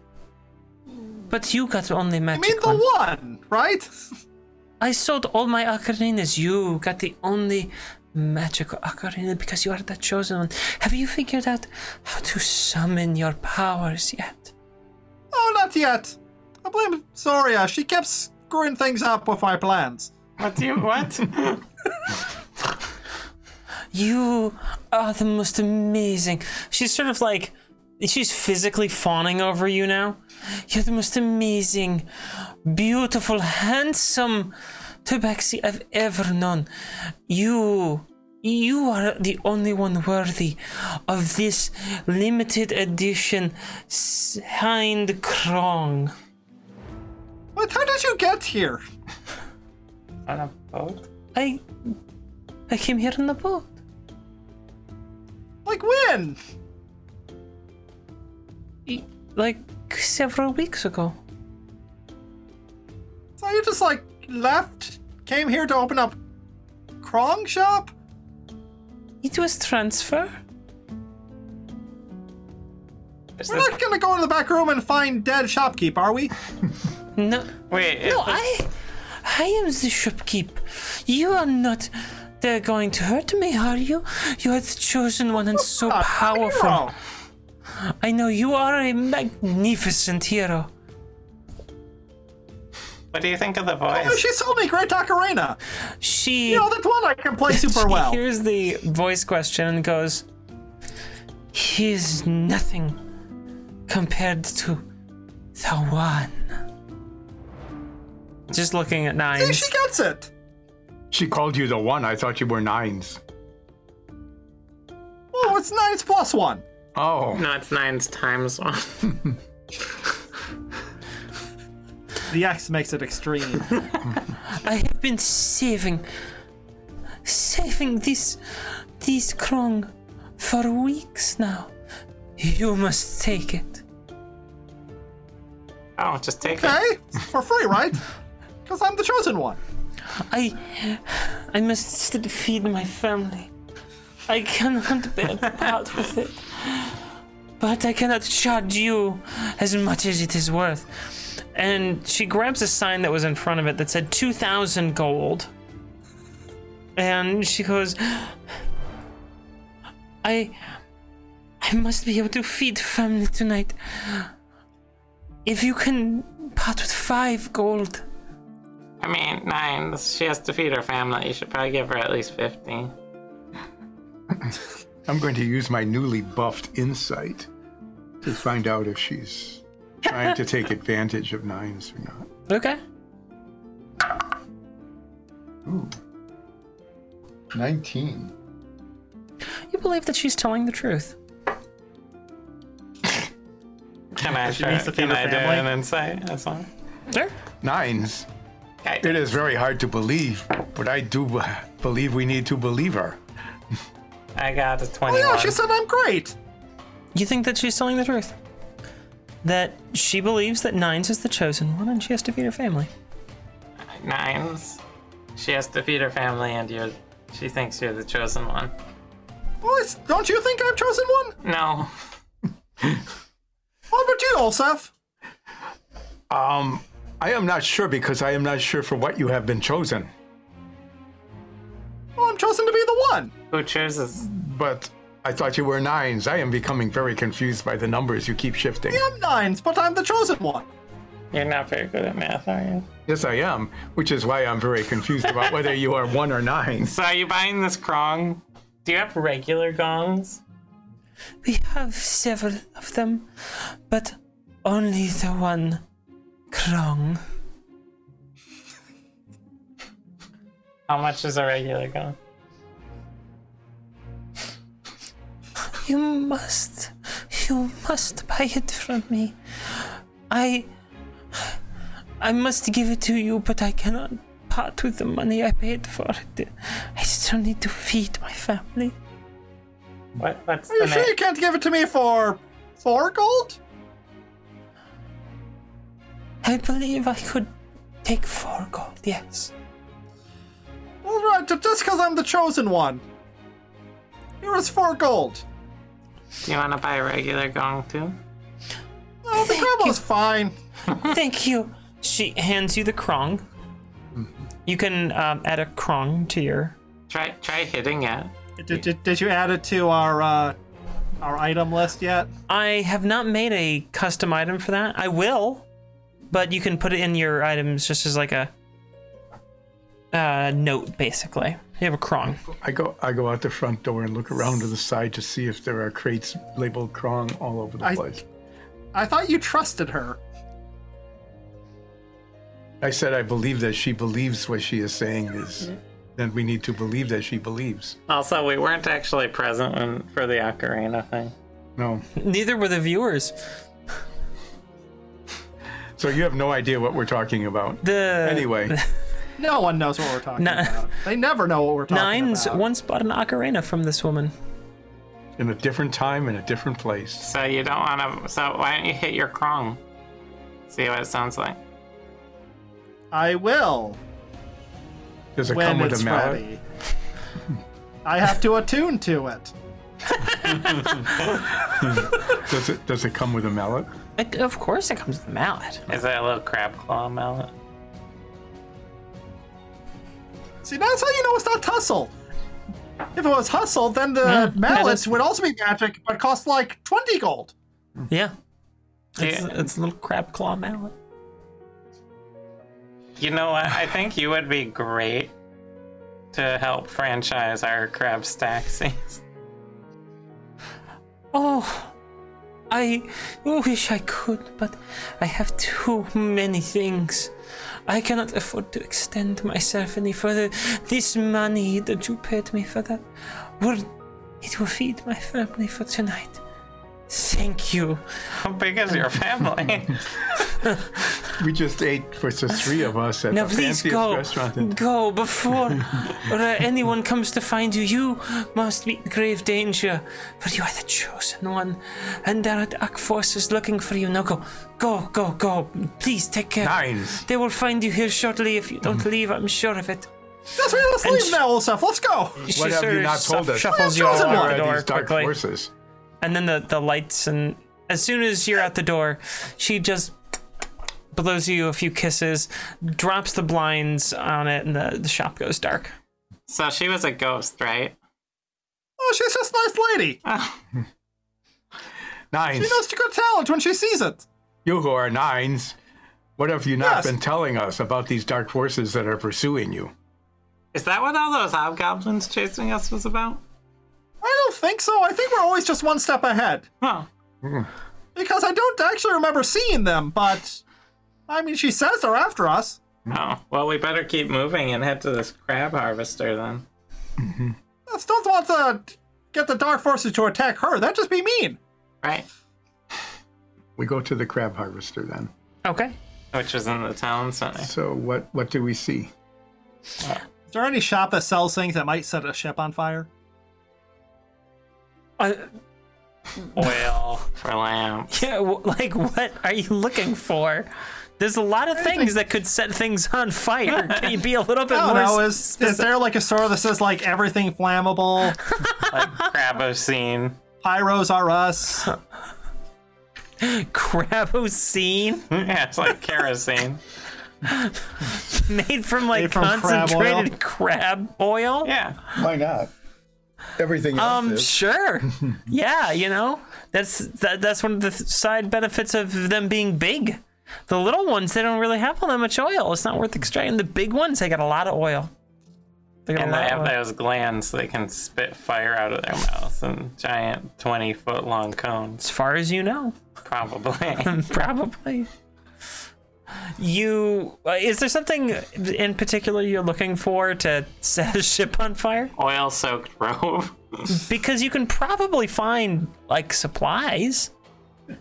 Speaker 1: But you got only
Speaker 2: I
Speaker 1: magic
Speaker 2: mean, the
Speaker 1: one.
Speaker 2: one, right? <laughs>
Speaker 1: I sold all my ocarinas. You got the only magical ocarina because you are the chosen one. Have you figured out how to summon your powers yet?
Speaker 2: Oh, not yet. I blame Soria. She kept screwing things up with my plans.
Speaker 3: What do you <laughs> what?
Speaker 1: You are the most amazing. She's sort of like, she's physically fawning over you now. You're the most amazing, beautiful, handsome Tabaxi I've ever known. You, you are the only one worthy of this limited edition signed krong.
Speaker 2: What? How did you get here?
Speaker 3: On a boat?
Speaker 1: I, I came here on the boat.
Speaker 2: Like when?
Speaker 1: y- Like several weeks ago.
Speaker 2: So you just like left, came here to open up Krong shop?
Speaker 1: It was transfer.
Speaker 3: Is
Speaker 2: We're
Speaker 3: this-
Speaker 2: not gonna go in the back room and find dead shopkeep, are we?
Speaker 1: No,
Speaker 3: Wait. is
Speaker 1: no,
Speaker 3: this-
Speaker 1: I, I am the shopkeep. You are not. They're going to hurt me, are you? You are the chosen one and so
Speaker 2: A
Speaker 1: powerful.
Speaker 2: hero.
Speaker 1: I know you are a magnificent hero.
Speaker 3: What do you think of the
Speaker 2: Oh,
Speaker 3: voice?
Speaker 2: she sold me Great Ocarina.
Speaker 1: She
Speaker 2: You know, that one I can play super
Speaker 1: she
Speaker 2: well.
Speaker 1: hears the voice question and goes, "He is nothing compared to the one." Just looking at
Speaker 2: See,
Speaker 1: nine.
Speaker 2: she gets it.
Speaker 4: She called you the one. I thought you were nines.
Speaker 2: Oh, it's nine plus one.
Speaker 4: Oh,
Speaker 3: No, it's nines times one. <laughs>
Speaker 2: The X makes it extreme.
Speaker 1: I have been saving, saving this, this krong for weeks now. You must take it.
Speaker 3: Oh, just take it.
Speaker 2: okay, for free, <laughs> right? Because I'm the chosen one.
Speaker 1: I, I must still feed my family. I cannot bear to part with it. But I cannot charge you as much as it is worth. And she grabs a sign that was in front of it that said 2,000 gold. And she goes, I. I must be able to feed family tonight. If you can part with five gold.
Speaker 3: I mean, nine. She has to feed her family. You should probably give her at least 50.
Speaker 4: I'm going to use my newly buffed insight to find out if she's trying to take advantage of nines or not.
Speaker 1: Okay.
Speaker 4: Ooh. 19.
Speaker 1: You believe that she's telling the truth.
Speaker 3: Can I,
Speaker 2: She
Speaker 3: try-
Speaker 2: needs to feed
Speaker 3: can
Speaker 2: her
Speaker 3: I do
Speaker 2: family.
Speaker 3: an insight? That's all.
Speaker 1: Sure.
Speaker 4: Nines.
Speaker 3: Okay.
Speaker 4: It is very hard to believe, but I do believe we need to believe her.
Speaker 3: I got a
Speaker 2: Oh,
Speaker 3: 21.
Speaker 2: yeah, she said I'm great.
Speaker 1: You think that she's telling the truth? That she believes that Nines is the chosen one and she has to feed her family.
Speaker 3: Nines. She has to feed her family, and you're. She thinks you're the chosen one.
Speaker 2: Well, it's, don't you think I'm chosen one?
Speaker 3: No.
Speaker 2: What about you, Olsef?
Speaker 4: Um, I am not sure because I am not sure for what you have been chosen.
Speaker 2: Well, I'm chosen to be the one.
Speaker 3: Who chooses?
Speaker 4: But I thought you were nines. I am becoming very confused by the numbers you keep shifting.
Speaker 2: I'm nines, but I'm the chosen one.
Speaker 3: You're not very good at math, are you?
Speaker 4: Yes, I am, which is why I'm very confused about whether you are one or nines.
Speaker 3: So are you buying this krong? Do you have regular gongs?
Speaker 1: We have several of them, but only the one Krong.
Speaker 3: How much is a regular gong?
Speaker 1: You must, you must buy it from me. I, I must give it to you, but I cannot part with the money I paid for it. I still need to feed my family.
Speaker 3: What? What's
Speaker 2: Are you
Speaker 3: the
Speaker 2: sure you
Speaker 3: name?
Speaker 2: can't give it to me for four gold?
Speaker 1: I believe I could take four gold, yes.
Speaker 2: All right, ju- just because I'm the chosen one. Here is four gold.
Speaker 3: Do you want to buy a regular gong too?
Speaker 2: Oh, the
Speaker 1: Thank
Speaker 2: combo's fine.
Speaker 1: Thank you. Hmm. She hands you the krong. You can um, add a krong to your.
Speaker 3: Try try hitting it.
Speaker 2: Did, did, did you add it to our uh, our item list yet?
Speaker 1: I have not made a custom item for that. I will, but you can put it in your items just as like a uh, note, basically. You have a krong.
Speaker 4: I go, I go out the front door and look around to the side to see if there are crates labeled Krong all over the
Speaker 2: I-
Speaker 4: place.
Speaker 2: I thought you trusted her.
Speaker 4: I said I believe that she believes what she is saying is. Then we need to believe that she believes.
Speaker 3: Also, we weren't actually present when, for the ocarina thing.
Speaker 4: No.
Speaker 1: Neither were the viewers.
Speaker 4: So you have no idea what we're talking about.
Speaker 1: The <laughs>
Speaker 4: Anyway,
Speaker 2: No one knows what we're talking
Speaker 1: Ni-
Speaker 2: about. They never know what we're talking
Speaker 1: Nines
Speaker 2: about.
Speaker 1: once bought an ocarina from this woman.
Speaker 4: in a different time, in a different place.
Speaker 3: So you don't want to. So why don't you hit your krong? See what it sounds like.
Speaker 2: I will
Speaker 4: Does it
Speaker 2: when
Speaker 4: come with
Speaker 2: it's
Speaker 4: a mallet?
Speaker 2: ready. I have to attune to it.
Speaker 4: Does it does it come with a mallet?
Speaker 1: It, of course, it comes with a mallet.
Speaker 3: Is that a little crab claw mallet?
Speaker 2: See, that's how you know it's not tussle. If it was hustle, then the
Speaker 1: Yeah, that
Speaker 2: mallets
Speaker 1: is-
Speaker 2: would also be magic, but cost like twenty gold.
Speaker 1: Yeah. It's,
Speaker 3: Yeah.
Speaker 1: it's a little crab claw mallet.
Speaker 3: You know what? I think you would be great to help franchise our crab stack scenes.
Speaker 1: Oh, I wish I could, but I have too many things. I cannot afford to extend myself any further. This money that you paid me for that will it will feed my family for tonight. Thank you.
Speaker 3: <laughs> How big is your family?
Speaker 4: We just ate for the three of us at
Speaker 1: Now
Speaker 4: the
Speaker 1: please
Speaker 4: fanciest
Speaker 1: go,
Speaker 4: restaurant. In-
Speaker 1: go
Speaker 4: <laughs>
Speaker 1: before uh, anyone comes to find you. You must be in grave danger, for you are the chosen one, and there are dark forces looking for you. Now go, go, go, go! Please take care.
Speaker 4: Nines.
Speaker 1: They will find you here shortly if you
Speaker 4: Mm-hmm.
Speaker 1: don't leave. I'm sure of it.
Speaker 2: That's right. Let's leave
Speaker 1: sh-
Speaker 2: now, old stuff. Let's go.
Speaker 1: She
Speaker 4: What have
Speaker 1: sort
Speaker 4: you
Speaker 1: of
Speaker 4: not told
Speaker 1: shuff-
Speaker 4: us?
Speaker 1: Shuffles you
Speaker 2: Who
Speaker 1: all
Speaker 2: are
Speaker 1: out
Speaker 4: Where
Speaker 1: the
Speaker 4: are
Speaker 1: door
Speaker 4: these dark
Speaker 1: quickly,
Speaker 4: forces?
Speaker 1: and then the the lights. And as soon as you're out the door, she just blows you a few kisses, drops the blinds on it, and the, the shop goes dark.
Speaker 3: <laughs> so she was a ghost, right?
Speaker 2: Oh, she's just a nice lady.
Speaker 4: Nines.
Speaker 2: She knows to good talent when she sees it.
Speaker 4: You who are nines, what have you not
Speaker 2: Yes.
Speaker 4: been telling us about these dark forces that are pursuing you?
Speaker 3: Is that what all those hobgoblins chasing us was about?
Speaker 2: I don't think so. I think we're always just one step ahead.
Speaker 3: Huh.
Speaker 2: Because I don't actually remember seeing them, but I mean, she says they're after us.
Speaker 3: Oh, well, we better keep moving and head to this crab harvester then.
Speaker 2: I still don't want to get the dark forces to attack her. That'd just be mean.
Speaker 3: Right?
Speaker 4: We go to the crab harvester then.
Speaker 1: Okay.
Speaker 3: Which is in the town center.
Speaker 4: So what what do we see?
Speaker 2: Is there any shop that sells things that might set a ship on fire?
Speaker 1: Uh,
Speaker 3: Oil for lamp.
Speaker 1: yeah, w- like what are you looking for? There's a lot of things that could set things on
Speaker 2: <laughs>
Speaker 1: fire. Can you be a little bit
Speaker 2: I
Speaker 1: more
Speaker 2: don't know.
Speaker 1: s-
Speaker 2: Is, is there like a store that says like everything flammable?
Speaker 3: Like crab scene.
Speaker 2: Pyros are us.
Speaker 1: crabocene
Speaker 3: Yeah, it's <laughs> like kerosene.
Speaker 1: <laughs> made from like
Speaker 2: Made from crab oil?
Speaker 1: concentrated crab oil?
Speaker 3: Yeah.
Speaker 4: Why not? Everything
Speaker 1: Um, sure. yeah, you know, that's that, that's one of the th- side benefits of them being big. The little ones, they don't really have all that much oil. It's not worth extracting. The big ones, they got a lot of oil. They got
Speaker 3: And
Speaker 1: a
Speaker 3: they
Speaker 1: lot
Speaker 3: have
Speaker 1: of oil.
Speaker 3: those glands that can spit fire out of their mouths and giant 20 foot long cones,
Speaker 1: As far as you know,
Speaker 3: <laughs> probably.
Speaker 1: <laughs> probably. You uh, is there something in particular you're looking for to <laughs> set a ship on fire?
Speaker 3: Oil soaked robe.
Speaker 1: Because you can probably find like supplies,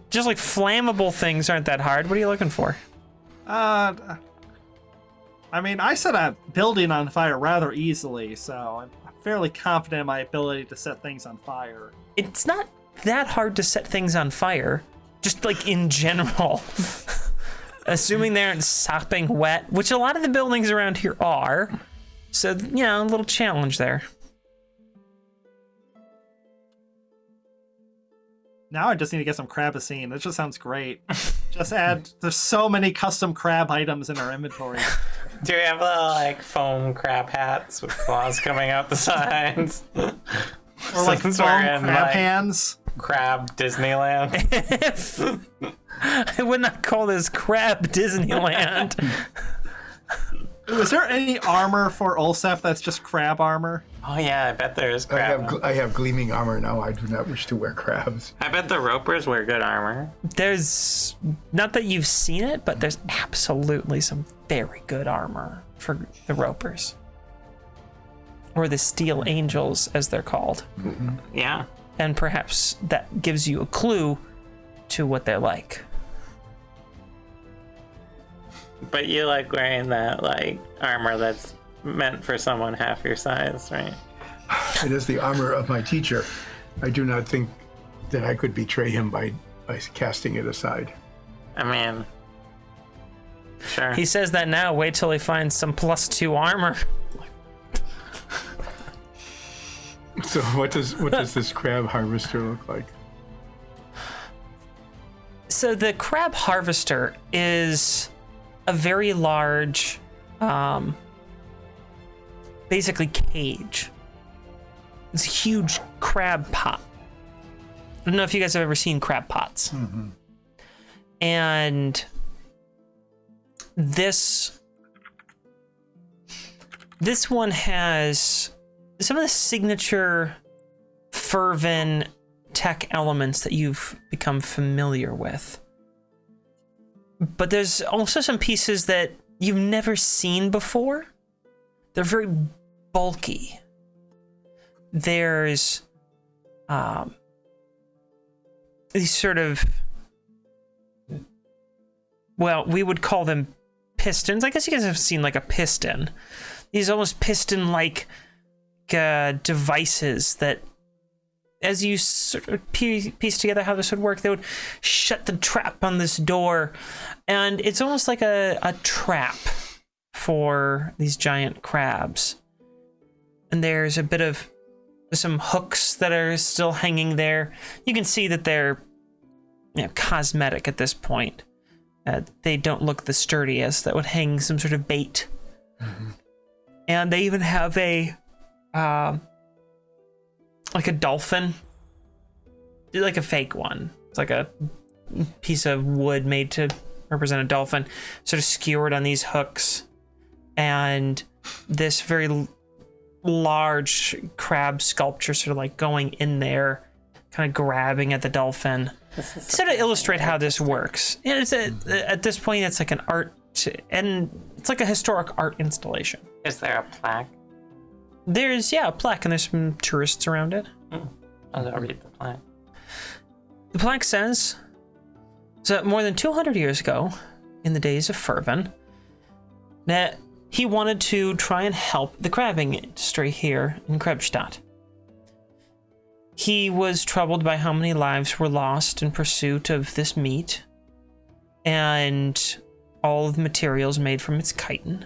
Speaker 1: just like flammable things aren't that hard. What are you looking for?
Speaker 2: Uh, I mean, I set a building on fire rather easily, so I'm I'm fairly confident in my ability to set things on fire.
Speaker 1: it's not that hard to set things on fire, just like in general. <laughs> Assuming they aren't sopping wet, which a lot of the buildings around here are. So, you know, a little challenge there.
Speaker 2: Now I just need to get some crab scene. That just sounds great. just add. There's so many custom crab items in our inventory.
Speaker 3: Do we have little like foam crab hats with claws coming out the sides?
Speaker 2: Or like foam
Speaker 3: Since we're
Speaker 2: crab
Speaker 3: in, like-
Speaker 2: hands.
Speaker 3: <laughs> crab Disneyland.
Speaker 1: I <laughs> would not call this crab Disneyland.
Speaker 2: Ooh, is there any armor for Olsef that's just crab armor?
Speaker 3: <laughs> Oh yeah, I bet there is
Speaker 4: I
Speaker 3: crab.
Speaker 4: have gl- I have gleaming armor now. I do not wish to wear crabs.
Speaker 3: I bet the ropers wear good armor.
Speaker 1: there's not that you've seen it, but there's absolutely some very good armor for the ropers. Or the steel angels, as they're called.
Speaker 3: Yeah.
Speaker 1: and perhaps that gives you a clue to what they're like.
Speaker 3: But you like wearing that like armor that's meant for someone half your size, right?
Speaker 4: It is the armor of my teacher. I do not think that I could betray him by by casting it aside.
Speaker 3: I mean Sure.
Speaker 1: He says that now. Wait till he finds some plus two armor.
Speaker 4: <laughs> So what does what does this crab harvester look like?
Speaker 1: So the crab harvester is a very large, um, basically cage. It's a huge crab pot. I don't know if you guys have ever seen crab pots. And this This one has some of the signature fervent tech elements that you've become familiar with. But there's also some pieces that you've never seen before. They're very bulky. There's um, these sort of well, we would call them pistons. I guess you guys have seen like a piston. These almost piston-like uh, devices that, as you sort of pie- piece together how this would work, they would shut the trap on this door, and it's almost like a, a trap for these giant crabs. And there's a bit of some hooks that are still hanging there. You can see that they're you know, cosmetic at this point. Uh, they don't look the sturdiest. That would hang some sort of bait. And they even have a, um, like a dolphin, like a fake one. It's like a piece of wood made to represent a dolphin, sort of skewered on these hooks, and this very l- large crab sculpture, sort of like going in there, kind of grabbing at the dolphin sort of illustrate how this works. And It's a, At this point, it's like an art, and it's like a historic art installation.
Speaker 3: Is there a plaque?
Speaker 1: There's yeah, a plaque, and there's some tourists around it.
Speaker 3: I'll go read the plaque.
Speaker 1: The plaque says that more than 200 years ago, in the days of Fervin, that he wanted to try and help the crabbing industry here in Krebstadt. He was troubled by how many lives were lost in pursuit of this meat and all of the materials made from its chitin.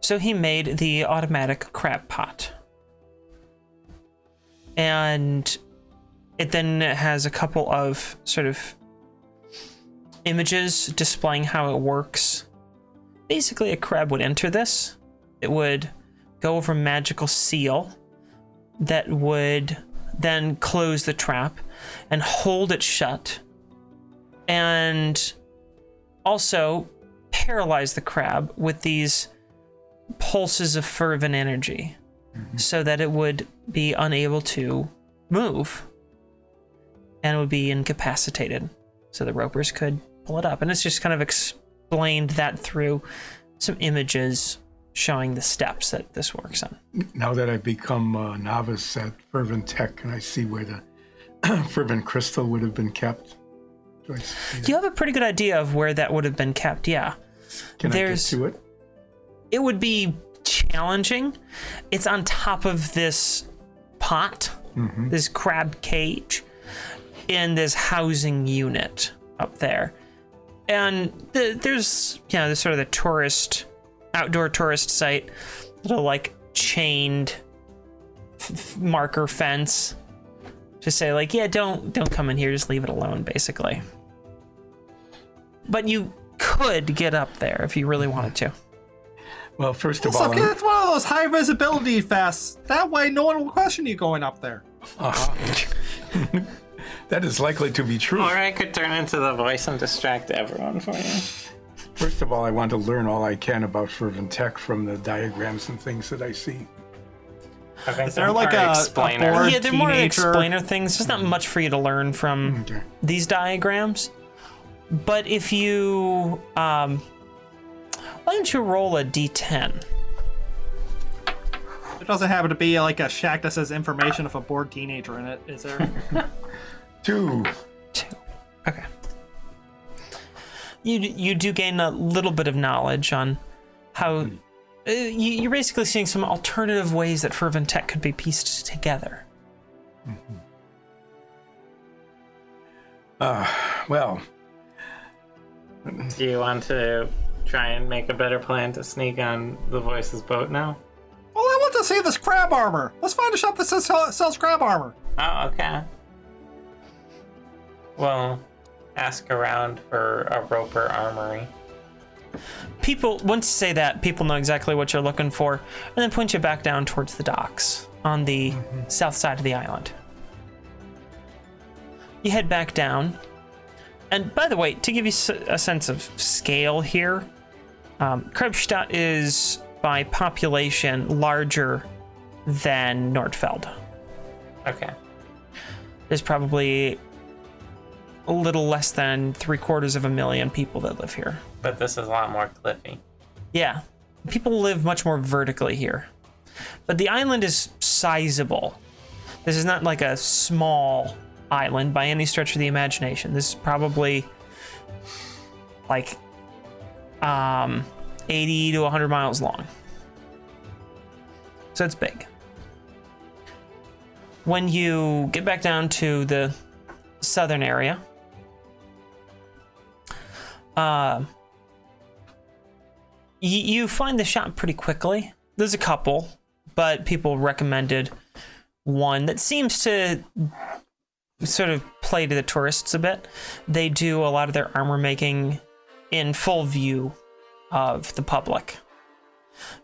Speaker 1: So he made the automatic crab pot. And it then has a couple of sort of images displaying how it works. Basically, a crab would enter this, it would go over a magical seal that would then close the trap and hold it shut, and also paralyze the crab with these pulses of fervent energy so that it would be unable to move and would be incapacitated. So the ropers could pull it up. And it's just kind of explained that through some images showing the steps that this works on.
Speaker 4: Now that I've become a novice at Fervent Tech, and I see where the <clears throat> Fervent Crystal would have been kept? Do I see that?
Speaker 1: You have a pretty good idea of where that would have been kept, yeah.
Speaker 4: Can
Speaker 1: there's-
Speaker 4: I get to it?
Speaker 1: It would be challenging. It's on top of this pot, this crab cage, in this housing unit up there. And the, there's, you know, the sort of the tourist, outdoor tourist site, little like chained f- f- marker fence to say like, yeah, don't don't come in here, just leave it alone, basically. But you could get up there if you really wanted to.
Speaker 4: Well, first of
Speaker 2: It's
Speaker 4: all,
Speaker 2: okay, it's one of those high visibility fests. That way, no one will question you going up there.
Speaker 4: <laughs> uh-huh. that is likely to be true.
Speaker 3: Or I could turn into the voice and distract everyone for you.
Speaker 4: First of all, I want to learn all I can about Fervent Tech from the diagrams and things that I see.
Speaker 3: I think
Speaker 2: there
Speaker 3: some
Speaker 2: like
Speaker 3: are
Speaker 2: a- a
Speaker 3: explainers.
Speaker 2: board?
Speaker 1: yeah, they're more like
Speaker 2: teenager.
Speaker 1: explainer things. There's not much for you to learn from
Speaker 4: Okay.
Speaker 1: these diagrams. But if you, um, why don't you roll a d10?
Speaker 2: It doesn't happen to be like a shack that says information of a bored teenager in it, is there?
Speaker 4: Two.
Speaker 1: Two. Okay. You d- you do gain a little bit of knowledge on how uh, you, you're basically seeing some alternative ways that fervent tech could be pieced together.
Speaker 4: Well,
Speaker 3: Do you want to try and make a better plan to sneak on the voice's boat now?
Speaker 2: well, I want to see this crab armor. Let's find a shop that says, sells crab armor.
Speaker 3: Oh, okay. Well, ask around for a roper armory.
Speaker 1: people once you say that people know exactly what you're looking for and then point you back down towards the docks on the south side of the island you head back down and by the way to give you s- a sense of scale here um, krebstadt is by population larger than Nordfeld.
Speaker 3: Okay.
Speaker 1: There's probably a little less than three quarters of a million people that live here.
Speaker 3: But this is a lot more cliffy.
Speaker 1: Yeah. People live much more vertically here. But the island is sizable. This is not like a small island by any stretch of the imagination. This is probably like um 80 to 100 miles long. So it's big. When you get back down to the southern area, uh, y- you find the shop pretty quickly. There's a couple, but people recommended one that seems to sort of play to the tourists a bit. They do a lot of their armor making in full view of the public.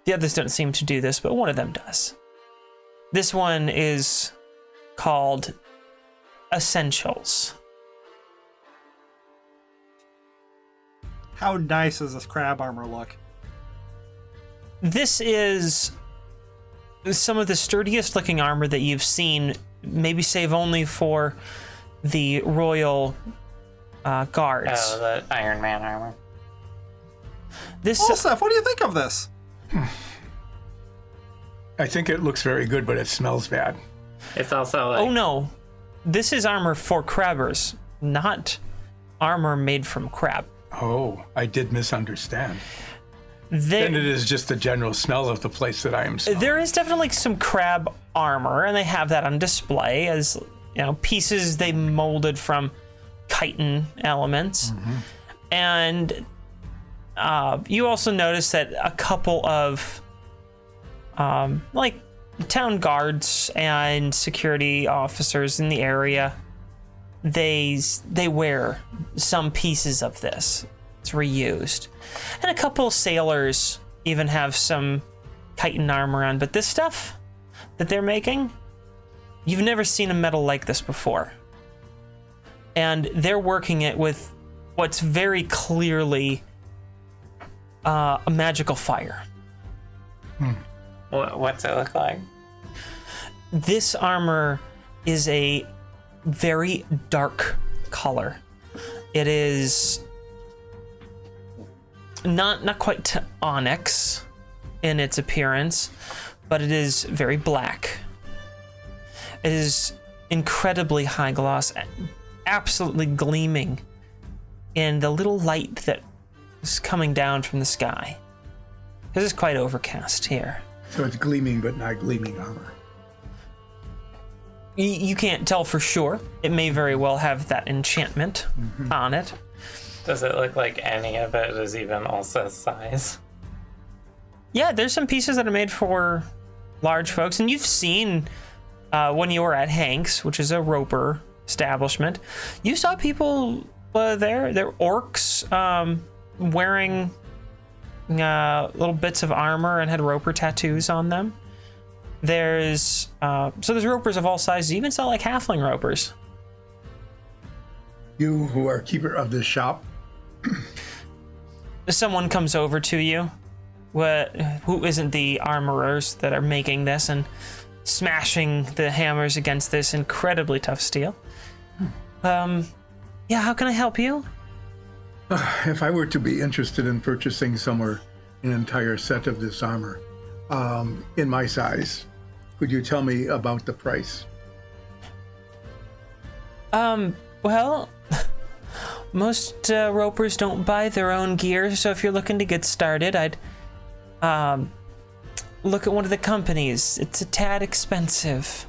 Speaker 1: The others don't seem to do this, but one of them does. This one is called Essentials.
Speaker 2: How nice does this crab armor look?
Speaker 1: This is some of the sturdiest looking armor that you've seen, maybe save only for the royal uh, guards.
Speaker 3: Oh, the Iron Man armor.
Speaker 1: this
Speaker 2: Well, Steph, what do you think of this?
Speaker 4: I think it looks very good, but it smells bad.
Speaker 3: It's also like
Speaker 1: Oh no. This is armor for crabbers, not armor made from crab.
Speaker 4: Oh, I did misunderstand. And it
Speaker 1: They,
Speaker 4: is just the general smell of the place that I am. Smelling.
Speaker 1: there is definitely some crab armor, and they have that on display as you know pieces they molded from chitin elements. And uh, you also notice that a couple of um, like town guards and security officers in the area they they wear some pieces of this. It's reused, and a couple sailors even have some chitin armor on. But this stuff that they're making, you've never seen a metal like this before, and they're working it with what's very clearly uh, a magical fire.
Speaker 3: wh- what's it look like?
Speaker 1: this armor is a very dark color. It is not not quite to onyx in its appearance, but it is very black. It is incredibly high gloss, a- absolutely gleaming in the little light that is coming down from the sky. This is quite overcast here.
Speaker 4: So it's gleaming, but not gleaming armor.
Speaker 1: Y- you can't tell for sure. It may very well have that enchantment on it.
Speaker 3: Does it look like any of it is even Ulsa's size?
Speaker 1: Yeah, there's some pieces that are made for large folks, and you've seen uh, when you were at Hank's, which is a roper establishment. You saw people uh, there. There were orcs um, wearing uh, little bits of armor and had roper tattoos on them. There's uh, so there's ropers of all sizes. You even saw like halfling ropers.
Speaker 4: You who are keeper of this shop,
Speaker 1: someone comes over to you what who isn't the armorers that are making this and smashing the hammers against this incredibly tough steel um yeah how can i help you
Speaker 4: if I were to be interested in purchasing somewhere an entire set of this armor, um, in my size, could you tell me about the price?
Speaker 1: um well <laughs> most uh, ropers don't buy their own gear so if you're looking to get started i'd um look at one of the companies it's a tad expensive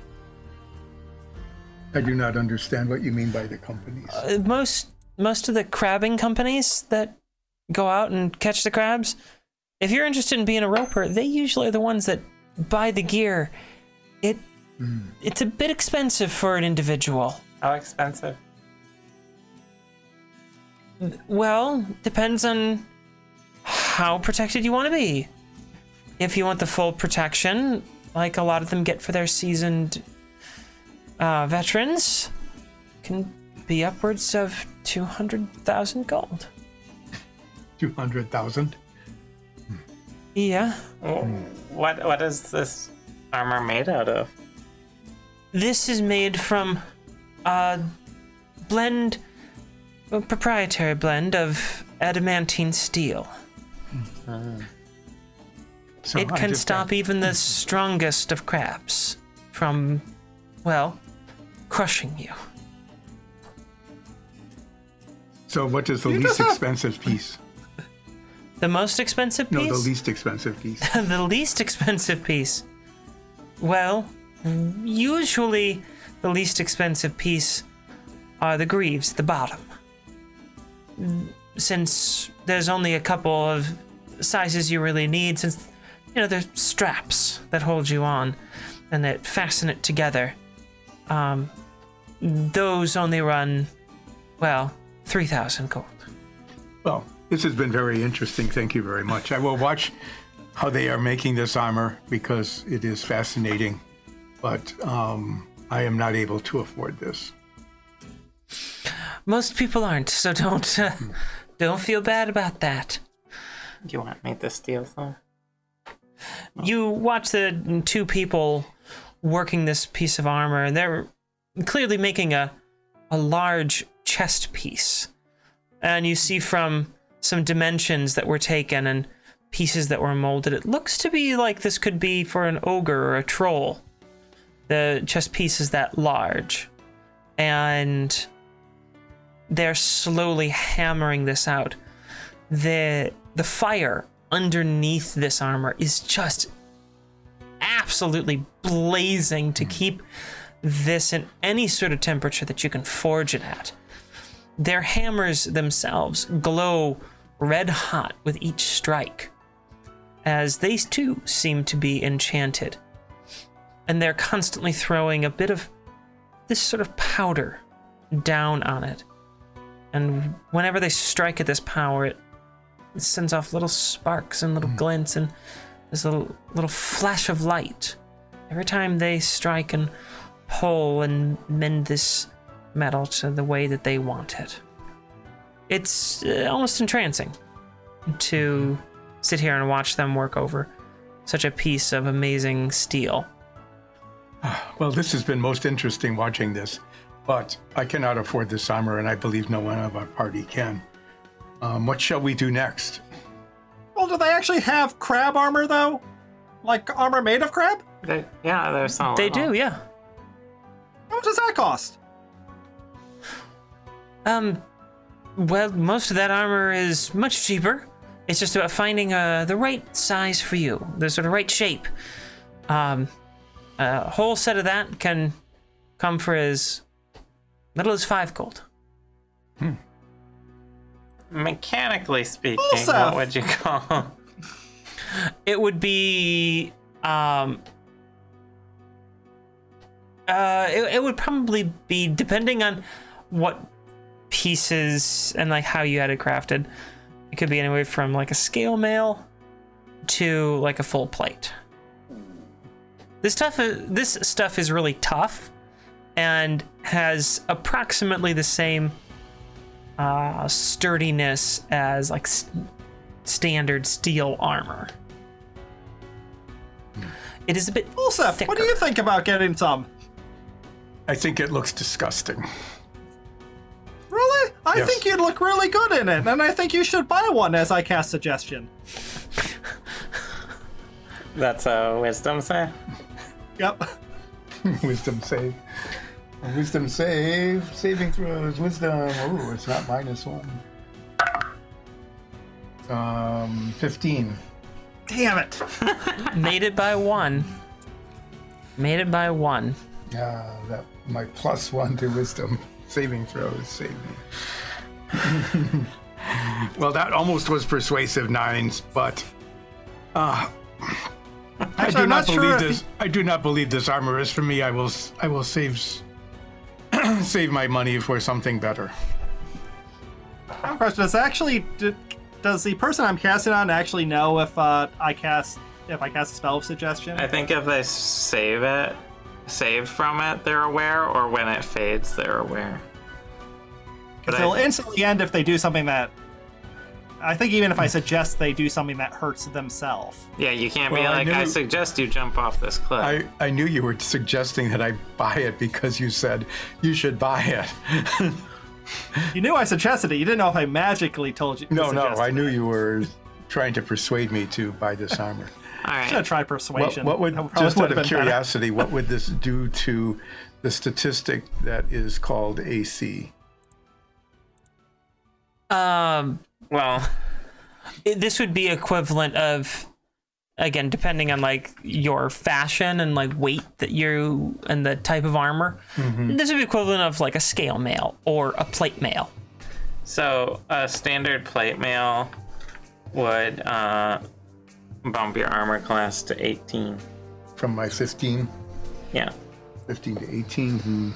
Speaker 4: I do not understand what you mean by the companies.
Speaker 1: uh, most most of the crabbing companies that go out and catch the crabs, if you're interested in being a roper, they usually are the ones that buy the gear. It it's a bit expensive for an individual.
Speaker 3: How expensive?
Speaker 1: Well, depends on how protected you want to be. If you want the full protection, like a lot of them get for their seasoned uh, veterans, can be upwards of two hundred thousand gold.
Speaker 4: Two hundred thousand.
Speaker 1: Yeah.
Speaker 3: What what is this armor made out of?
Speaker 1: This is made from a blend, a proprietary blend of adamantine steel.
Speaker 4: So
Speaker 1: it
Speaker 4: Oh, I
Speaker 1: can
Speaker 4: just
Speaker 1: stop even the strongest of crabs from, well, crushing you.
Speaker 4: So what is the
Speaker 2: You
Speaker 4: least
Speaker 2: just have-
Speaker 4: expensive piece?
Speaker 1: The most expensive
Speaker 4: No,
Speaker 1: piece?
Speaker 4: the least expensive piece.
Speaker 1: <laughs> the least expensive piece. Well, usually the least expensive piece are the greaves, the bottom. Since there's only a couple of sizes you really need, since, you know, there's straps that hold you on and that fasten it together. Um, those only run, well, 3,000 gold.
Speaker 4: Well, this has been very interesting. Thank you very much. I will watch how they are making this armor because it is fascinating, but um, I am not able to afford this. <sighs>
Speaker 1: Most people aren't, so don't uh, <laughs> don't feel bad about that.
Speaker 3: You want me to steal some?
Speaker 1: you watch the two people working this piece of armor and they're clearly making a a large chest piece and you see from some dimensions that were taken and pieces that were molded it looks to be like this could be for an ogre or a troll the chest piece is that large and they're slowly hammering this out the the fire underneath this armor is just absolutely blazing to keep this in any sort of temperature that you can forge it at. Their hammers themselves glow red hot with each strike, as they too seem to be enchanted. And they're constantly throwing a bit of this sort of powder down on it. And whenever they strike at this power, it it sends off little sparks and little glints and there's a little, little flash of light every time they strike and pull and mend this metal to the way that they want it. It's uh, almost entrancing to sit here and watch them work over such a piece of amazing steel.
Speaker 4: Well, this has been most interesting watching this, but I cannot afford this armor, and I believe no one of our party can. Um, what shall we do next?
Speaker 2: Well, do they actually have crab armor though? Like armor made of crab?
Speaker 3: They, yeah, there's some.
Speaker 1: They
Speaker 3: little-
Speaker 1: do, yeah.
Speaker 2: How much does that cost?
Speaker 1: Um, well, most of that armor is much cheaper. It's just about finding uh, the right size for you, the sort of right shape. Um, a whole set of that can come for as little as five gold.
Speaker 3: Mechanically speaking,
Speaker 2: Olsef!
Speaker 3: what would you call? <laughs>
Speaker 1: It would be um. Uh, it, it would probably be depending on what pieces and like how you had it crafted. It could be anywhere from like a scale mail to like a full plate. This stuff is, this stuff is really tough and has approximately the same uh, sturdiness as like s- standard steel armor. It is a bit
Speaker 2: Olsef,
Speaker 1: thicker.
Speaker 2: Hmm. what do you think about getting some?
Speaker 4: I think it looks disgusting.
Speaker 2: Really? I
Speaker 4: Yes.
Speaker 2: think you'd look really good in it, and I think you should buy one as I cast suggestion.
Speaker 3: That's a wisdom say.
Speaker 2: Yep. <laughs>
Speaker 4: wisdom save. A Wisdom save. Saving throws. Wisdom. Ooh, it's not minus one. Um, 15.
Speaker 2: Damn it.
Speaker 1: Made it by one. Made it by one.
Speaker 4: Yeah, that my plus one to wisdom saving throws saved me. <laughs> well, that almost was persuasive nines, but uh, I
Speaker 2: Actually,
Speaker 4: do
Speaker 2: I'm
Speaker 4: not
Speaker 2: not sure
Speaker 4: believe
Speaker 2: if
Speaker 4: this. I do not believe this armor is for me. I will. s- I will save s- <clears throat> save my money for something better.
Speaker 2: I have a question. Does actually d does the person I'm casting on actually know if uh, I cast if I cast a spell of suggestion?
Speaker 3: I think if they save it, save from it, they're aware, or when it fades, they're aware.
Speaker 2: Because it'll instantly end if they do something that I think even if I suggest they do something that hurts themselves.
Speaker 3: Yeah, you can't be
Speaker 4: Well, I
Speaker 3: like, I,
Speaker 4: knew-
Speaker 3: suggest you jump off this cliff.
Speaker 4: I, I knew you were suggesting that I buy it because you said you should buy it.
Speaker 2: You knew I suggested it. You didn't know if I magically told you.
Speaker 4: no, no,
Speaker 2: suggested
Speaker 4: I knew
Speaker 2: it.
Speaker 4: you were trying to persuade me to buy this armor.
Speaker 3: All
Speaker 2: I should have
Speaker 3: right.
Speaker 2: tried
Speaker 4: what,
Speaker 2: persuasion.
Speaker 4: what would,
Speaker 2: That probably
Speaker 4: just
Speaker 2: would
Speaker 4: out
Speaker 2: have
Speaker 4: of
Speaker 2: been better.
Speaker 4: curiosity, what would this do to the statistic that is called AC?
Speaker 1: Um,
Speaker 3: Well,
Speaker 1: it- this would be equivalent of again depending on like your fashion and like weight that you and the type of armor this would be equivalent of like a scale mail or a plate mail
Speaker 3: so a standard plate mail would uh, bump your armor class to 18.
Speaker 4: From my 15,
Speaker 3: Yeah.
Speaker 4: 15 to 18. hmm.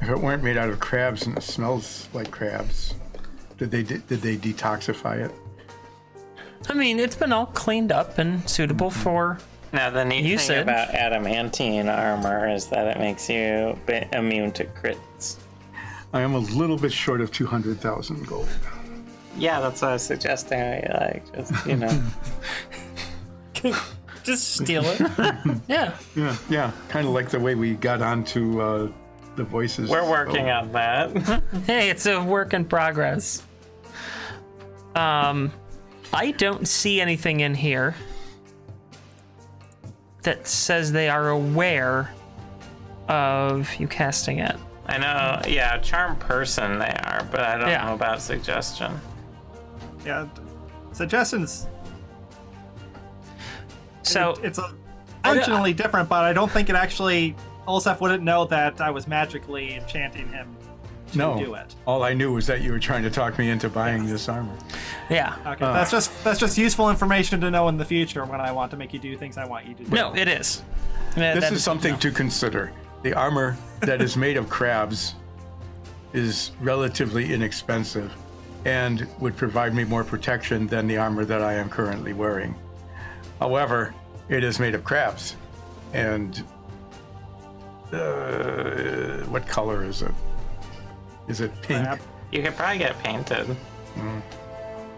Speaker 4: If it weren't made out of crabs and it smells like crabs, did they did they detoxify it?
Speaker 1: i mean it's been all cleaned up and suitable for
Speaker 3: Now, the neat
Speaker 1: Usage.
Speaker 3: thing about adamantine armor is that it makes you bit immune to crits.
Speaker 4: I am a little bit short of 200,000 gold.
Speaker 3: Yeah, that's what I was suggesting. Like, just, you
Speaker 1: <laughs>
Speaker 3: know.
Speaker 1: just steal it yeah
Speaker 4: Yeah, yeah, kind of like the way we got onto uh, the voices. Oh.
Speaker 3: We're working on that. <laughs>
Speaker 1: hey it's a work in progress um i don't see anything in here that says they are aware of you casting it
Speaker 3: I know, yeah, charm person they are, but I don't
Speaker 1: Yeah.
Speaker 3: know about suggestion.
Speaker 2: Yeah. d- Suggestions.
Speaker 1: so
Speaker 2: It's a
Speaker 1: I don't-
Speaker 2: functionally different, but I don't think it actually. Olsef wouldn't know that I was magically enchanting him.
Speaker 4: no,
Speaker 2: do it.
Speaker 4: All I knew was that you were trying to talk me into buying this armor.
Speaker 1: yeah
Speaker 2: Okay, that's just that's just useful information to know in the future when I want to make you do things I want you to do.
Speaker 1: No, it is. Yeah,
Speaker 4: This
Speaker 1: that
Speaker 4: is something to consider. The armor that is made of crabs is relatively inexpensive and would provide me more protection than the armor that I am currently wearing. However, it is made of crabs. And uh, what color is it? Is it pink?
Speaker 2: Crab.
Speaker 3: You could probably get painted.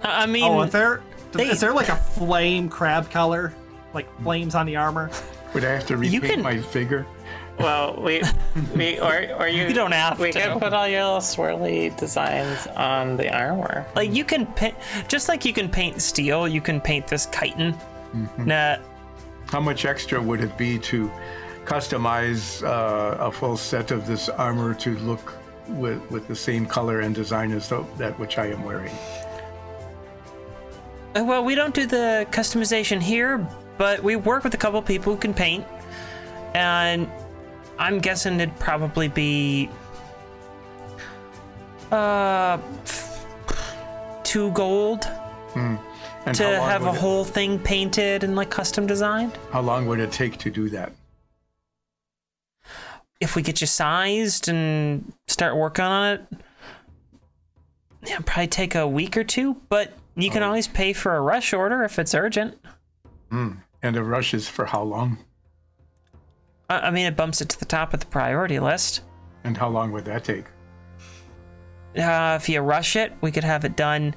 Speaker 1: I I mean,
Speaker 2: Oh, is there
Speaker 1: They-
Speaker 2: is there like a flame crab color, like
Speaker 1: Mm.
Speaker 2: flames on
Speaker 1: <laughs>
Speaker 2: the armor?
Speaker 4: Would I have to repaint
Speaker 1: can-
Speaker 4: my figure?
Speaker 3: Well,
Speaker 1: <laughs>
Speaker 3: we, we or, or you,
Speaker 1: You don't have
Speaker 3: we
Speaker 1: to.
Speaker 3: could put all your little swirly designs on the armor.
Speaker 1: like you can paint, just like you can paint steel, you can paint this chitin.
Speaker 4: Mm-hmm.
Speaker 1: Nah,
Speaker 4: How much extra would it be to customize uh, a full set of this armor to look with, with the same color and design as tho- that which I am wearing?
Speaker 1: uh, well, we don't do the customization here, but we work with a couple people who can paint, and I'm guessing it'd probably be uh f- two gold
Speaker 4: And
Speaker 1: to
Speaker 4: how long
Speaker 1: have a
Speaker 4: would it-
Speaker 1: whole thing painted and like custom designed.
Speaker 4: How long would it take to do that?
Speaker 1: if we get you sized and start working on it, yeah, probably take a week or two. But you
Speaker 4: Oh.
Speaker 1: can always pay for a rush order if it's urgent.
Speaker 4: And the rush is for how long?
Speaker 1: I, I mean, it bumps it to the top of the priority list.
Speaker 4: And how long would that take?
Speaker 1: Uh, if you rush it, we could have it done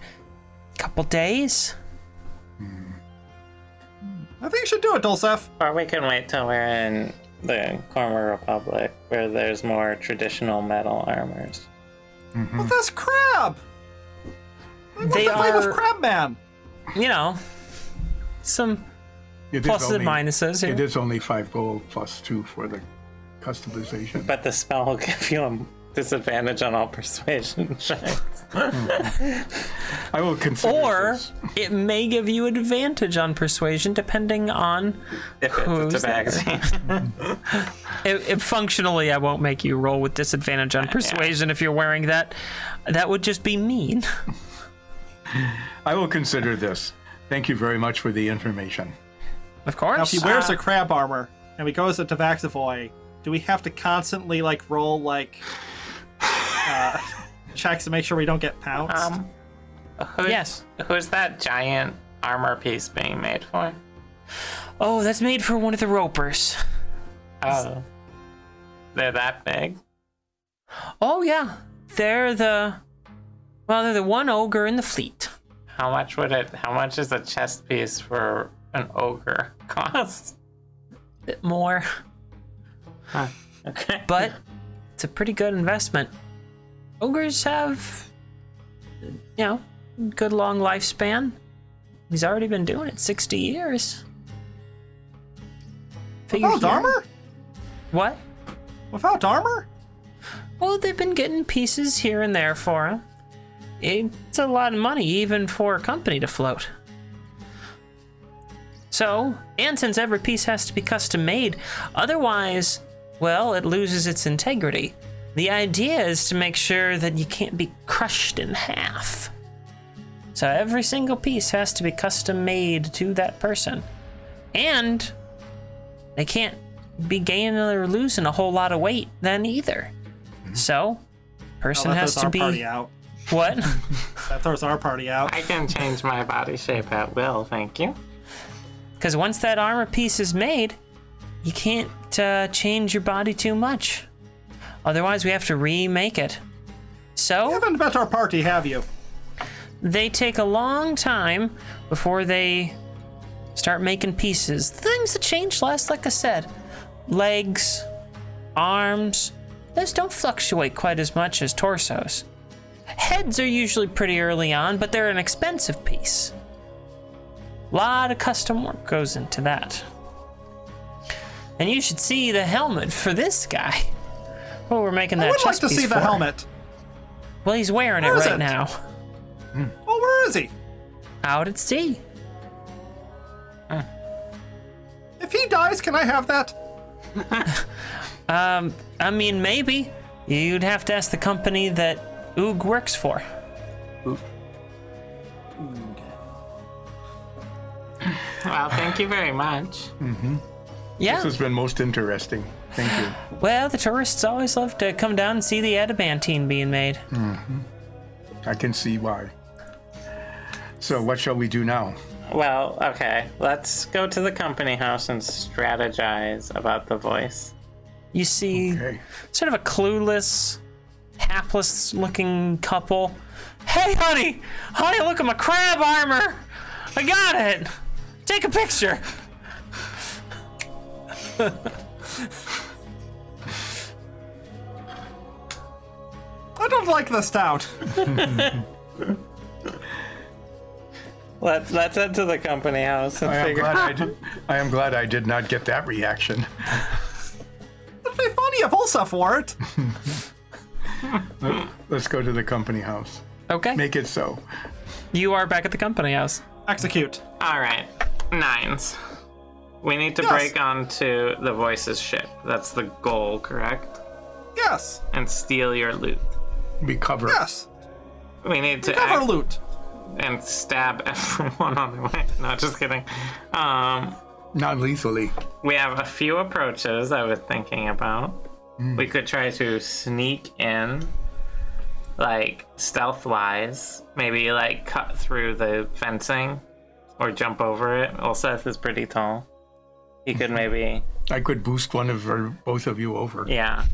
Speaker 1: a couple days.
Speaker 2: I think you should do it, Dulcef.
Speaker 3: Or we can wait till we're in the Cormer Republic, where there's more traditional metal armors.
Speaker 2: But that's crab. I want
Speaker 1: Mm. They
Speaker 2: to fight
Speaker 1: are-
Speaker 2: with Crab Man.
Speaker 1: You know, some
Speaker 4: It is
Speaker 1: pluses and
Speaker 4: only-
Speaker 1: minuses
Speaker 4: It
Speaker 1: here.
Speaker 4: is only five gold plus two for the
Speaker 1: <laughs>
Speaker 4: customization.
Speaker 3: But the spell will <laughs> give you a disadvantage on all persuasion <laughs> checks.
Speaker 4: I will consider
Speaker 1: Or
Speaker 4: this.
Speaker 1: it may give you advantage on persuasion depending on.
Speaker 3: If
Speaker 1: Who's
Speaker 3: it's a tabaxi.
Speaker 1: It, it functionally, I won't make you roll with disadvantage on persuasion if you're wearing that. That would just be mean. <laughs>
Speaker 4: I will consider this. Thank you very much for the information.
Speaker 1: Of
Speaker 2: Now, if
Speaker 1: course.
Speaker 2: he wears
Speaker 1: Uh,
Speaker 2: the crab armor and he goes to Tavaxivoy, do we have to constantly like roll like
Speaker 1: <sighs>
Speaker 2: uh, checks to make sure we don't get pounced?
Speaker 3: Um, who's,
Speaker 1: Uh, Yes.
Speaker 3: Who's that giant armor piece being made for?
Speaker 1: oh, that's made for one of the ropers.
Speaker 3: Oh, they're that big.
Speaker 1: Oh yeah, They're the well, they're the one ogre in the fleet.
Speaker 3: How much would it? How much is a chess piece for an ogre <laughs> cost?
Speaker 1: Bit more,
Speaker 3: Huh. Okay.
Speaker 1: but it's a pretty good investment. Ogres have, you know, good long lifespan. He's already been doing it sixty years. Figure
Speaker 2: Without
Speaker 1: here-
Speaker 2: armor?
Speaker 1: What?
Speaker 2: Without armor?
Speaker 1: Well, they've been getting pieces here and there for him. It's a lot of money, even for a company to float. So, and since every piece has to be custom made, otherwise, well, it loses its integrity. The idea is to make sure that you can't be crushed in half. So, every single piece has to be custom made to that person. And they can't be gaining or losing a whole lot of weight then either. So,
Speaker 2: Oh,
Speaker 1: person
Speaker 2: that
Speaker 1: has
Speaker 2: throws
Speaker 1: to
Speaker 2: our
Speaker 1: be <laughs>
Speaker 2: party out.
Speaker 1: what?
Speaker 2: That throws our party out.
Speaker 3: I can change my body shape at will. Thank you.
Speaker 1: Because once that armor piece is made, you can't uh, change your body too much. Otherwise, we have to remake it.
Speaker 2: You
Speaker 1: So
Speaker 2: haven't met our party, have you?
Speaker 1: they take a long time before they start making pieces. Things that change less, like I said, legs, arms, those don't fluctuate quite as much as torsos. Heads are usually pretty early on, but they're an expensive piece. Lot of custom work goes into that. And you should see the helmet for this guy. <laughs> Oh, we're making that
Speaker 2: I would like
Speaker 1: chest
Speaker 2: to
Speaker 1: piece
Speaker 2: see the
Speaker 1: for.
Speaker 2: helmet.
Speaker 1: Well, he's wearing it
Speaker 2: Where is
Speaker 1: right
Speaker 2: it?
Speaker 1: now.
Speaker 2: Oh, where is he?
Speaker 1: Out at sea.
Speaker 2: If he dies, can I have that?
Speaker 1: I mean, maybe. You'd have to ask the company that Oog works for.
Speaker 3: Well, thank you very much.
Speaker 1: Yeah.
Speaker 4: This has been most interesting. Thank you.
Speaker 1: Well, the tourists always love to come down and see the adamantine being made.
Speaker 4: Hmm. I can see why. So, what shall we do now?
Speaker 3: Well, okay. Let's go to the company house and strategize about the voice.
Speaker 1: You see,
Speaker 4: Okay.
Speaker 1: sort of a clueless, hapless-looking couple. Hey, honey, honey, look at my crab armor. I got it. Take a picture.
Speaker 2: I don't like this town.
Speaker 3: Let's let's head to the company house
Speaker 2: Oh,
Speaker 3: and
Speaker 4: I am
Speaker 3: figure
Speaker 4: glad I did. I am glad I did not get that reaction.
Speaker 2: It'd be funny if Olsef wore it.
Speaker 4: Let's go to the company house.
Speaker 1: Okay.
Speaker 4: Make it so.
Speaker 1: You are back at the company house.
Speaker 2: Execute.
Speaker 3: All right, nines. We need to
Speaker 2: Yes.
Speaker 3: break onto the voice's ship. That's the goal, correct?
Speaker 2: Yes.
Speaker 3: And steal your loot.
Speaker 4: We cover.
Speaker 2: Yes.
Speaker 3: We need to
Speaker 2: Cover
Speaker 3: act
Speaker 2: loot.
Speaker 3: and stab <laughs> everyone on the way. No, just kidding. Um,
Speaker 4: non-lethally.
Speaker 3: we have a few approaches I was thinking about. We could try to sneak in, like stealth wise, maybe like cut through the fencing or jump over it. Olseth is pretty tall. He could maybe,
Speaker 4: I could boost one of or both of you over.
Speaker 3: yeah.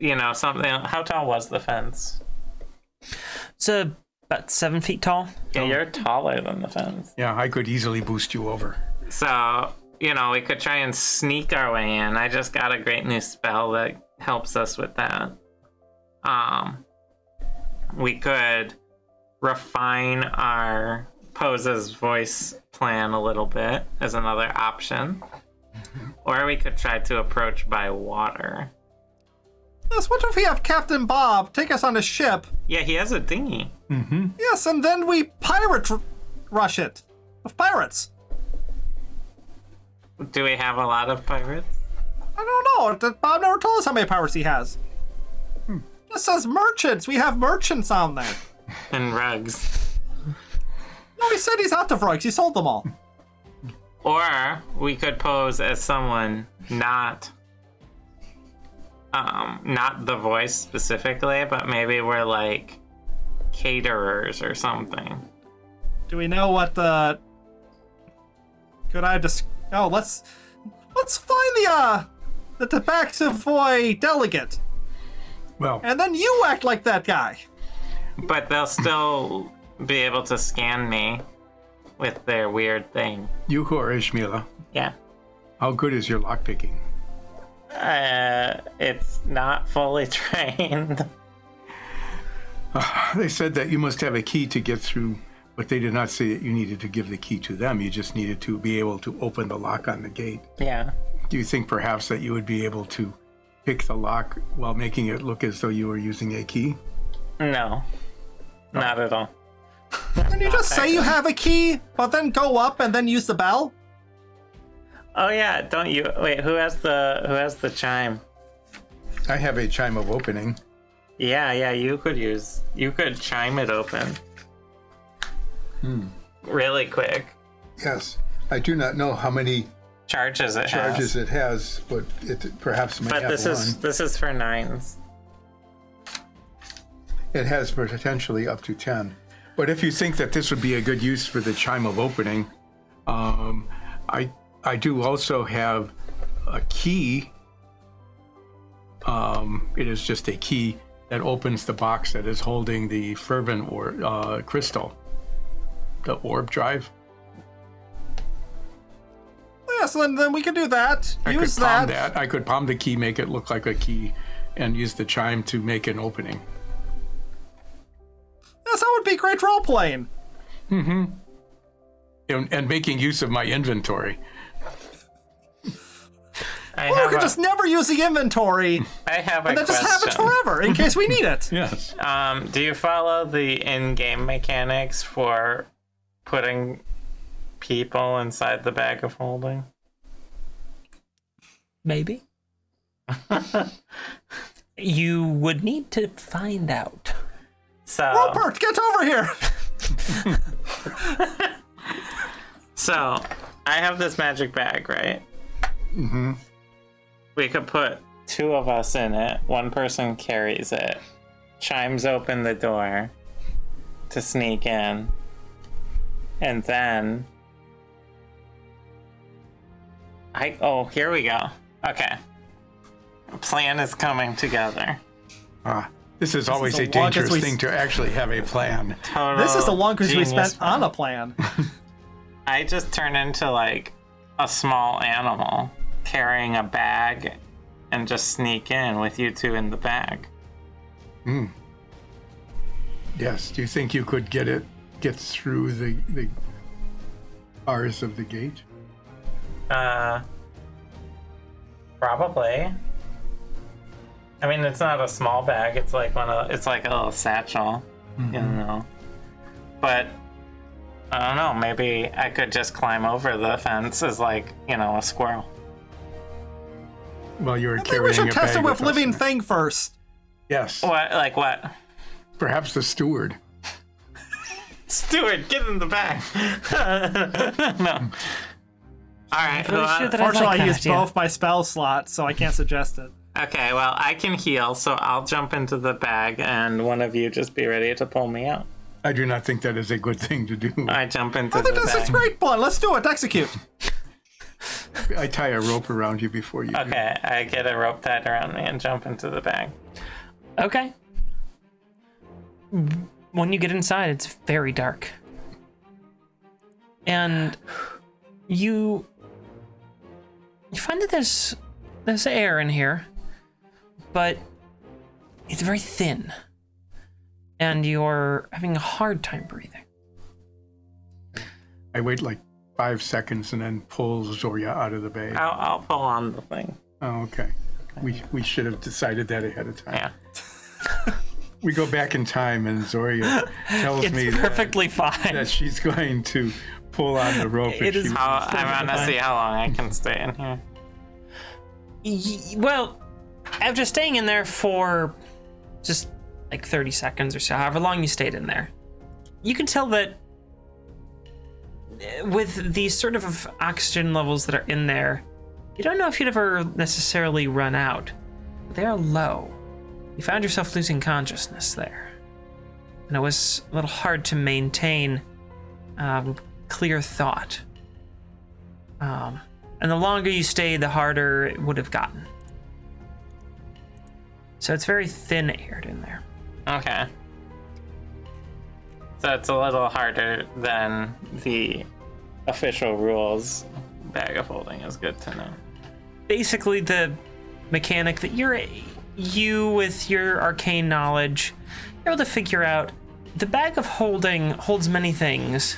Speaker 3: You know, something. How tall was the fence?
Speaker 1: It's uh, about seven feet tall.
Speaker 3: Yeah, you're taller than the fence.
Speaker 4: Yeah, I could easily boost you over.
Speaker 3: So, you know, we could try and sneak our way in. I just got a great new spell that helps us with that. Um, we could refine our Pose's voice plan a little bit as another option. Or we could try to approach by water.
Speaker 2: Yes, what if we have Captain Bob take us on a ship?
Speaker 3: Yeah, he has a dinghy.
Speaker 2: Yes, and then we pirate r- rush it. With pirates.
Speaker 3: Do we have a lot of pirates?
Speaker 2: I don't know. Th- Bob never told us how many pirates he has. Hmm. This says merchants. We have merchants on there.
Speaker 3: And rugs.
Speaker 2: No, he said he's out of rugs. He sold them all.
Speaker 3: Or we could pose as someone not um not the voice specifically, but maybe we're like caterers or something.
Speaker 2: Do we know what the? Could I just? Oh, let's let's find the uh the Tabaxivoy delegate.
Speaker 4: Well,
Speaker 2: And then you act like that guy.
Speaker 3: But they'll still be able to scan me with their weird thing.
Speaker 4: you who are Ishmila,
Speaker 3: Yeah.
Speaker 4: how good is your lockpicking?
Speaker 3: Uh, it's not fully <laughs> trained.
Speaker 4: They said that you must have a key to get through, but they did not say that you needed to give the key to them. You just needed to be able to open the lock on the gate.
Speaker 3: yeah.
Speaker 4: Do you think perhaps that you would be able to pick the lock while making it look as though you were using a key?
Speaker 3: No. Not at all.
Speaker 2: Can you just say you have a key, but then go up and then use the bell?
Speaker 3: Oh yeah, don't you? Wait, who has the who has the chime?
Speaker 4: I have a chime of opening.
Speaker 3: Yeah, yeah, you could use you could chime it open. Really quick.
Speaker 4: Yes. I do not know how many
Speaker 3: Charges it
Speaker 4: charges
Speaker 3: has.
Speaker 4: it has, but it perhaps may
Speaker 3: But
Speaker 4: have
Speaker 3: this
Speaker 4: one.
Speaker 3: is this is for nines.
Speaker 4: It has potentially up to 10. But if you think that this would be a good use for the chime of opening, um, I, I do also have a key. Um, it is just a key that opens the box that is holding the fervent or uh, crystal, the orb drive.
Speaker 2: Yes, then, then we can do that.
Speaker 4: I
Speaker 2: use
Speaker 4: could palm
Speaker 2: that.
Speaker 4: that. I could palm the key, make it look like a key, and use the chime to make an opening.
Speaker 2: Yes, that would be great role playing.
Speaker 4: And, and making use of my inventory.
Speaker 3: I
Speaker 2: Or we
Speaker 3: have
Speaker 2: could
Speaker 3: a,
Speaker 2: just never use the
Speaker 4: <laughs>
Speaker 2: inventory
Speaker 3: I have a
Speaker 2: and then just have it
Speaker 3: question.
Speaker 2: forever in case we need it.
Speaker 4: Yes.
Speaker 3: Um, do you follow the in-game mechanics for putting people inside the bag of holding?
Speaker 4: <laughs>
Speaker 1: Maybe. you would need to find out.
Speaker 3: So
Speaker 2: Rupert, get over
Speaker 4: <laughs>
Speaker 2: here.
Speaker 3: So, I have this magic bag, right? Mm-hmm. We could put two of us in it. One person carries it, chimes open the door to sneak in, and then I oh here we go. Okay, plan is coming together.
Speaker 4: Ah, this is always
Speaker 2: the
Speaker 4: a dangerous
Speaker 2: longest we-
Speaker 4: thing to actually have a plan.
Speaker 3: Total
Speaker 2: This is
Speaker 4: Oh,
Speaker 2: the longest we
Speaker 3: genius
Speaker 2: spent on a plan.
Speaker 4: <laughs>
Speaker 3: I just turn into like a small animal carrying a bag and just sneak in with you two in the bag.
Speaker 4: Yes. Do you think you could get it get through the the bars of the gate?
Speaker 3: Uh probably. I mean it's not a small bag, it's like one of it's like a little satchel. You know. But I don't know, maybe I could just climb over the fence as like, you know, a squirrel.
Speaker 4: Well, you're
Speaker 2: I think we
Speaker 4: carrying
Speaker 2: should
Speaker 4: a
Speaker 2: test it
Speaker 4: bag
Speaker 2: with
Speaker 4: us.
Speaker 2: living Oh, thing first.
Speaker 4: Yes.
Speaker 3: What like what?
Speaker 4: Perhaps the steward.
Speaker 3: Steward, get in the back. <laughs> no. All right. well,
Speaker 1: sure that I- like
Speaker 2: Fortunately, I,
Speaker 1: that
Speaker 2: used
Speaker 1: idea.
Speaker 2: both my spell slots, so I can't suggest it.
Speaker 3: okay. Well, I can heal, so I'll jump into the bag, and one of you just be ready to pull me out.
Speaker 4: I do not think that is a good thing
Speaker 2: <laughs>
Speaker 4: to do. I,
Speaker 3: I jump into the
Speaker 2: But this is
Speaker 3: bag.
Speaker 2: great plan. Let's do it. Execute.
Speaker 4: tie a rope around you before
Speaker 2: Uh,
Speaker 4: you.
Speaker 3: Okay, I get a rope tied around me and jump into the bag.
Speaker 1: Okay. When you get inside, it's very dark. And you you find that there's there's air in here, but it's very thin. And you're having a hard time breathing.
Speaker 4: I wait like five seconds and then pull Zoria out of the bay.
Speaker 2: Uh,
Speaker 3: I'll, I'll pull on the thing.
Speaker 4: Oh, okay. We we should have decided that ahead of time.
Speaker 3: Yeah.
Speaker 4: We go back in time and
Speaker 2: <laughs>
Speaker 4: Zoria tells
Speaker 1: It's
Speaker 4: me that-
Speaker 1: perfectly
Speaker 4: that
Speaker 1: fine.
Speaker 4: she's going to pull on the rope. if
Speaker 1: It is
Speaker 4: she-
Speaker 3: I'll, I want to
Speaker 1: Fine.
Speaker 3: see how long I can stay in here.
Speaker 1: Y- Well, after staying in there for just like 30 seconds or so, however long you stayed in there, you can tell that uh, with the sort of oxygen levels that are in there, you don't know if you'd ever necessarily run out. They are low. You found yourself losing consciousness there. And it was a little hard to maintain um, clear thought. Um, and the longer you stayed, the harder it would have gotten. So it's very thin aired in there.
Speaker 3: Okay. So it's a little harder than the official rules. Bag of holding is good to know.
Speaker 1: Basically, the mechanic that you're you with your arcane knowledge you're able to figure out the bag of holding holds many things,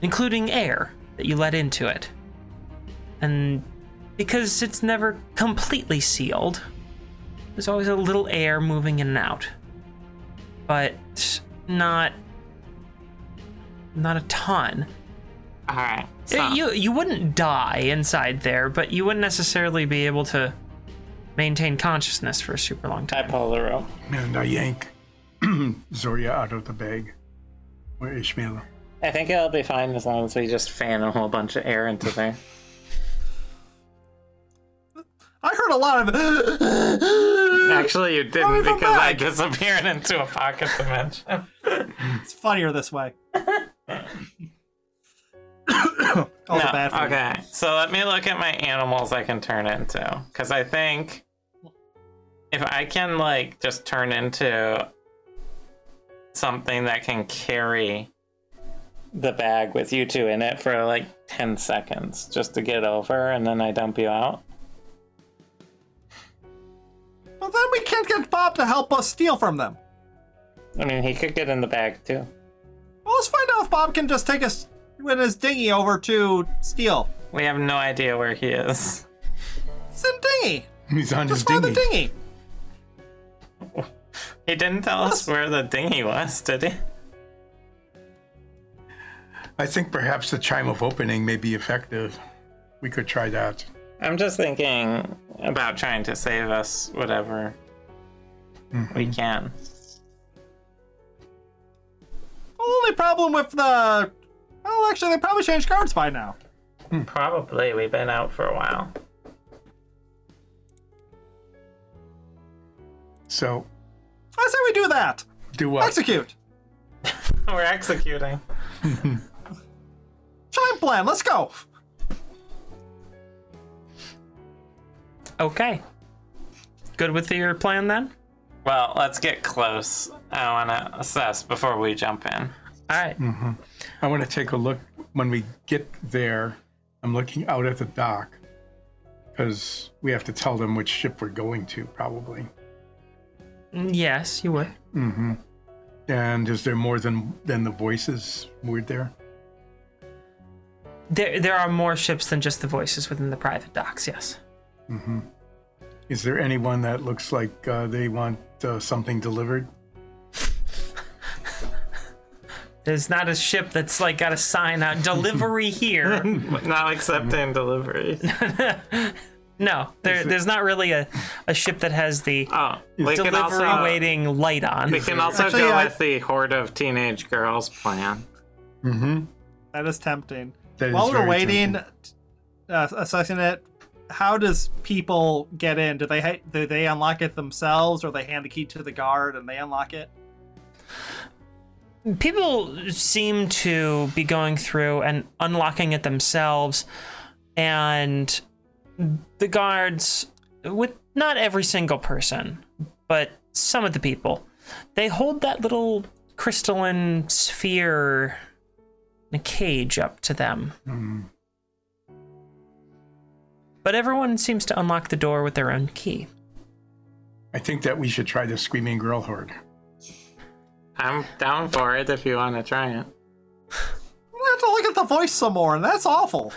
Speaker 1: including air that you let into it. And because it's never completely sealed, there's always a little air moving in and out. But not not a ton.
Speaker 3: All right. So,
Speaker 1: Uh, You you wouldn't die inside there, but you wouldn't necessarily be able to maintain consciousness for a super long
Speaker 3: I
Speaker 1: time.
Speaker 3: pull the rope.
Speaker 4: And I yank <clears throat> Zoria out of the bag. Or Ishmael.
Speaker 3: I think it'll be fine as long as we just fan a whole bunch of air into there.
Speaker 2: I heard a lot of.
Speaker 3: <laughs> Actually, you didn't
Speaker 2: me come
Speaker 3: because I
Speaker 2: back.
Speaker 3: disappeared into a pocket
Speaker 2: <laughs>
Speaker 3: dimension.
Speaker 2: it's funnier this way. <coughs> Calls it bad for me.
Speaker 3: okay, so let me look at my animals I can turn into. Because I think if I can, like, just turn into something that can carry the bag with you two in it for like 10 seconds just to get over, and then I dump you out.
Speaker 2: Well, then we can't get Bob to help us steal from them.
Speaker 3: I mean, he could get in the bag too.
Speaker 2: Well, let's find out if Bob can just take us in his dinghy over to steal.
Speaker 3: We have no idea where he is.
Speaker 2: It's in dinghy.
Speaker 4: He's on
Speaker 2: Just
Speaker 4: his
Speaker 2: find
Speaker 4: dinghy.
Speaker 2: the dinghy.
Speaker 3: He didn't tell us where the dinghy was, did he?
Speaker 4: I think perhaps the chime of opening may be effective. We could try that.
Speaker 3: I'm just thinking about trying to save us whatever
Speaker 1: Mm-hmm.
Speaker 3: we can.
Speaker 2: Only problem with the. Well, actually, they probably changed guards by now.
Speaker 3: Probably. We've been out for a while.
Speaker 4: So,
Speaker 2: I say we do that.
Speaker 4: do what?
Speaker 2: Execute.
Speaker 3: We're executing.
Speaker 2: Chime plan. Let's go.
Speaker 1: Okay. Good with your plan then?
Speaker 3: Well, let's get close. I want to assess before we jump in.
Speaker 1: All right.
Speaker 4: I want to take a look when we get there. I'm looking out at the dock because we have to tell them which ship we're going to, probably.
Speaker 1: Mm, Yes, you would.
Speaker 4: And is there more than than the voices were there?
Speaker 1: There, there are more ships than just the voices within the private docks. Yes.
Speaker 4: Is there anyone that looks like uh, they want uh, something delivered?
Speaker 1: There's not a ship that's like got a sign out "Delivery here."
Speaker 3: Not
Speaker 1: Mm-hmm. <laughs>
Speaker 3: accepting delivery.
Speaker 1: No, there, there's not really a, a ship that has the
Speaker 3: Oh, we can
Speaker 1: delivery
Speaker 3: also
Speaker 1: waiting light on.
Speaker 3: we can also
Speaker 2: Actually,
Speaker 3: go
Speaker 2: I-
Speaker 3: with the horde of teenage girls plan.
Speaker 4: Mm-hmm.
Speaker 2: That is tempting.
Speaker 4: That is
Speaker 2: While we're
Speaker 4: very
Speaker 2: waiting,
Speaker 4: tempting.
Speaker 2: uh, assessing it, how does people get in? Do they ha- do they unlock it themselves, or they hand the key to the guard and they unlock it?
Speaker 1: people seem to be going through and unlocking it themselves and the guards with not every single person but some of the people they hold that little crystalline sphere in a cage up to them but everyone seems to unlock the door with their own key
Speaker 4: I think that we should try the screaming girl horde.
Speaker 3: I'm down for it if you want to try it.
Speaker 2: We have to look at the voice some more, and that's
Speaker 1: <laughs>
Speaker 2: awful.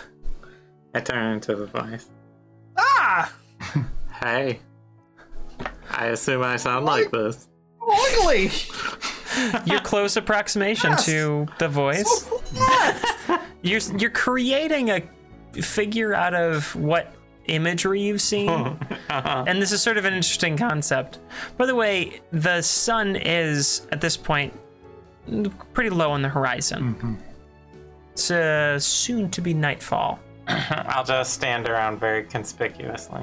Speaker 3: I turn into the voice.
Speaker 2: Ah,
Speaker 3: Hey, I assume I sound like this.
Speaker 2: oily.
Speaker 1: your close approximation
Speaker 2: Yes.
Speaker 1: to the voice You're you're creating a figure out of what imagery you've seen, and this is sort of an interesting concept. By the way, the sun is at this point pretty low on the horizon. It's uh, soon to be nightfall.
Speaker 3: I'll just stand around very conspicuously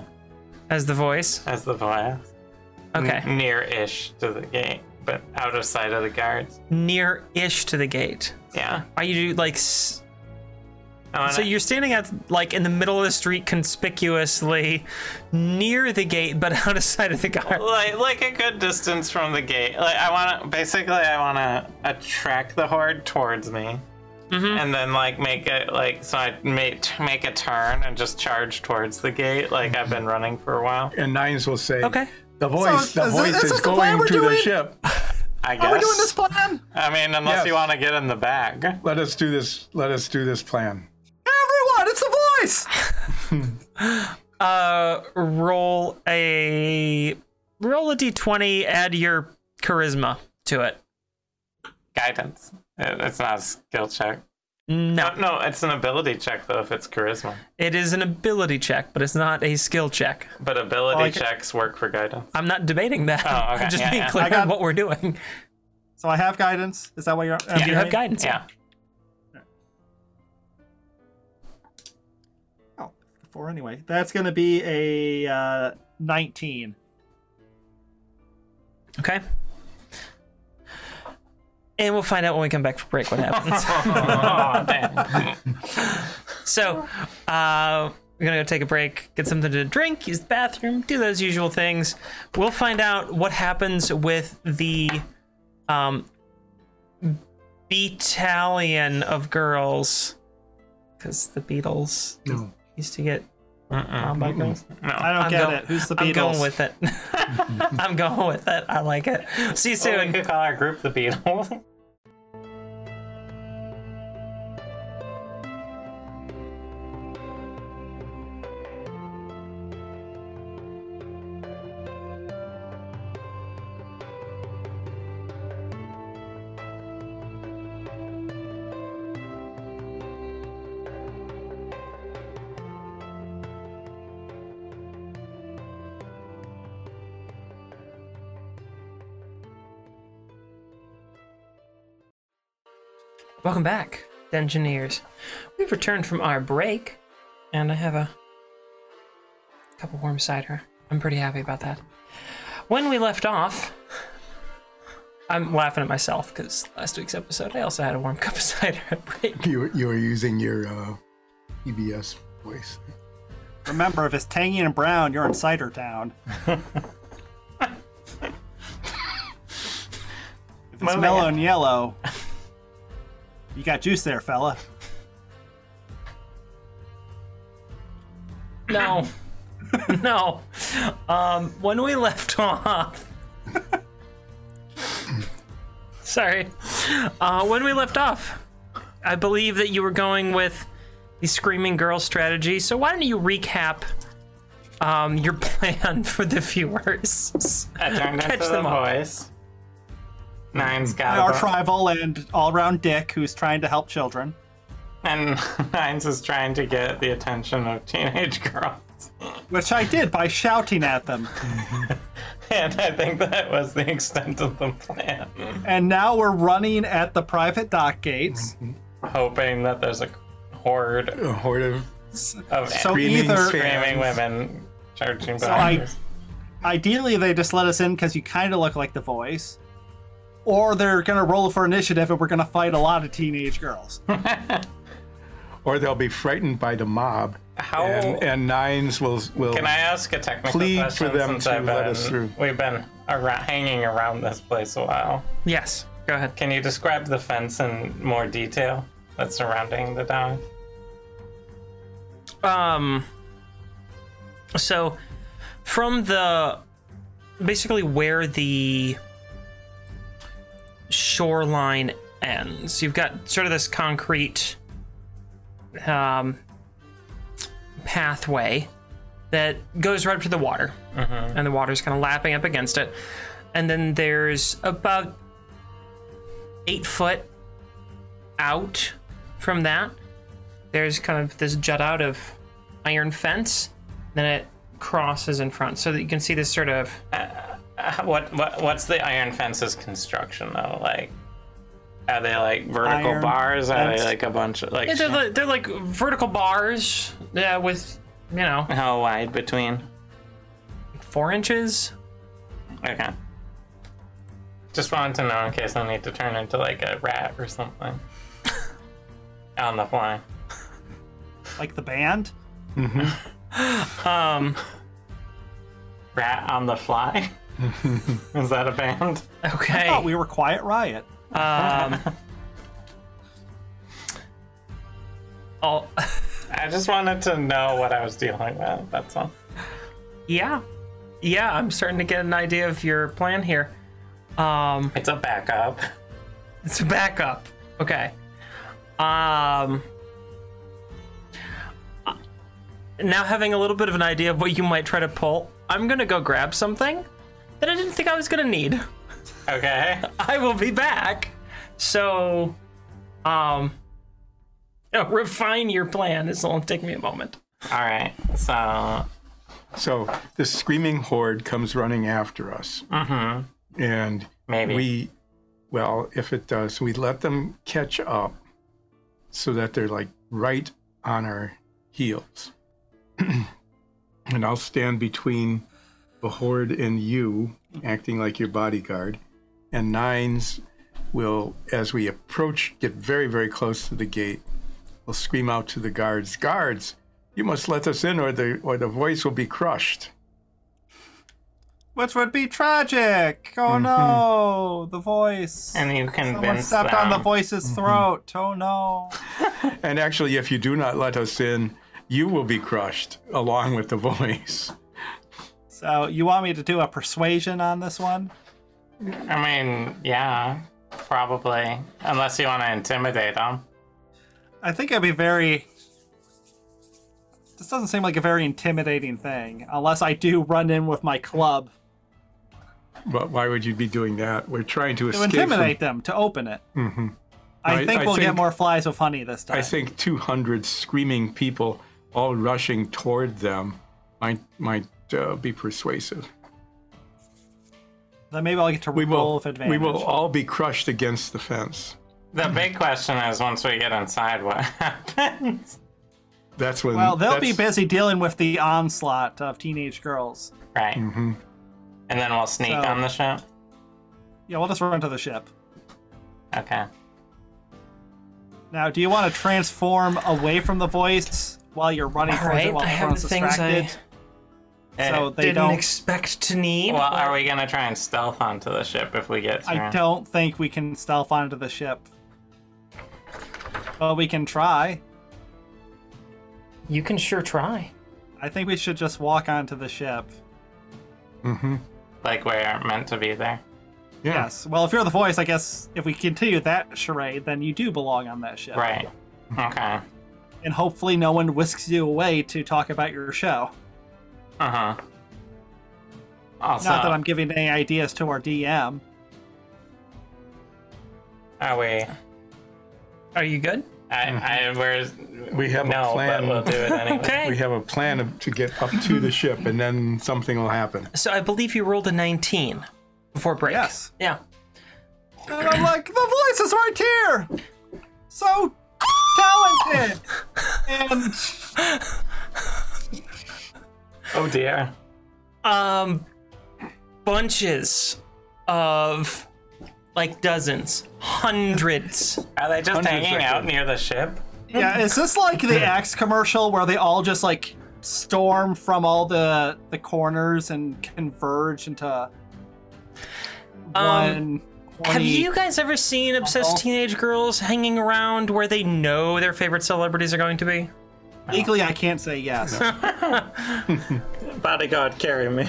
Speaker 1: As the voice,
Speaker 3: as the voice.
Speaker 1: okay,
Speaker 3: near ish to the gate, but out of sight of the guards.
Speaker 1: near-ish to the gate.
Speaker 3: Yeah.
Speaker 1: Are you like s-
Speaker 3: I wanna-
Speaker 1: So you're standing at like in the middle of the street, conspicuously near the gate, but <laughs> out of sight of the car.
Speaker 3: like like a good distance from the gate. Like I want to basically I want to attract the horde towards me,
Speaker 1: Mm-hmm.
Speaker 3: and then like make it like so I make make a turn and just charge towards the gate. Like I've been running for a while.
Speaker 4: And Nines will say,
Speaker 1: Okay.
Speaker 4: The voice,
Speaker 2: So
Speaker 4: the
Speaker 2: is
Speaker 4: voice
Speaker 2: this-
Speaker 4: is,
Speaker 2: is this the plan
Speaker 4: going
Speaker 2: we're
Speaker 4: to the
Speaker 2: doing?
Speaker 4: ship.
Speaker 3: I guess.
Speaker 2: Are we doing this plan?
Speaker 3: I mean, unless
Speaker 4: Yes.
Speaker 3: you want to get in the back.
Speaker 4: Let us do this. Let us do this plan.
Speaker 2: Everyone, it's the voice.
Speaker 1: Uh, roll a roll a d20. Add your charisma to it.
Speaker 3: Guidance. It- It's not a skill check.
Speaker 1: No,
Speaker 3: No, no, it's an ability check though if it's charisma.
Speaker 1: it is an ability check, but it's not a skill check.
Speaker 3: But ability
Speaker 2: Like-
Speaker 3: checks work for guidance.
Speaker 1: I'm not debating that.
Speaker 3: Oh,
Speaker 1: <laughs>
Speaker 3: okay.
Speaker 1: I'm just
Speaker 3: Yeah,
Speaker 1: being
Speaker 3: yeah.
Speaker 1: clear
Speaker 2: I got-
Speaker 1: on what we're doing.
Speaker 2: So I have guidance. Is that what you're?
Speaker 1: You do have guidance.
Speaker 3: Yeah.
Speaker 2: Oh, four anyway. That's gonna be a uh, 19.
Speaker 1: Okay. And we'll find out when we come back for break what
Speaker 3: <laughs>
Speaker 1: happens.
Speaker 3: <laughs> Oh, <laughs> damn.
Speaker 1: So, uh, we're gonna go take a break, get something to drink, use the bathroom, do those usual things. We'll find out what happens with the um, battalion of girls, because the Beatles
Speaker 4: No.
Speaker 1: used to get
Speaker 3: Mm-mm.
Speaker 1: bound by girls.
Speaker 2: I
Speaker 3: No.
Speaker 2: don't
Speaker 1: I'm
Speaker 2: get
Speaker 1: go-
Speaker 2: it. Who's the Beatles?
Speaker 1: I'm going with it. <laughs> I'm going with it. I like it. See you
Speaker 3: So we
Speaker 1: soon.
Speaker 3: could call our group the Beatles.
Speaker 1: Welcome back, Dungeoneers. We've returned from our break, and I have a cup of warm cider. I'm pretty happy about that. When we left off, I'm laughing at myself because last week's episode I also had a warm <laughs> cup of cider at break.
Speaker 4: You you are using your uh, EBS voice.
Speaker 2: Remember, if it's tangy and brown, you're in Cider Town. if it's
Speaker 3: Moving
Speaker 2: mellow
Speaker 3: it.
Speaker 2: and yellow, you got juice there, fella.
Speaker 1: No, no. Um, when we left off, sorry. Uh, when we left off, I believe that you were going with the screaming girl strategy. So why don't you recap um, your <laughs> plan for the viewers?
Speaker 3: <laughs> I turned
Speaker 1: Catch
Speaker 3: into the
Speaker 1: them up.
Speaker 3: voice. Nine's got
Speaker 2: Our
Speaker 3: a bo-
Speaker 2: tribal and all-round dick who's trying to help children.
Speaker 3: and <laughs> Nines is trying to get the attention of teenage <laughs> girls,
Speaker 2: Which I did by shouting at them.
Speaker 3: and I think that was the extent of the plan.
Speaker 2: And now we're running at the private dock gates.
Speaker 3: Hoping that there's a horde
Speaker 4: A horde of
Speaker 3: of
Speaker 2: So
Speaker 4: Screaming
Speaker 2: either
Speaker 4: sphere.
Speaker 3: screaming women charging
Speaker 2: I-
Speaker 3: behind us.
Speaker 2: ideally they just let us in because you kind of look like the voice or they're gonna roll for initiative and we're gonna fight a lot of teenage girls
Speaker 4: or they'll be frightened by the mob.
Speaker 3: How-
Speaker 4: and, and Nines will will.
Speaker 3: Can I ask a technical
Speaker 4: Plead for
Speaker 3: question
Speaker 4: them
Speaker 3: since
Speaker 4: to
Speaker 3: I've
Speaker 4: let
Speaker 3: been,
Speaker 4: us through.
Speaker 3: we've been around, hanging around this place a while?
Speaker 1: Yes, go ahead.
Speaker 3: Can you describe the fence in more detail that's surrounding the town?
Speaker 1: um so from the basically where the shoreline ends you've got sort of this concrete um pathway that goes right up to the water and the water's kind of lapping up against it and then there's about eight foot out from that there's kind of this jut out of iron fence, then it crosses in front so that you can see this sort of
Speaker 3: Uh, What, what what's the iron fence's construction though? Like, are they like vertical
Speaker 2: Iron
Speaker 3: bars? Are
Speaker 2: fence?
Speaker 3: they like a bunch of like?
Speaker 1: Yeah, they're like, they're like vertical bars yeah, with you know
Speaker 3: how wide between?
Speaker 1: four inches.
Speaker 3: Okay. Just wanted to know in case I need to turn into like a rat or something. On the fly.
Speaker 5: like the band.
Speaker 1: Um,
Speaker 3: Rat on
Speaker 2: <laughs>
Speaker 3: the Fly. Is that a band?
Speaker 1: okay.
Speaker 5: Oh, we were Quiet Riot.
Speaker 1: um, all, <laughs>
Speaker 3: I just wanted to know what I was dealing with. That's all.
Speaker 1: yeah, yeah. I'm starting to get an idea of your plan here. Um,
Speaker 3: It's a backup.
Speaker 1: It's a backup. Okay. Um. uh, Now having a little bit of an idea of what you might try to pull, I'm gonna go grab something that I didn't think I was gonna need.
Speaker 3: Okay.
Speaker 1: I will be back. So, um, you know, refine your plan. This will only take me a moment.
Speaker 3: All right. So
Speaker 4: So this screaming horde comes running after us.
Speaker 3: Mm-hmm.
Speaker 4: And
Speaker 3: Maybe.
Speaker 4: we, well, if it does, we let them catch up so that they're like right on our heels. <clears throat> and I'll stand between the horde and you, acting like your bodyguard. And Nines will, as we approach, get very, very close to the gate, will scream out to the guards, Guards! You must let us in, or the or the voice will be crushed.
Speaker 2: Which would be tragic. Oh
Speaker 4: Mm-hmm.
Speaker 2: no, the voice.
Speaker 3: and you
Speaker 2: Someone
Speaker 3: convince
Speaker 2: stepped
Speaker 3: them.
Speaker 2: on the
Speaker 4: Mm-hmm.
Speaker 2: voice's throat. Oh no.
Speaker 4: And actually, if you do not let us in, you will be crushed along with the <laughs> voice.
Speaker 2: So you want me to do a persuasion on this one?
Speaker 3: I mean, yeah, probably. Unless you want to intimidate them.
Speaker 2: I think it'd be very. This doesn't seem like a very intimidating thing, unless I do run in with my club
Speaker 4: But why would you be doing that? We're trying to
Speaker 2: to
Speaker 4: escape. from-
Speaker 2: intimidate them to open it. Mm-hmm. I
Speaker 4: I-
Speaker 2: think
Speaker 4: I
Speaker 2: we'll get
Speaker 4: think-
Speaker 2: more flies with honey this time.
Speaker 4: I think 200 screaming people all rushing toward them might might uh, be persuasive.
Speaker 2: Then maybe I'll get to
Speaker 4: We
Speaker 2: roll
Speaker 4: will
Speaker 2: with advantage.
Speaker 4: we will all be crushed against the fence.
Speaker 3: The
Speaker 2: Mm-hmm.
Speaker 3: big question is once we get inside, what happens?
Speaker 4: That's when.
Speaker 2: Well, they'll be
Speaker 4: that's-
Speaker 2: busy dealing with the onslaught of teenage girls.
Speaker 3: <laughs> Right. And then we'll sneak
Speaker 2: Mm-hmm. So-
Speaker 3: on the ship.
Speaker 2: Yeah, we'll just run to the ship.
Speaker 3: Okay.
Speaker 2: Now, do you want to transform away from the voice while you're running
Speaker 1: All
Speaker 2: towards
Speaker 1: right,
Speaker 2: it while
Speaker 1: I have
Speaker 2: everyone's
Speaker 1: the things I
Speaker 2: distracted?
Speaker 3: Eh,
Speaker 2: so they
Speaker 1: didn't
Speaker 2: don't.
Speaker 1: expect to need.
Speaker 3: Well, are we gonna try and stealth onto the ship if we get through?
Speaker 2: I don't think we can stealth onto the ship. But we can try.
Speaker 1: you can sure try.
Speaker 2: I think we should just walk onto the ship.
Speaker 3: Like we aren't meant to be there.
Speaker 4: yeah.
Speaker 2: Yes. Well, if you're the voice, I guess if we continue that charade, then you do belong on that ship.
Speaker 3: Right. Okay.
Speaker 2: And hopefully, no one whisks you away to talk about your show.
Speaker 3: Uh huh. Also,
Speaker 2: Not that I'm giving any ideas to our DM.
Speaker 3: are we?
Speaker 1: Are you good?
Speaker 3: I, I, we're,
Speaker 4: We have a
Speaker 3: no,
Speaker 4: plan.
Speaker 3: but we'll do it anyway.
Speaker 1: <laughs> Okay.
Speaker 4: We have a plan of- to get up to the ship, and then something will happen.
Speaker 1: So I believe you rolled a 19 before break.
Speaker 2: Yes.
Speaker 1: Yeah.
Speaker 2: And I'm like, the voice is right here! So talented! And
Speaker 3: Oh dear.
Speaker 1: um bunches of like dozens hundreds
Speaker 3: Are they just
Speaker 4: Hundreds
Speaker 3: hanging
Speaker 4: right
Speaker 3: out
Speaker 4: there.
Speaker 3: near the ship?
Speaker 2: yeah, is this like the axe commercial where they all just like storm from all the the corners and converge into
Speaker 1: Um,
Speaker 2: one?
Speaker 1: have
Speaker 2: 20
Speaker 1: you guys ever seen obsessed teenage girls hanging around where they know their favorite celebrities are going to be
Speaker 2: Legally, I can't say yes.
Speaker 3: Bodyguard, carry me.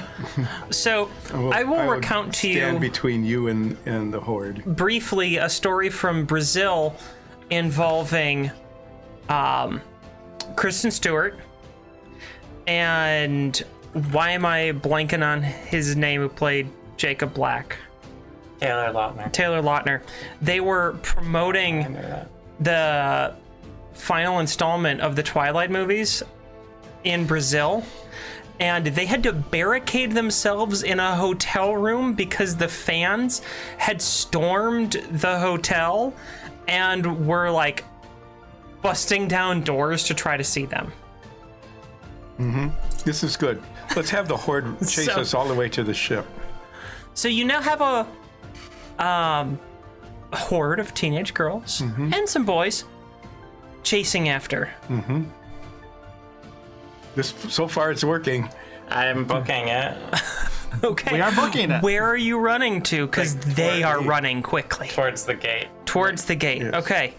Speaker 1: so i will
Speaker 4: I would
Speaker 1: recount to you
Speaker 4: Stand between you and and the horde.
Speaker 1: briefly a story from Brazil involving um, Kristen Stewart and why am I blanking on his name who played Jacob Black?
Speaker 3: Taylor Lautner.
Speaker 1: Taylor Lautner. They were promoting the final installment of the Twilight movies in Brazil. And they had to barricade themselves in a hotel room because the fans had stormed the hotel and were like busting down doors to try to see them.
Speaker 4: This is good. Let's have the horde
Speaker 1: <laughs>
Speaker 4: chase
Speaker 1: So-
Speaker 4: us all the way to the ship.
Speaker 1: So you now have a um, horde
Speaker 2: Mm-hmm.
Speaker 1: of teenage girls and some boys chasing after.
Speaker 4: This so far it's working.
Speaker 3: I'm booking it
Speaker 1: Okay.
Speaker 2: We are booking it.
Speaker 1: Where are you running to? Because they are running quickly
Speaker 3: towards the gate.
Speaker 1: towards the gate.
Speaker 4: Yes.
Speaker 1: Okay.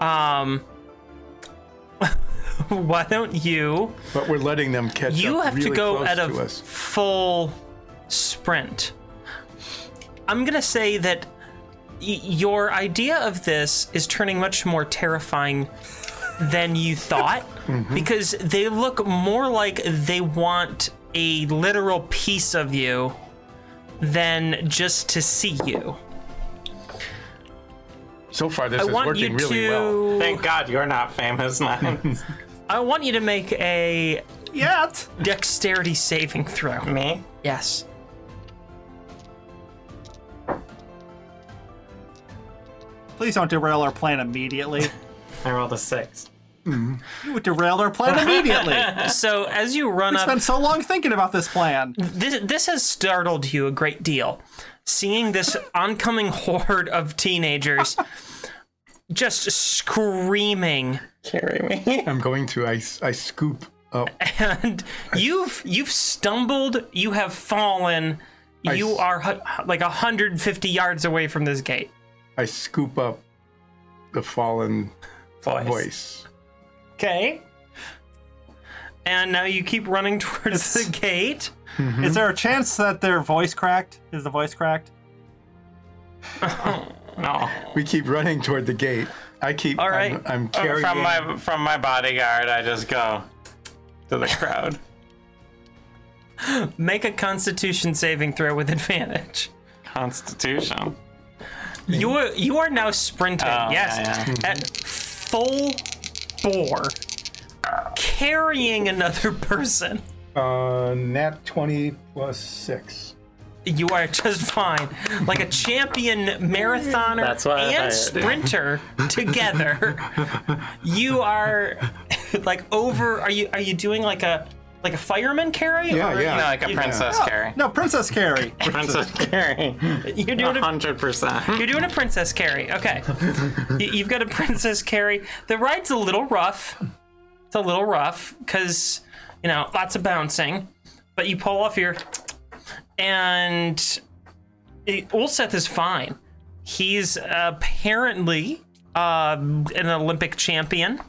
Speaker 1: Um. <laughs> why don't you?
Speaker 4: But we're letting them catch
Speaker 1: You
Speaker 4: up
Speaker 1: have to
Speaker 4: really
Speaker 1: go
Speaker 4: close
Speaker 1: at a
Speaker 4: to us.
Speaker 1: full sprint. I'm gonna say that y- your idea of this is turning much more terrifying than you
Speaker 4: <laughs>
Speaker 1: thought
Speaker 4: Mm-hmm.
Speaker 1: because they look more like they want a literal piece of you than just to see you.
Speaker 4: So far this
Speaker 1: I
Speaker 4: is
Speaker 1: want you
Speaker 4: working really well.
Speaker 1: to
Speaker 3: Thank God you're not famous, Miles.
Speaker 1: I want you to make a
Speaker 2: Yet.
Speaker 1: dexterity saving throw.
Speaker 4: Mm.
Speaker 3: Me?
Speaker 1: Yes.
Speaker 2: Please don't derail our plan immediately.
Speaker 3: I rolled a six.
Speaker 2: You would derail our plan immediately.
Speaker 1: So as you run
Speaker 2: we
Speaker 1: up
Speaker 2: spent so long thinking about this plan.
Speaker 1: this this has startled you a great deal seeing this oncoming horde of teenagers just screaming
Speaker 3: Carry me.
Speaker 4: I'm going to I, I scoop
Speaker 1: <laughs>
Speaker 4: up
Speaker 1: and you've you've stumbled you have fallen you
Speaker 4: s-
Speaker 1: are hu- like 150 yards away from this gate
Speaker 4: I scoop up the fallen
Speaker 3: Voice.
Speaker 4: voice.
Speaker 1: okay and now you keep running <laughs> towards the gate
Speaker 2: Is there a chance that their voice cracked? Is the voice cracked?
Speaker 3: <laughs> No.
Speaker 4: We keep running toward the gate. I keep
Speaker 1: All right.
Speaker 4: I'm, I'm carrying
Speaker 3: From my from my bodyguard, I just go to the crowd.
Speaker 1: make a constitution saving throw with advantage
Speaker 3: Constitution.
Speaker 1: you are you are now sprinting
Speaker 3: Oh,
Speaker 1: yes
Speaker 3: yeah,
Speaker 1: at full bore carrying another <laughs> person
Speaker 4: uh nat 20 plus 6.
Speaker 1: you are just fine like a champion marathoner
Speaker 3: That's what I
Speaker 1: and
Speaker 3: thought, yeah.
Speaker 1: sprinter together you are like over are you are you doing like a like a fireman carry
Speaker 4: Yeah,
Speaker 1: or,
Speaker 4: yeah.
Speaker 3: No, like a princess carry.
Speaker 2: No, Princess Carrie.
Speaker 3: <laughs> Princess carry.
Speaker 1: you're doing a
Speaker 3: hundred percent.
Speaker 1: you're doing a princess carry. Okay. You- You've got a princess carry. The ride's a little rough. It's a little rough because, you know, lots of bouncing. But you pull off your. And it, Ulseth is fine. He's apparently uh, an Olympic champion.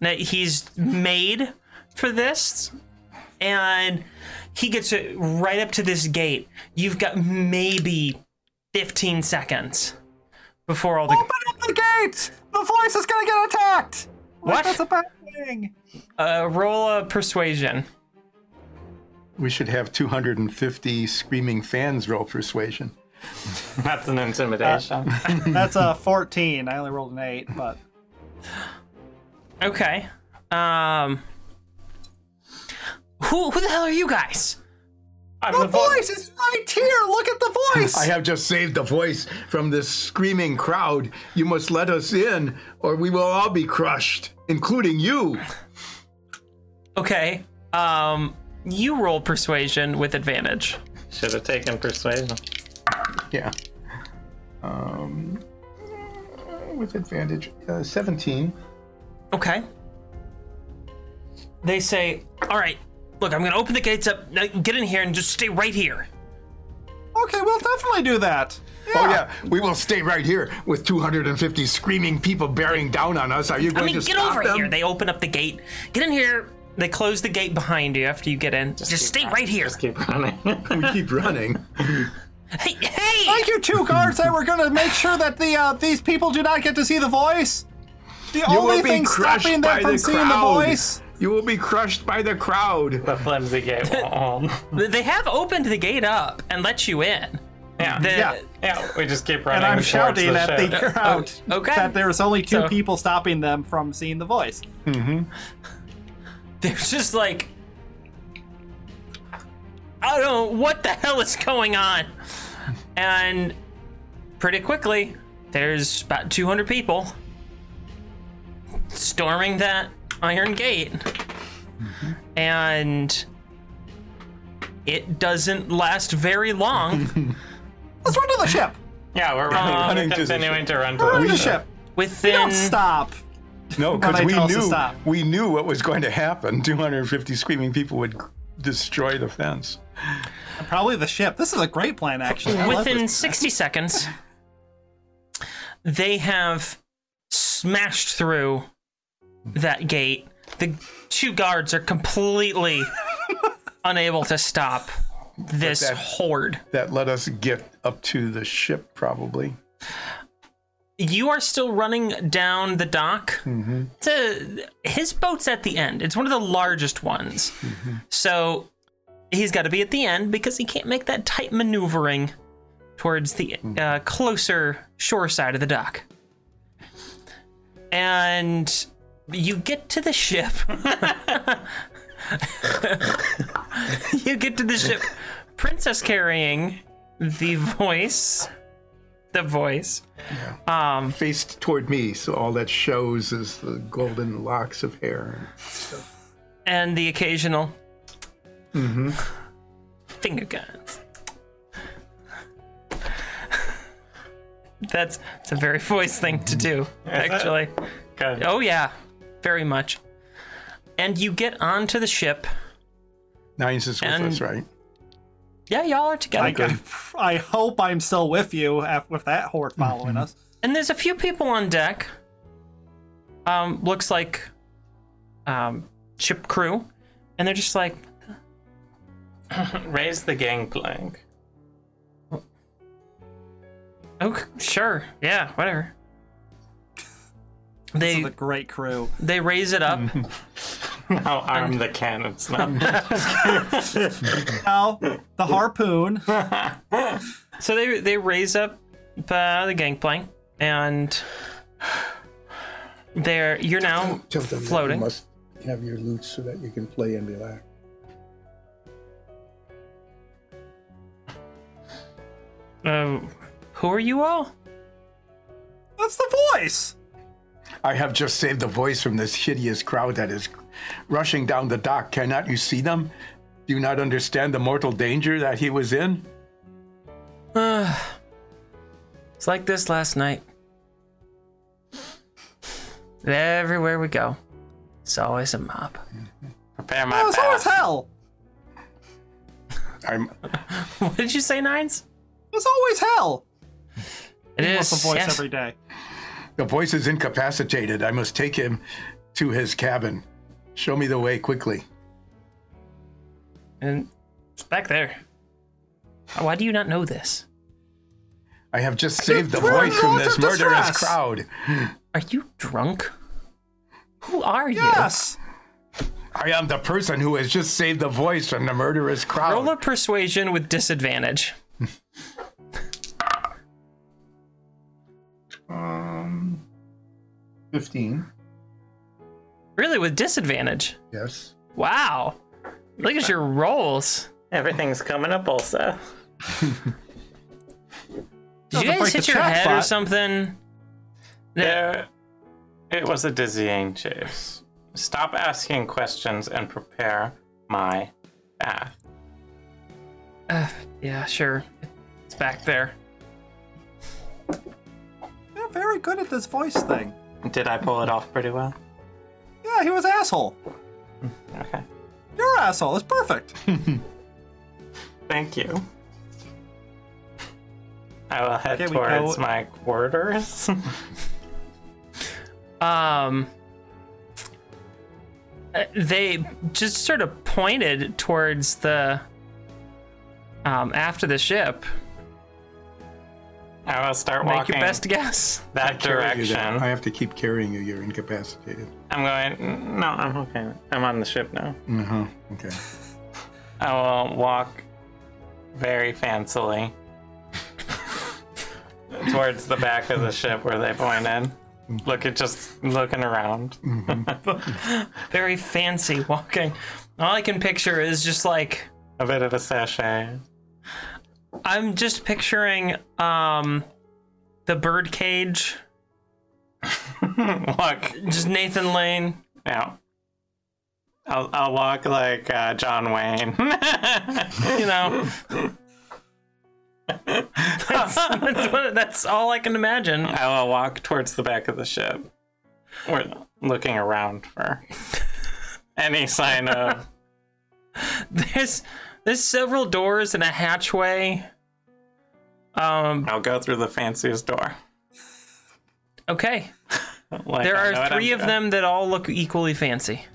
Speaker 1: That He's made for this. And he gets it right up to this gate. You've got maybe 15 seconds before all the
Speaker 2: Open up the gate! The voice is gonna get attacked! Like,
Speaker 1: What?
Speaker 2: That's a bad thing.
Speaker 1: uh, roll a persuasion.
Speaker 4: We should have 250 screaming fans roll persuasion.
Speaker 3: <laughs> That's an intimidation.
Speaker 2: That's a 14. I only rolled an 8, but.
Speaker 1: Okay. Um. Who who the hell are you guys?
Speaker 3: I'm
Speaker 2: The
Speaker 3: the voice.
Speaker 2: voice is right here! Look at the voice!
Speaker 4: I have just saved the voice from this screaming crowd. You must let us in, or we will all be crushed, including you.
Speaker 1: Okay. Um. You roll persuasion with advantage.
Speaker 3: Should have taken persuasion.
Speaker 4: Yeah. Um, with advantage, uh, 17.
Speaker 1: Okay. They say, "All right, look, I'm gonna open the gates up. Now get in here and just stay right here."
Speaker 2: Okay, we'll definitely do that.
Speaker 4: Oh yeah, we will stay right here with 250 screaming people bearing down on us. Are you going
Speaker 1: I mean,
Speaker 4: to
Speaker 1: get
Speaker 4: stop
Speaker 1: over
Speaker 4: them?
Speaker 1: here. They open up the gate. Get in here. They close the gate behind you after you get in. Just,
Speaker 3: keep
Speaker 1: stay
Speaker 3: running.
Speaker 1: right here.
Speaker 3: Just keep running.
Speaker 4: we keep running.
Speaker 1: Hey, hey!
Speaker 2: Thank you, two guards that were gonna make sure that the uh, these people do not get to see the voice. The
Speaker 4: You
Speaker 2: only
Speaker 4: will be
Speaker 2: thing
Speaker 4: crushed
Speaker 2: stopping them
Speaker 4: by
Speaker 2: from
Speaker 4: the
Speaker 2: seeing
Speaker 4: crowd.
Speaker 2: the voice.
Speaker 4: You will be crushed by the
Speaker 3: <laughs>
Speaker 4: crowd.
Speaker 3: the flimsy gate won't hold.
Speaker 1: They have opened the gate up and let you in.
Speaker 3: <laughs> Yeah.
Speaker 1: The-
Speaker 2: Yeah.
Speaker 3: yeah, we just keep running.
Speaker 2: And I'm
Speaker 3: towards
Speaker 2: shouting
Speaker 3: the
Speaker 2: at
Speaker 3: ship.
Speaker 2: the crowd
Speaker 1: Oh, okay.
Speaker 2: that there's only two
Speaker 1: So-
Speaker 2: people stopping them from seeing the voice.
Speaker 1: They're just like, I don't. What the hell is going on? And pretty quickly, there's about 200 people storming that iron gate, and it doesn't last very long.
Speaker 2: Let's run to the ship!
Speaker 3: <laughs> Yeah, we're running.
Speaker 4: running
Speaker 3: we're
Speaker 4: to the
Speaker 3: continuing to run to
Speaker 2: Run
Speaker 3: the
Speaker 2: to the
Speaker 1: Mm.
Speaker 3: ship.
Speaker 2: ship!
Speaker 1: Within
Speaker 2: Don't stop!
Speaker 4: No,
Speaker 5: When
Speaker 4: because
Speaker 5: I
Speaker 4: we
Speaker 5: tell us to
Speaker 4: knew
Speaker 5: stop.
Speaker 4: we knew what was going to happen. 250 screaming people would destroy the fence.
Speaker 5: And probably the ship. This is a great plan, actually. I love
Speaker 1: Within
Speaker 5: this.
Speaker 1: 60 seconds, they have smashed through that gate. The two guards
Speaker 5: <laughs>
Speaker 1: are completely unable to stop this
Speaker 4: that-
Speaker 1: horde.
Speaker 4: That let us get up to the ship, probably.
Speaker 1: You are still running down the dock. To, his boat's at the end. It's one of the largest ones. So he's got to be at the end because he can't make that tight maneuvering towards the uh, closer shore side of the dock. And you get to the ship. <laughs> you get to the ship. Princess carrying the voice. The voice.
Speaker 4: Faced toward me, so all that shows is the golden locks of hair.
Speaker 1: and the occasional
Speaker 5: Mm-hmm.
Speaker 1: <laughs> finger guns. That's it's a very voice thing to do, actually.
Speaker 3: Good.
Speaker 1: Oh yeah, very much. And you get onto the ship.
Speaker 4: Nines is with
Speaker 1: And-
Speaker 4: us, right?
Speaker 1: Yeah, y'all are together.
Speaker 5: I, I hope I'm still with you af- with that horde following us.
Speaker 1: and there's a few people on deck. Um, looks like um ship crew, and they're just like,
Speaker 3: Raise the gangplank.
Speaker 1: oh sure, yeah, whatever.
Speaker 5: This
Speaker 1: They
Speaker 5: is a great crew.
Speaker 1: they raise
Speaker 5: <laughs>
Speaker 1: it up.
Speaker 3: <laughs> Now arm the <laughs> cannons. No.
Speaker 5: Now, the harpoon.
Speaker 1: So they they raise up uh, the gangplank, and they're you're now
Speaker 6: Tell them that you
Speaker 1: floating.
Speaker 6: must have your lute so that you can play and relax.
Speaker 1: Uh, who are you all?
Speaker 5: That's the voice.
Speaker 4: I have just saved the voice from this hideous crowd that is rushing down the dock. Cannot you see them? Do you not understand the mortal danger that he was in?
Speaker 1: It's like this last night. Everywhere we go, it's always a mob. <laughs>
Speaker 3: Prepare my
Speaker 5: That was always
Speaker 3: path.
Speaker 5: hell.
Speaker 4: I'm
Speaker 1: What did you say, Nines?
Speaker 5: It's always hell.
Speaker 1: It
Speaker 5: That's
Speaker 1: is
Speaker 5: the voice
Speaker 1: yes.
Speaker 5: every day.
Speaker 4: The voice is incapacitated. I must take him to his cabin. Show me the way quickly.
Speaker 1: and it's back there. Why do you not know this?
Speaker 4: I have just saved the
Speaker 5: we're in
Speaker 4: voice from this
Speaker 5: relative
Speaker 4: murderous
Speaker 5: distress.
Speaker 4: crowd.
Speaker 1: Are you drunk? Who are you?
Speaker 5: Yes.
Speaker 4: I am the person who has just saved the voice from the murderous crowd.
Speaker 1: Roll a persuasion with disadvantage.
Speaker 4: Um, 15.
Speaker 1: Really, with disadvantage.
Speaker 4: Yes.
Speaker 1: Wow. Look at your rolls.
Speaker 3: Everything's coming up, Bolsa.
Speaker 1: Did you
Speaker 5: Doesn't
Speaker 1: guys
Speaker 5: break
Speaker 1: hit
Speaker 5: the
Speaker 1: your head or
Speaker 5: jackpot.
Speaker 1: something?
Speaker 3: There, it was a dizzying chase. Stop asking questions and prepare my path.
Speaker 1: Uh, yeah, sure. It's back there.
Speaker 5: They're very good at this voice thing.
Speaker 3: Did I pull it off pretty well?
Speaker 5: Yeah, he was asshole.
Speaker 3: Okay.
Speaker 5: You're asshole. It's perfect.
Speaker 3: Thank you. I will head
Speaker 5: Okay, we go-
Speaker 3: towards my quarters. <laughs>
Speaker 1: Um, uh, they just sort of pointed towards the um after the ship.
Speaker 3: I will start
Speaker 1: Make
Speaker 3: walking
Speaker 1: your best guess.
Speaker 3: that direction.
Speaker 4: I have to keep carrying you. You're incapacitated.
Speaker 3: I'm going. No, I'm okay. I'm on the ship now.
Speaker 4: Uh-huh. Okay. <laughs>
Speaker 3: I will walk very fancily <laughs> towards the back of the ship where they pointed. Look at just looking around.
Speaker 1: Very fancy walking. All I can picture is just like
Speaker 3: A bit of a sachet.
Speaker 1: I'm just picturing um the birdcage,
Speaker 3: Look
Speaker 1: just Nathan Lane.
Speaker 3: now. I'll, I'll walk like uh, John Wayne. <laughs>
Speaker 1: you know. that's, that's what- that's all I can imagine.
Speaker 3: I will walk towards the back of the ship. Where, looking around for any sign of.
Speaker 1: There's there's several doors and a hatchway. Um.
Speaker 3: I'll go through the fanciest door.
Speaker 1: Okay.
Speaker 3: Like,
Speaker 1: There
Speaker 3: I know
Speaker 1: are
Speaker 3: what I'm
Speaker 1: three of
Speaker 3: doing.
Speaker 1: them that all look equally fancy.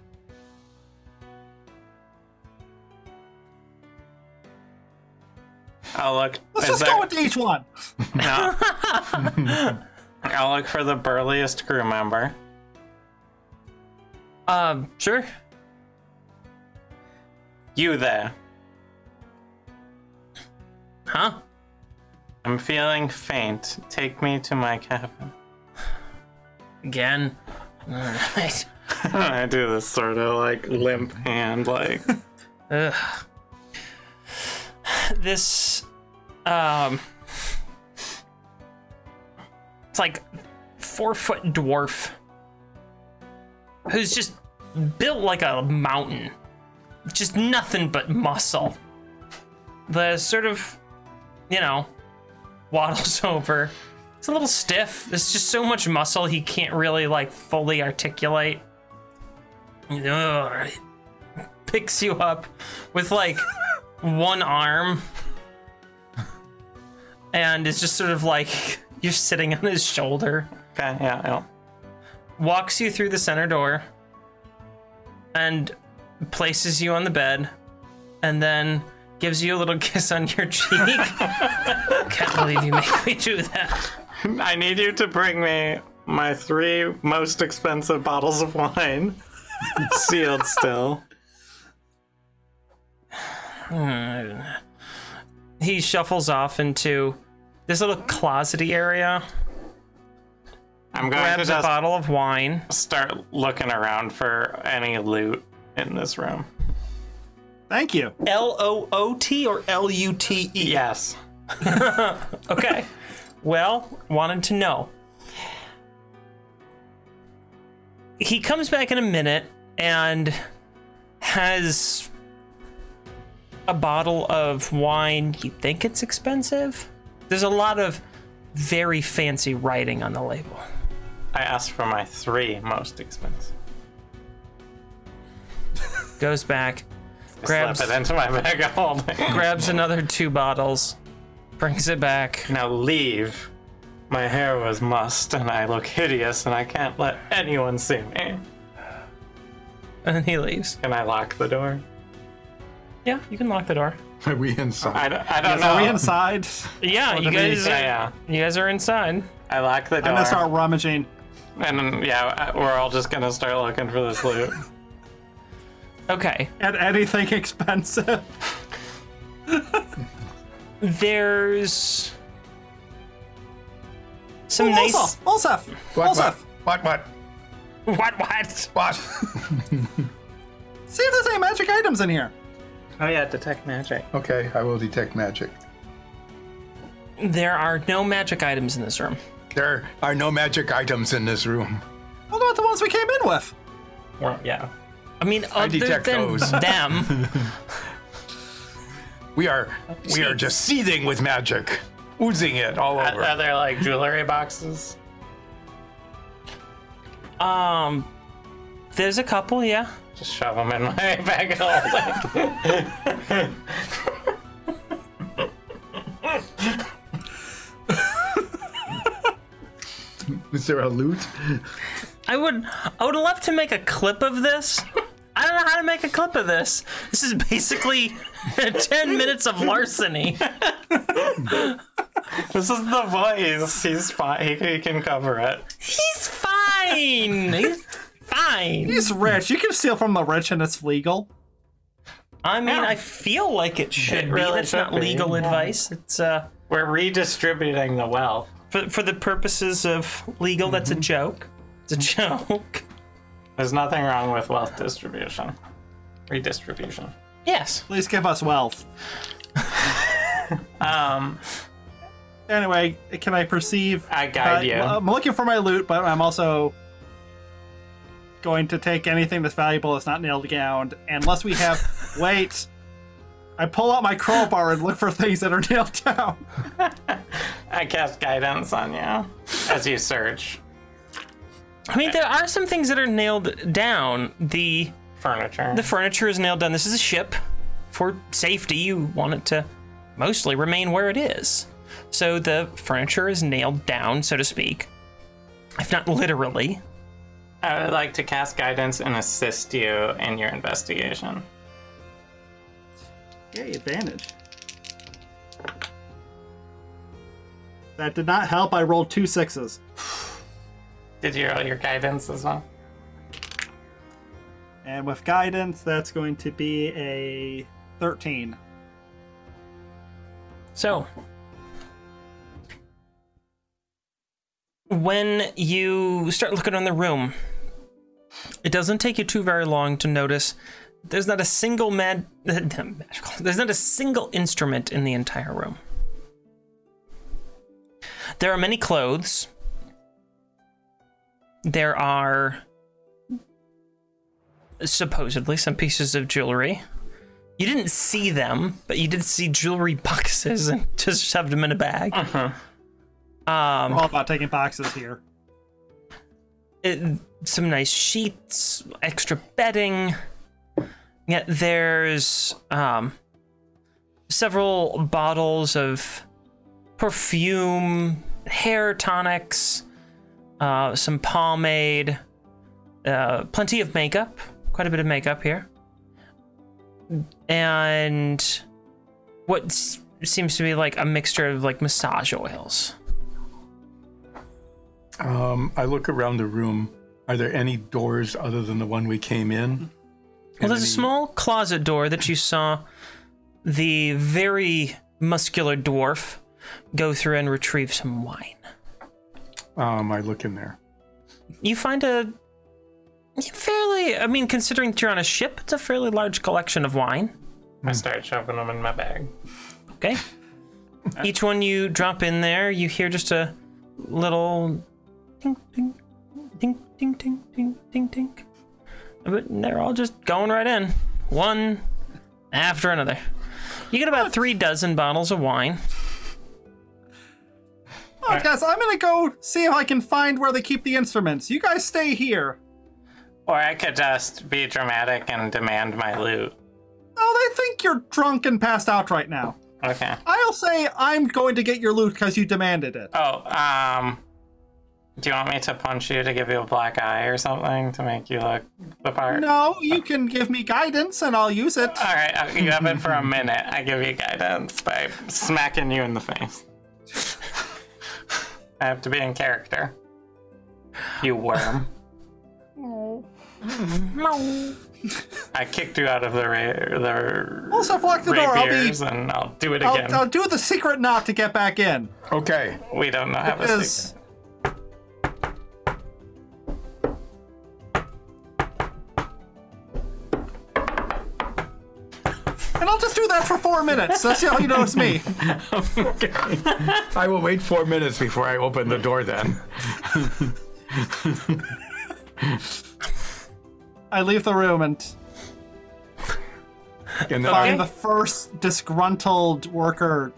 Speaker 3: I'll look.
Speaker 2: Let's
Speaker 3: is
Speaker 2: just
Speaker 3: there-
Speaker 2: go into each one.
Speaker 3: No. I'll look for the burliest crew member.
Speaker 1: Um. Sure.
Speaker 3: You there.
Speaker 1: Huh.
Speaker 3: I'm feeling faint. Take me to my cabin. <laughs>
Speaker 1: Again. Alright.
Speaker 3: I do this sort of like limp hand, like <laughs>
Speaker 1: Ugh. This, um, it's like four foot dwarf who's just built like a mountain, just nothing but muscle. The sort of, you know, <laughs> waddles over. It's a little stiff. There's just so much muscle he can't really like fully articulate. Ugh picks you up with like one arm and it's just sort of like you're sitting on his shoulder
Speaker 3: okay, yeah, yeah.
Speaker 1: walks you through the center door and places you on the bed and then gives you a little <laughs> kiss on your cheek <laughs> can't believe you make me do that
Speaker 3: I need you to bring me my three most expensive bottles of wine, <laughs> sealed still.
Speaker 1: he shuffles off into this little closety area
Speaker 3: I'm going to
Speaker 1: grabs a
Speaker 3: just
Speaker 1: bottle of wine
Speaker 3: start looking around for any loot in this room.
Speaker 5: Thank you.
Speaker 1: L O O T or L U T E?
Speaker 3: Yes.
Speaker 1: Okay. well, wanted to know. He comes back in a minute and has a bottle of wine. You think it's expensive? There's a lot of very fancy writing on the label.
Speaker 3: I asked for my three most expensive.
Speaker 1: Goes back, grabs,
Speaker 3: Slip it into my bag of holding.
Speaker 1: grabs another two bottles, brings it back.
Speaker 3: <laughs> Now leave. My hair was mussed and I look hideous and I can't let anyone see me.
Speaker 1: And he leaves.
Speaker 3: Can I lock the door?
Speaker 1: Yeah, you can lock the door.
Speaker 4: Are we
Speaker 3: I
Speaker 4: inside?
Speaker 3: don't, I don't
Speaker 5: Are we
Speaker 1: <laughs>
Speaker 3: know.
Speaker 5: inside?
Speaker 1: Yeah, you guys,
Speaker 3: yeah, yeah.
Speaker 1: you guys are inside.
Speaker 3: I lock the
Speaker 5: I'm gonna
Speaker 3: door.
Speaker 5: start rummaging.
Speaker 3: And um, yeah, we're all just gonna start looking for this loot.
Speaker 1: Okay.
Speaker 5: At anything <laughs> expensive.
Speaker 1: There's some nice.
Speaker 5: Olsef! Olsef! Olsef!
Speaker 4: What, what, what? What?
Speaker 1: <laughs> What? What?
Speaker 4: What?
Speaker 5: See if there's any magic items in here.
Speaker 3: Oh yeah, detect magic.
Speaker 4: <laughs> Okay, I will detect magic.
Speaker 1: There are no magic items in this room.
Speaker 4: There are no magic items in this room.
Speaker 5: What about the ones we came in with?
Speaker 3: Well, yeah.
Speaker 1: I mean, other
Speaker 4: detect
Speaker 1: than <laughs>
Speaker 4: those.
Speaker 1: them,
Speaker 4: We are we are just seething with magic, oozing it all
Speaker 3: Are, <laughs> are
Speaker 4: over.
Speaker 3: there like jewelry boxes?
Speaker 1: um, there's a couple. Yeah.
Speaker 3: Just shove them in my <laughs> bag of holding.
Speaker 4: Is there a loot?
Speaker 1: I would. I would love to make a clip of this. I don't know how to make a clip of this. This is basically <laughs> 10 minutes of larceny.
Speaker 3: this is the voice. He's fine. He, he can cover it.
Speaker 1: He's fine. <laughs> He's fine.
Speaker 5: He's rich. You can steal from the rich and it's legal.
Speaker 1: I mean, I feel like it should be.
Speaker 3: really
Speaker 1: That's not
Speaker 3: should be,
Speaker 1: legal advice. It's uh,
Speaker 3: We're redistributing the wealth.
Speaker 1: for for the purposes of legal. That's a joke. It's a joke.
Speaker 3: There's nothing wrong with wealth distribution. Redistribution.
Speaker 1: Yes.
Speaker 5: Please give us wealth.
Speaker 3: Um,
Speaker 5: Anyway, can I perceive?
Speaker 3: I guide you.
Speaker 5: I'm looking for my loot, but I'm also going to take anything that's valuable that's not nailed down, unless we
Speaker 3: <laughs>
Speaker 5: have. wait, I pull out my crowbar and look for things that are nailed down.
Speaker 3: I cast guidance on you as you search.
Speaker 1: I mean, there are some things that are nailed down. The
Speaker 3: Furniture.
Speaker 1: the furniture is nailed down. This is a ship. For safety, you want it to mostly remain where it is. So the furniture is nailed down, so to speak. If not literally.
Speaker 3: I would like to cast guidance and assist you in your investigation.
Speaker 2: Yay, advantage. That did not help. I rolled two sixes.
Speaker 3: Did you roll your guidance as well?
Speaker 2: And with guidance, that's going to be a 13.
Speaker 1: So, when you start looking around the room, it doesn't take you too very long to notice there's not a single mag- <laughs> magical. There's not a single instrument in the entire room. There are many clothes. There are supposedly some pieces of jewelry. You didn't see them, but you did see jewelry <laughs> boxes and just shoved them in a bag. Um,
Speaker 2: I'm all about taking boxes here.
Speaker 1: it, uh, some nice sheets, extra bedding. Yeah, there's um, several bottles of perfume, hair tonics, uh, some pomade, uh, plenty of makeup, quite a bit of makeup here, and what s- seems to be like a mixture of like massage oils.
Speaker 4: Um, I look around the room. Are there any doors other than the one we came in?
Speaker 1: Well, there's a small closet door that you saw the very muscular dwarf go through and retrieve some wine.
Speaker 4: Um, I look in there.
Speaker 1: You find a fairly, I mean, considering that you're on a ship, it's a fairly large collection of wine.
Speaker 3: I start shoving them in my bag.
Speaker 1: Okay. Each one you drop in there, you hear just a little ding, ding, ding, ding, ding, ding, ding, ding. But they're all just going right in, one after another. You get about three dozen bottles of wine.
Speaker 2: All right, guys, I'm gonna go see if I can find where they keep the instruments. You guys stay here.
Speaker 3: Or I could just be dramatic and demand my loot.
Speaker 2: Oh, they think you're drunk and passed out right now.
Speaker 3: Okay.
Speaker 2: I'll say I'm going to get your loot because you demanded it.
Speaker 3: Oh, um, do you want me to punch you to give you a black eye or something to make you look the part?
Speaker 2: No, you can give me guidance and I'll use it.
Speaker 3: All right, uh, you have it for a minute. I give you guidance by smacking you in the face. I have to be in character. You worm. I kicked you out of the ra- the
Speaker 2: Also, if I lock the door, I'll be.
Speaker 3: rapiers, and I'll do it again.
Speaker 2: I'll, I'll do the secret knot to get back in.
Speaker 4: Okay.
Speaker 3: we don't know how to
Speaker 2: Because
Speaker 3: speak.
Speaker 2: And I'll just do that for four minutes. That's how you notice me.
Speaker 4: I will wait four minutes before I open the door then.
Speaker 2: <laughs> I leave the room and
Speaker 4: <laughs> And then
Speaker 2: find
Speaker 4: I,
Speaker 2: the first disgruntled worker.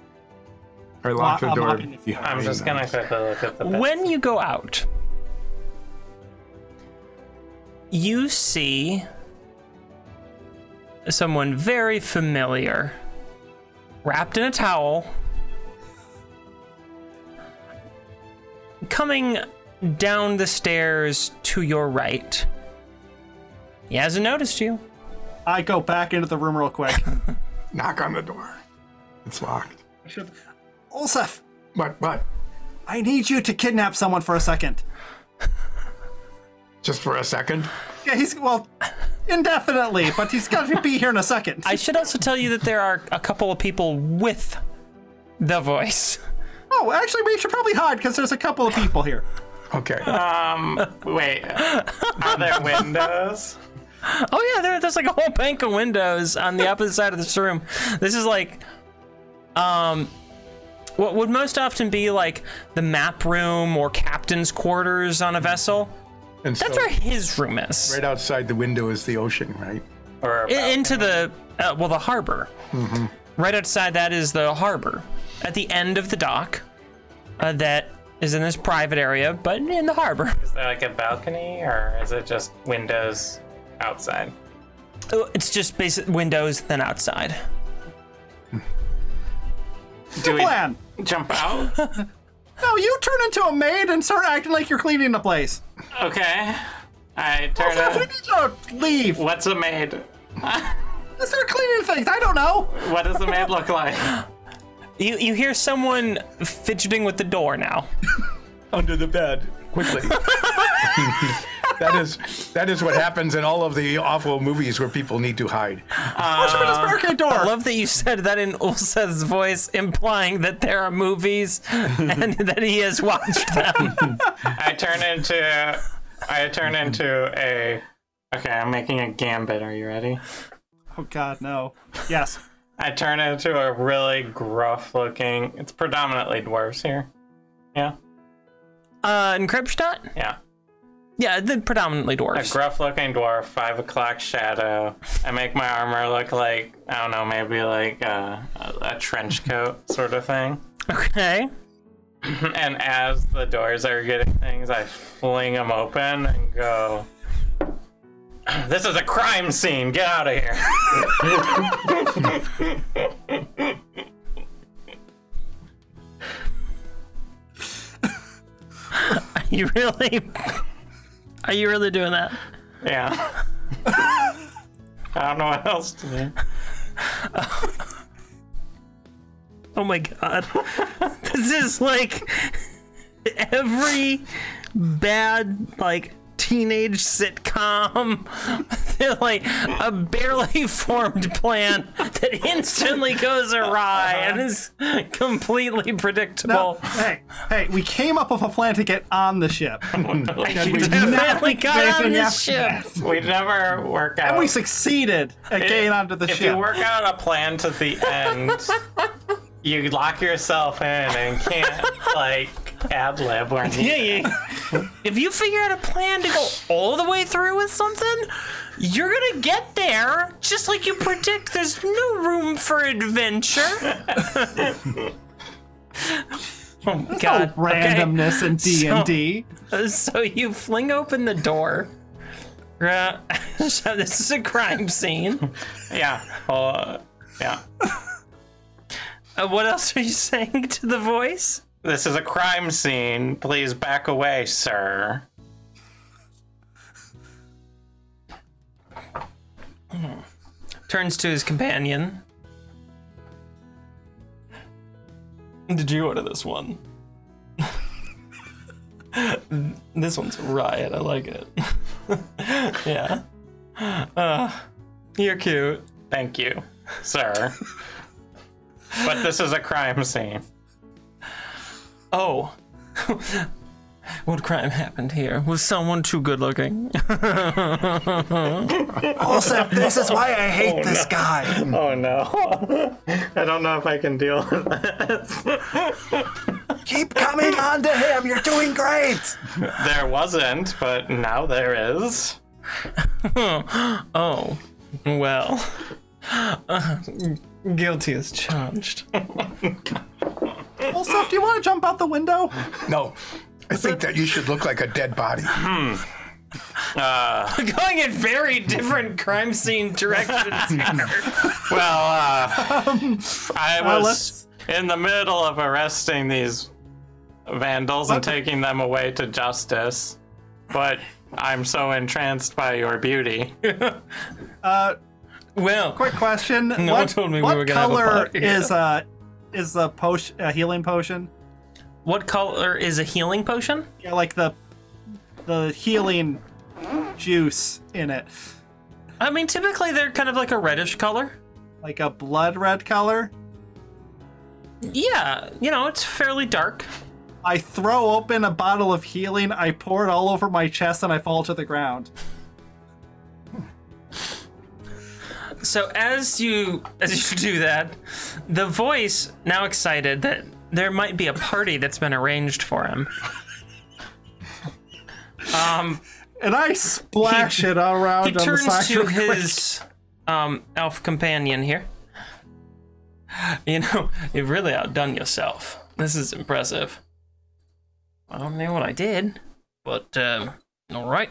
Speaker 4: I lock the
Speaker 2: I'm
Speaker 4: door
Speaker 2: locking it.
Speaker 4: behind
Speaker 3: I'm just
Speaker 4: them.
Speaker 3: gonna quickly look at the.
Speaker 1: When you go out, you see someone very familiar, wrapped in a towel, coming down the stairs to your right. He hasn't noticed you.
Speaker 2: I go back into the room real <laughs> quick.
Speaker 4: Knock on the door. It's locked.
Speaker 2: Olsef,
Speaker 4: But, but,
Speaker 2: I need you to kidnap someone for a second.
Speaker 4: just for a second.
Speaker 2: Yeah, he's well, indefinitely, but he's got to be here in a second.
Speaker 1: I should also tell you that there are a couple of people with the voice. <laughs>
Speaker 2: oh, actually, we should probably hide because there's a couple of people here.
Speaker 4: Okay.
Speaker 2: Uh,
Speaker 3: Um, wait. Are there windows?
Speaker 1: Oh yeah, there, there's like a whole bank of windows on the opposite side of this room. This is like, um, what would most often be like the map room or captain's quarters on a vessel.
Speaker 4: and
Speaker 1: That's
Speaker 4: so,
Speaker 1: where his room is.
Speaker 4: Right outside the window is the ocean, right?
Speaker 3: Or
Speaker 1: I- into the uh, well, the harbor. Right outside that is the harbor. At the end of the dock, uh, that is in this private area, but in the harbor.
Speaker 3: Is there like a balcony or is it just windows outside?
Speaker 1: Oh, It's just basic windows, then outside.
Speaker 3: Do we
Speaker 5: plan.
Speaker 3: jump out?
Speaker 5: No, you turn into a maid and start acting like you're cleaning the place.
Speaker 3: Okay. I turn
Speaker 5: Steph, we
Speaker 3: out.
Speaker 5: need to leave.
Speaker 3: What's a maid?
Speaker 5: Start cleaning things. I don't know.
Speaker 3: What does a maid look like?
Speaker 1: You you hear someone fidgeting with the door now.
Speaker 4: under the bed
Speaker 2: <laughs>
Speaker 4: quickly. <laughs> that is that is what happens in all of the awful movies where people need to hide.
Speaker 5: Open this barricade
Speaker 1: I
Speaker 5: door.
Speaker 1: love that you said that in Ulseth's voice, implying that there are movies and that he has watched them.
Speaker 3: I turn into I turn into a Okay, I'm making a gambit. Are you ready?
Speaker 5: oh God, no. Yes.
Speaker 3: I turn into a really gruff looking it's predominantly dwarves here. Yeah?
Speaker 1: Uh, in Kripstadt?
Speaker 3: Yeah.
Speaker 1: Yeah, the predominantly
Speaker 3: A
Speaker 1: dwarves.
Speaker 3: gruff looking dwarf, five o'clock shadow. I make my armor look like I don't know, maybe like uh, a, a trench coat sort of thing. <clears throat>
Speaker 1: Okay.
Speaker 3: And as the doors are getting things, I fling them open and go. <clears throat> This is a crime scene. Get out of here. <laughs>
Speaker 1: Are you really? Are you really doing that?
Speaker 3: Yeah. <laughs> I don't know what else to do.
Speaker 1: Oh my god. <laughs> this is like every bad like teenage sitcom. <laughs> They're like a barely formed plan that instantly goes awry and is completely
Speaker 5: No.
Speaker 1: predictable. <laughs>
Speaker 5: Hey, hey. We came up with a plan to get on the ship.
Speaker 1: You definitely got on
Speaker 5: Anything
Speaker 1: this
Speaker 5: after
Speaker 1: ship.
Speaker 5: that.
Speaker 3: We never work out.
Speaker 5: And we succeeded at getting onto the
Speaker 3: if
Speaker 5: ship.
Speaker 3: you work out a plan to the end, <laughs> you lock yourself in and can't like ad lib or anything.
Speaker 1: Yeah, yeah. If you figure out a plan to go all the way through with something, you're gonna get there just like you predict. There's no room for adventure. <laughs> oh my
Speaker 5: No
Speaker 1: god! Okay.
Speaker 5: randomness in D and D.
Speaker 1: <laughs> So you fling open the door. Uh, <laughs> so this is a crime scene.
Speaker 3: Yeah. Well, uh, yeah.
Speaker 1: Uh, what else are you saying to the voice?
Speaker 3: This is a crime scene. Please back away, sir.
Speaker 1: Turns to his companion. Did you order this one? <laughs> this one's a riot. I like it. <laughs> yeah. Uh, you're cute.
Speaker 3: Thank you, sir. but this is a crime scene.
Speaker 1: Oh. <laughs> what crime happened here? Was someone too good looking? <laughs>
Speaker 2: Also, this is why I hate this guy.
Speaker 3: Oh no. <laughs> I don't know if I can deal with this.
Speaker 2: Keep coming on to him. You're doing great.
Speaker 3: There wasn't, but now there is.
Speaker 1: oh. Well. <laughs> Uh, guilty as charged. <laughs>
Speaker 5: Well, Steph, do you want to jump out the window?
Speaker 4: No, I think that you should look like a dead body.
Speaker 1: going in very different crime scene directions here.
Speaker 3: Well, uh, I was
Speaker 5: let's-
Speaker 3: in the middle of arresting these vandals and taking them away to justice, but I'm so entranced by your beauty.
Speaker 1: <laughs> Well,
Speaker 5: Quick question.
Speaker 1: <laughs> No one
Speaker 5: what
Speaker 1: told me we
Speaker 5: what
Speaker 1: were gonna have a
Speaker 5: color
Speaker 1: party.
Speaker 5: is uh is the potion a healing potion?
Speaker 1: what color is a healing potion?
Speaker 5: Yeah, like the the healing juice in it,
Speaker 1: I mean, typically they're kind of like a reddish color.
Speaker 5: like a blood red color.
Speaker 1: Yeah, you know, it's fairly dark.
Speaker 5: I throw open a bottle of healing. I pour it all over my chest, and I fall to the ground.
Speaker 1: So as you as you <laughs> do that, the voice now excited that there might be a party that's been arranged for him. Um,
Speaker 5: And I splash it all around.
Speaker 1: he
Speaker 5: on the
Speaker 1: turns
Speaker 5: side
Speaker 1: to
Speaker 5: real quick.
Speaker 1: his um, elf companion here. <laughs> You know, you've really outdone yourself. This is impressive. I don't know what I did, but um, all right.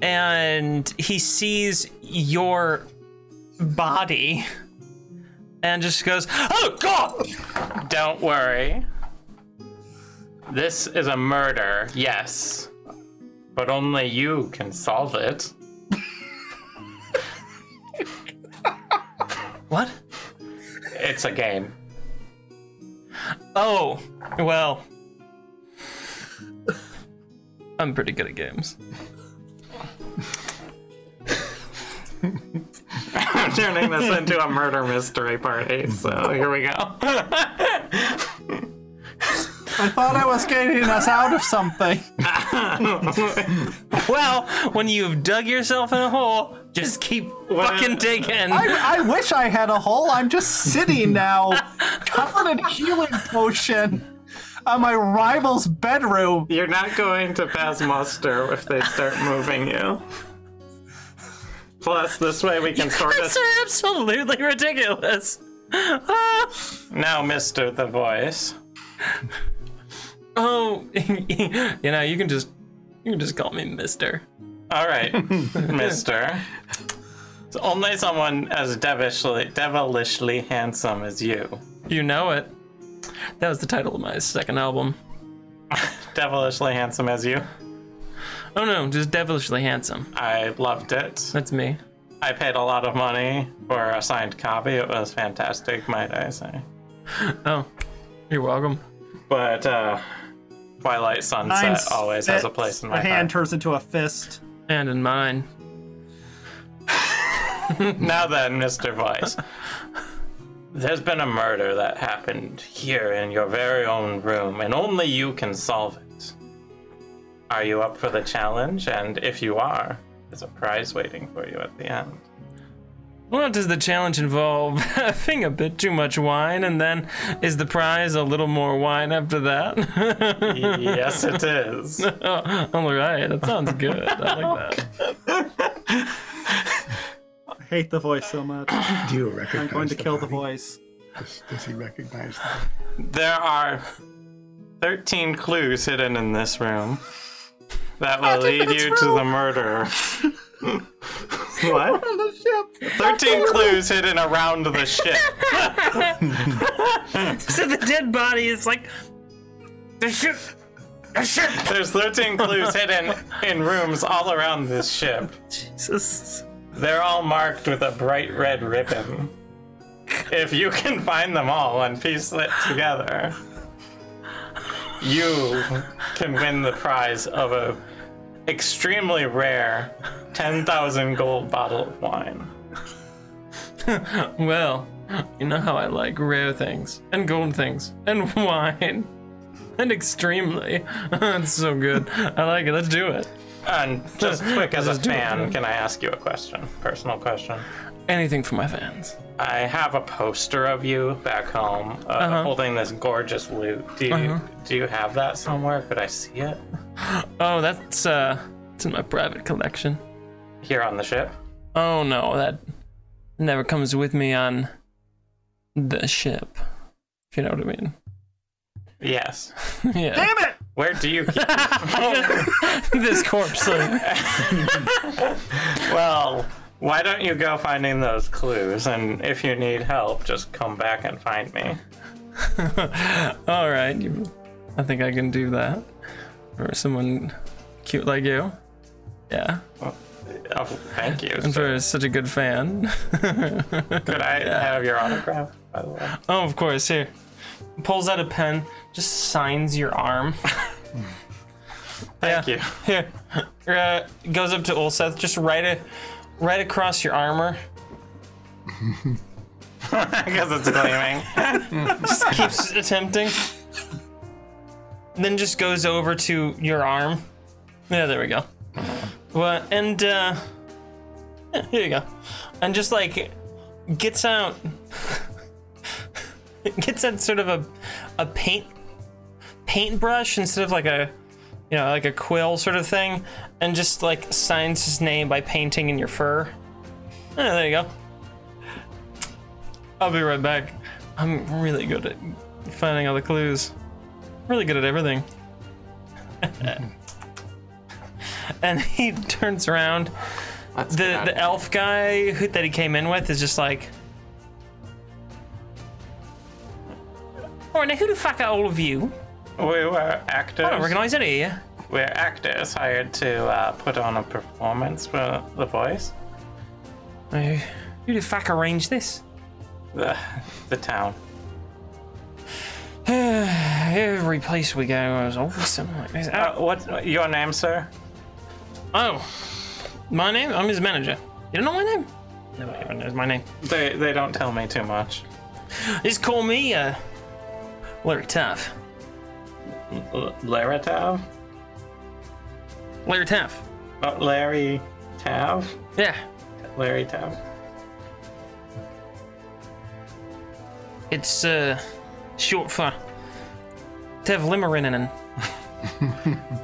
Speaker 1: And he sees your body and just goes, "Oh God!"
Speaker 3: Don't worry. This is a murder, yes. But only you can solve it.
Speaker 1: What?
Speaker 3: It's a game.
Speaker 1: Oh, well. I'm pretty good at games.
Speaker 3: I'm <laughs> turning this into a murder mystery party, so here we go.
Speaker 5: I thought I was getting us out of something.
Speaker 1: Well, when you've dug yourself in a hole, just keep fucking digging.
Speaker 5: I, I wish I had a hole. I'm just sitting now, covered in healing potion, on my rival's bedroom.
Speaker 3: You're not going to pass muster if they start moving you. Plus, this way we can sort of.
Speaker 1: That's absolutely ridiculous. Ah.
Speaker 3: Now, Mister the Voice.
Speaker 1: oh, <laughs> you know, you can just you can just call me Mister.
Speaker 3: All right, Mister. It's only someone as devilishly, devilishly handsome as you.
Speaker 1: You know it. That was the title of my second album.
Speaker 3: Devilishly handsome as you.
Speaker 1: Oh no, just devilishly handsome.
Speaker 3: I loved it.
Speaker 1: That's me.
Speaker 3: I paid a lot of money for a signed copy. It was fantastic, might I say.
Speaker 1: Oh, you're welcome.
Speaker 3: But uh, Twilight Sunset
Speaker 5: Mine
Speaker 3: uh, always has a
Speaker 5: spits,
Speaker 3: place in my
Speaker 5: hand
Speaker 3: hand.
Speaker 5: turns into a fist.
Speaker 1: And in mine.
Speaker 3: Now then, Mr. Vice. There's been a murder that happened here in your very own room, and only you can solve it. Are you up for the challenge? And if you are, there's a prize waiting for you at the end.
Speaker 1: Well, does the challenge involve <laughs> having a bit too much wine, and then is the prize a little more wine after that? <laughs>
Speaker 3: yes, it is.
Speaker 1: Oh, all right, that sounds good. I <laughs> like that.
Speaker 5: I hate the voice so much. I'm
Speaker 4: Do you recognize?
Speaker 5: going to kill the
Speaker 4: body?
Speaker 5: voice.
Speaker 4: Does, does he recognize?
Speaker 3: There are 13 clues hidden in this room that will lead you to the murderer. what? 13 clues hidden around the ship.
Speaker 1: So the dead body is like, the ship, the ship.
Speaker 3: There's 13 clues hidden in rooms all around this ship.
Speaker 1: Jesus.
Speaker 3: They're all marked with a bright red ribbon. If you can find them all and piece it together, you can win the prize of a extremely rare 10,000 gold bottle of wine.
Speaker 1: <laughs> Well, you know how I like rare things and gold things and <laughs> wine and extremely. <laughs> That's so good. I like it. Let's do it.
Speaker 3: And just quick as a
Speaker 1: Let's do it.
Speaker 3: fan, can I ask you a question? Personal question.
Speaker 1: Anything for my fans.
Speaker 3: I have a poster of you back home uh, holding this gorgeous loot. Do you, do you have that somewhere? Could I see it?
Speaker 1: Oh, that's uh, it's in my private collection.
Speaker 3: Here on the ship?
Speaker 1: Oh no, that never comes with me on the ship. If you know what I mean. <laughs>
Speaker 3: Yes.
Speaker 1: yeah.
Speaker 5: Damn it!
Speaker 3: Where do you keep it?
Speaker 1: <laughs> this <laughs> corpse. Like,
Speaker 3: Well, why don't you go finding those clues? And if you need help, just come back and find me.
Speaker 1: All right, you, I think I can do that. Or someone cute like you. Yeah,
Speaker 3: Oh, thank you.
Speaker 1: and
Speaker 3: sir.
Speaker 1: for such a good fan. <laughs>
Speaker 3: Could I have your autograph, by
Speaker 1: <laughs>
Speaker 3: the way?
Speaker 1: oh, of course. Here, pulls out a pen, just signs your arm. <laughs>
Speaker 3: Thank you. <laughs>
Speaker 1: Here, uh, goes up to Ulseth, just right, a, right across your armor.
Speaker 3: Because
Speaker 1: <laughs>
Speaker 3: it's gleaming.
Speaker 1: keeps attempting. Then just goes over to your arm. Yeah, there we go. Well, and uh, yeah, here you go. And just like gets out, <laughs> gets out sort of a a paint paintbrush instead of like a you know like a quill sort of thing, and just like signs his name by painting in your fur. Yeah, there you go. I'll be right back. I'm really good at finding all the clues. Really good at everything. <laughs> and he turns around.
Speaker 3: Let's
Speaker 1: The
Speaker 3: get out
Speaker 1: the
Speaker 3: of-
Speaker 1: elf guy who, that he came in with is just like. Oh, now who the fuck are all of you?
Speaker 3: we were actors.
Speaker 1: I don't recognize any of you.
Speaker 3: We're actors hired to uh, put on a performance for The Voice.
Speaker 1: Uh, Who the fuck arranged this?
Speaker 3: The, the town.
Speaker 1: Every place we go, there's always something like this.
Speaker 3: Uh,
Speaker 1: Oh,
Speaker 3: what your name, sir?
Speaker 1: oh, my name? I'm his manager. You don't know my name? Nobody ever knows my name.
Speaker 3: They they don't tell me too much.
Speaker 1: Just call me, uh, Larry Taff.
Speaker 3: L- Lara Tav?
Speaker 1: Larry Taff.
Speaker 3: Uh, Larry Tav?
Speaker 1: Yeah,
Speaker 3: Larry Tav?
Speaker 1: it's, uh, short for Tev Limerinen.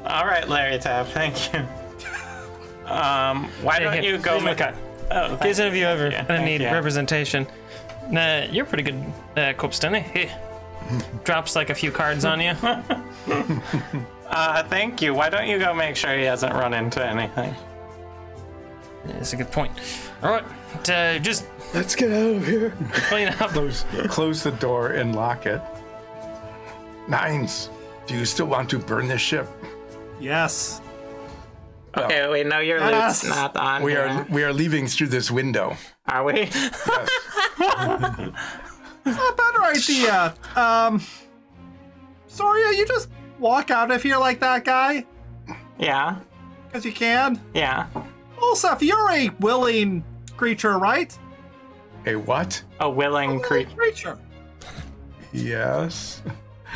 Speaker 3: All right, Larry Tav. Thank you. Um, why
Speaker 1: Hey,
Speaker 3: don't
Speaker 1: here,
Speaker 3: you go
Speaker 1: here's my
Speaker 3: make
Speaker 1: card.
Speaker 3: Oh,
Speaker 1: Here's
Speaker 3: thank-
Speaker 1: an interview over.
Speaker 3: Yeah,
Speaker 1: I don't
Speaker 3: thank
Speaker 1: need
Speaker 3: you.
Speaker 1: representation. Nah, you're a pretty good uh, corpse stunner. Here.
Speaker 3: <laughs>
Speaker 1: Drops like a few cards on you.
Speaker 3: uh, thank you. Why don't you go make sure he hasn't run into anything?
Speaker 1: That's a good point. All right, uh, just
Speaker 6: Let's get out of here.
Speaker 1: clean up.
Speaker 4: Close, close the door and lock it. Nines, do you still want to burn this ship?
Speaker 5: Yes.
Speaker 3: Okay, we know your loot's
Speaker 5: Yes.
Speaker 3: not on
Speaker 4: We
Speaker 3: here.
Speaker 4: are we are leaving through this window.
Speaker 3: Are we? <laughs>
Speaker 4: Yes.
Speaker 5: A better idea. Um, Soria, you just walk out of here like that guy
Speaker 3: yeah.
Speaker 5: because you can.
Speaker 3: Yeah.
Speaker 5: Olsef, you're a willing creature, right?
Speaker 4: A what?
Speaker 3: A willing creature.
Speaker 5: creature.
Speaker 4: Yes.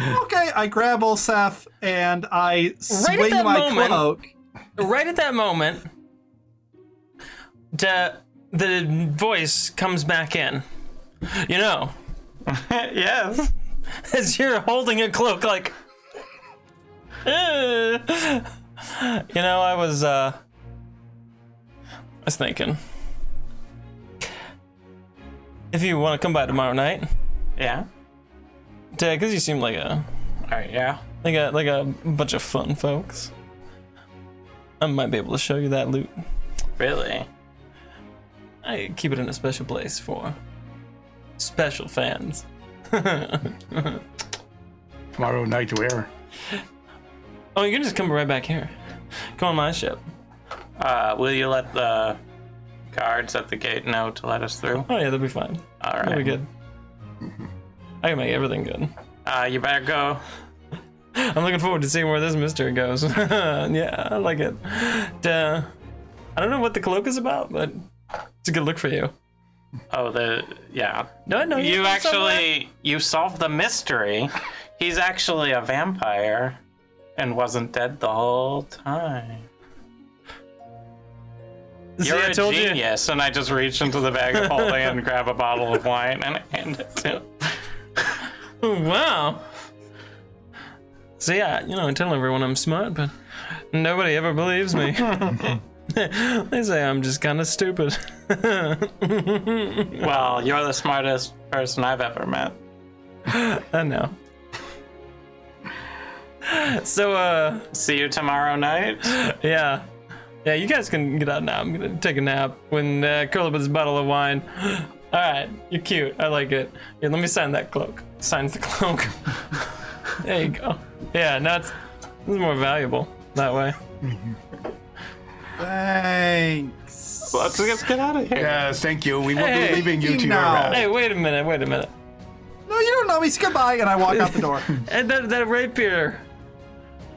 Speaker 5: Okay, I grab Olsef and I swing
Speaker 1: that
Speaker 5: my
Speaker 1: moment-
Speaker 5: cloak.
Speaker 1: Right at that moment, the the voice comes back in. You know,
Speaker 3: <laughs> yes.
Speaker 1: as you're holding a cloak, like, "Eh." you know, I was uh, I was thinking, if you want to come by tomorrow night,
Speaker 3: Yeah.
Speaker 1: because you seem like a
Speaker 3: All right. Yeah.
Speaker 1: like a like a bunch of fun folks. I might be able to show you that loot.
Speaker 3: Really?
Speaker 1: I keep it in a special place for special fans.
Speaker 4: Tomorrow night where?
Speaker 1: Oh, you can just come right back here. Come on my ship.
Speaker 3: Uh, will you let the guards at the gate know to let us through?
Speaker 1: Oh yeah, that'll be fine.
Speaker 3: All right.
Speaker 1: That'll be good. I can make everything good.
Speaker 3: Uh, you better go.
Speaker 1: I'm looking forward to seeing where this mystery goes. <laughs> yeah, I like it. Duh. I don't know what the cloak is about, but it's a good look for you.
Speaker 3: Oh, the yeah.
Speaker 1: No, <laughs> no,
Speaker 3: You actually you solved the mystery. He's actually a vampire, and wasn't dead the whole time. You're
Speaker 1: I
Speaker 3: a
Speaker 1: told you.
Speaker 3: genius, and I just reach into the
Speaker 1: <laughs>
Speaker 3: bag of holding and grab a bottle of wine and hand it to. him.
Speaker 1: Oh, wow. So yeah, you know, I tell everyone I'm smart, but nobody ever believes me. <laughs> they say I'm just kind of stupid. <laughs>
Speaker 3: Well, you're the smartest person I've ever met.
Speaker 1: I know. So uh,
Speaker 3: See you tomorrow
Speaker 1: <gasps>
Speaker 3: night.
Speaker 1: yeah, yeah, you guys can get out now. I'm gonna take a nap when uh, curl up with this bottle of wine. <gasps> All right, you're cute. I like it. Here, let me sign that cloak. Signs the cloak. <laughs> there you go. Yeah, now it's, it's more valuable that way.
Speaker 5: Thanks.
Speaker 3: Let's, let's get out of here.
Speaker 4: Yes, thank you. We will
Speaker 1: Hey,
Speaker 4: be leaving you to your
Speaker 5: no.
Speaker 4: rest.
Speaker 1: Hey, wait a minute, wait a minute.
Speaker 5: No, you don't know me. Say goodbye, and I walk out the
Speaker 4: <laughs>
Speaker 5: door.
Speaker 1: And that that rapier,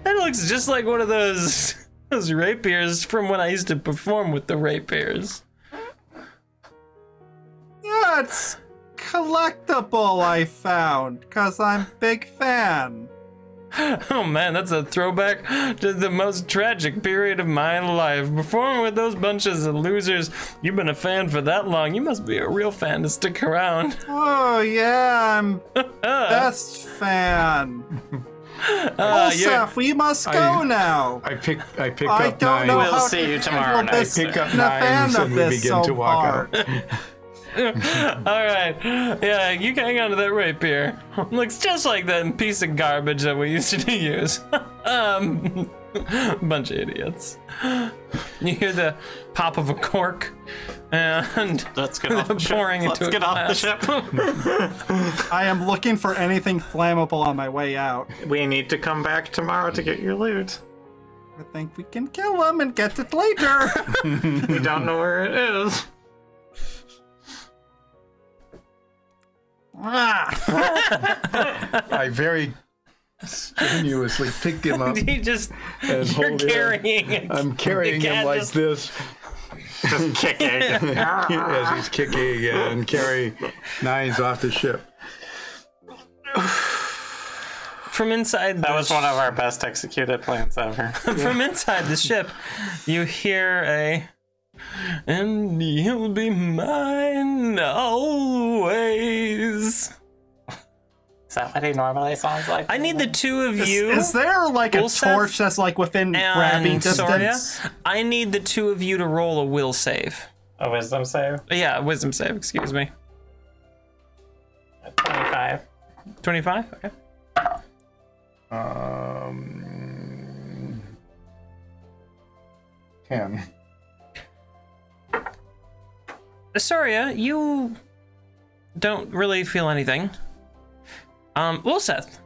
Speaker 1: that looks just like one of those <laughs> those rapiers from when I used to perform with the rapiers.
Speaker 5: yeah, it's collectible I found, cause I'm big fan.
Speaker 1: <laughs> Oh man, that's a throwback to the most tragic period of my life. Performing with those bunches of losers. You've been a fan for that long. You must be a real fan to stick around. <laughs>
Speaker 5: Oh yeah,
Speaker 3: <laughs>
Speaker 5: I'm best fan.
Speaker 1: Uh, you're-
Speaker 5: Seth, we must go
Speaker 4: I-
Speaker 5: now.
Speaker 4: I picked I picked
Speaker 5: I
Speaker 4: up
Speaker 5: don't
Speaker 4: nine.
Speaker 5: know
Speaker 3: We'll
Speaker 5: how
Speaker 3: see
Speaker 5: to
Speaker 3: you tomorrow
Speaker 5: handle
Speaker 3: night,
Speaker 5: this.
Speaker 3: sir.
Speaker 4: pick up
Speaker 5: I'm a fan
Speaker 4: nines
Speaker 5: of
Speaker 4: and we
Speaker 5: this so
Speaker 4: begin to walk
Speaker 5: far.
Speaker 4: out.
Speaker 1: All right, yeah, you can hang on to that <laughs> rapier. Looks just like that piece of garbage that we used to use. <laughs> um, <laughs> Bunch of idiots. You hear the pop of a cork, <laughs> and <laughs>
Speaker 3: Let's get off the ship.
Speaker 1: Pouring
Speaker 3: Let's
Speaker 1: into a
Speaker 3: get off the ship.
Speaker 5: I am looking for anything flammable on my way out.
Speaker 1: <laughs>
Speaker 3: we need to come back tomorrow to get your loot.
Speaker 5: I think we can kill him and get it later.
Speaker 3: We don't know where it
Speaker 1: <laughs>
Speaker 3: is.
Speaker 5: Ah.
Speaker 4: I very <laughs> strenuously picked him up
Speaker 1: you just
Speaker 4: and
Speaker 1: you're
Speaker 4: hold him.
Speaker 1: carrying. it.
Speaker 4: I'm carrying
Speaker 1: You
Speaker 4: him
Speaker 1: can't
Speaker 4: like
Speaker 1: just-
Speaker 4: this
Speaker 3: Just kick
Speaker 4: <laughs>
Speaker 3: it.
Speaker 4: as he's kicking and carry nines off the ship.
Speaker 1: From inside,
Speaker 3: That was one of our best executed
Speaker 1: <laughs>
Speaker 3: plans ever.
Speaker 1: from inside the ship, you hear a. And he'll be mine always.
Speaker 3: Is that what he normally sounds like?
Speaker 1: I need the two of you.
Speaker 5: Is there like a
Speaker 1: Ulseth
Speaker 5: torch that's like within grabbing
Speaker 1: and
Speaker 5: distance?
Speaker 1: Soria, I need the two of you to roll a will save.
Speaker 3: a wisdom save.
Speaker 1: Yeah, wisdom save, excuse me.
Speaker 3: Twenty-five.
Speaker 1: 25? Okay.
Speaker 4: Um, ten.
Speaker 1: Soria, you don't really feel anything. Um, well, Seth,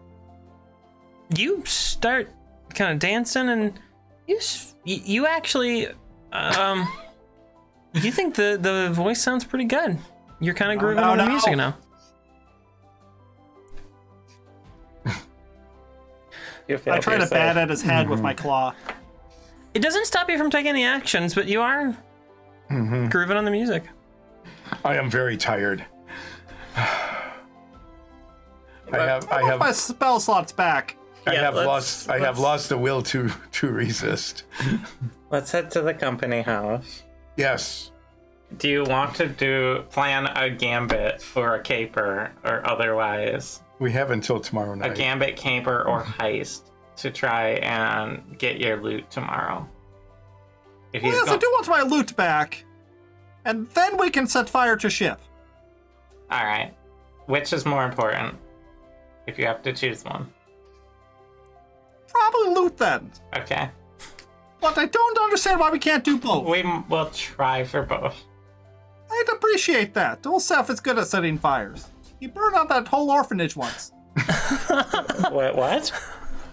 Speaker 1: you start kind of dancing, and you s- y- you actually, um, you think the the voice sounds pretty good. You're kind of grooving
Speaker 5: no,
Speaker 1: on the
Speaker 5: no.
Speaker 1: music now.
Speaker 3: You feel
Speaker 5: I try to
Speaker 3: yourself.
Speaker 5: bat at his head with my claw.
Speaker 1: It doesn't stop you from taking any actions, but you are
Speaker 5: Mm-hmm.
Speaker 1: grooving on the music.
Speaker 4: I am very tired. I have I
Speaker 5: Put my
Speaker 4: have
Speaker 5: spell slots back.
Speaker 4: I
Speaker 3: Yeah,
Speaker 4: have
Speaker 3: let's-
Speaker 4: lost I have lost the will to to resist.
Speaker 3: Let's head to the company house.
Speaker 4: Yes.
Speaker 3: Do you want to do plan a gambit or a caper or otherwise?
Speaker 4: We have until tomorrow night.
Speaker 3: A gambit, caper,
Speaker 4: <laughs>
Speaker 3: or heist to try and get your loot tomorrow. If he's
Speaker 5: Yes, I
Speaker 3: gon-
Speaker 5: do want my loot back. And then we can set fire to ship.
Speaker 3: All right. Which is more important? If you have to choose one.
Speaker 5: Probably loot then.
Speaker 3: Okay.
Speaker 5: But I don't understand why we can't do both.
Speaker 3: We m- will try for both.
Speaker 5: I'd appreciate that. Olsef is good at setting fires. He burned out that whole orphanage once.
Speaker 3: <laughs> What? What?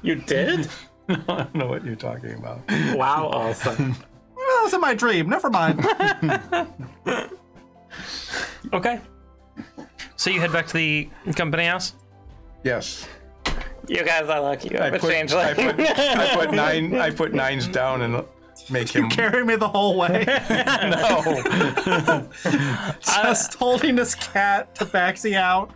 Speaker 3: You did?
Speaker 4: I don't know what you're talking about.
Speaker 3: <laughs> wow, awesome.
Speaker 5: Well, that was in my dream. Never mind.
Speaker 1: Okay. So you head back to the company house.
Speaker 4: Yes.
Speaker 3: <laughs> You guys are lucky. I'm
Speaker 4: I
Speaker 3: a
Speaker 4: put, I,
Speaker 3: changeling.
Speaker 4: put,
Speaker 3: <laughs>
Speaker 4: I put nine I put nines down and make him
Speaker 5: Carry me the whole
Speaker 1: <laughs>
Speaker 5: way.
Speaker 4: no.
Speaker 5: <laughs> Just holding this cat tabaxi out.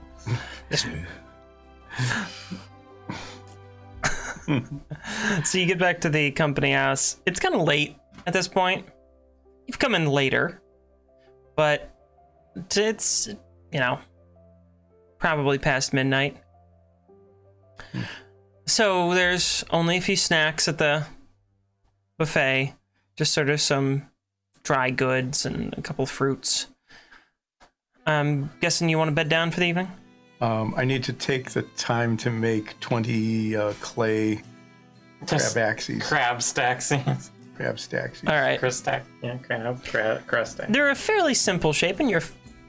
Speaker 1: So you get back to the company house. It's kind of late at this point. You've come in later, but it's, you know, probably past midnight. So there's only a few snacks at the buffet, just sort of some dry goods and a couple fruits. I'm guessing you want to bed down for the evening?
Speaker 4: Um, I need to take the time to make 20 uh, clay
Speaker 3: <laughs>
Speaker 4: crab
Speaker 3: Just
Speaker 4: axes,
Speaker 3: crab stacks. <laughs>
Speaker 4: crab stacks.
Speaker 1: All right.
Speaker 3: Crust stack. Yeah, crab. Crab. Crust stack.
Speaker 1: they're a fairly simple shape, and you're,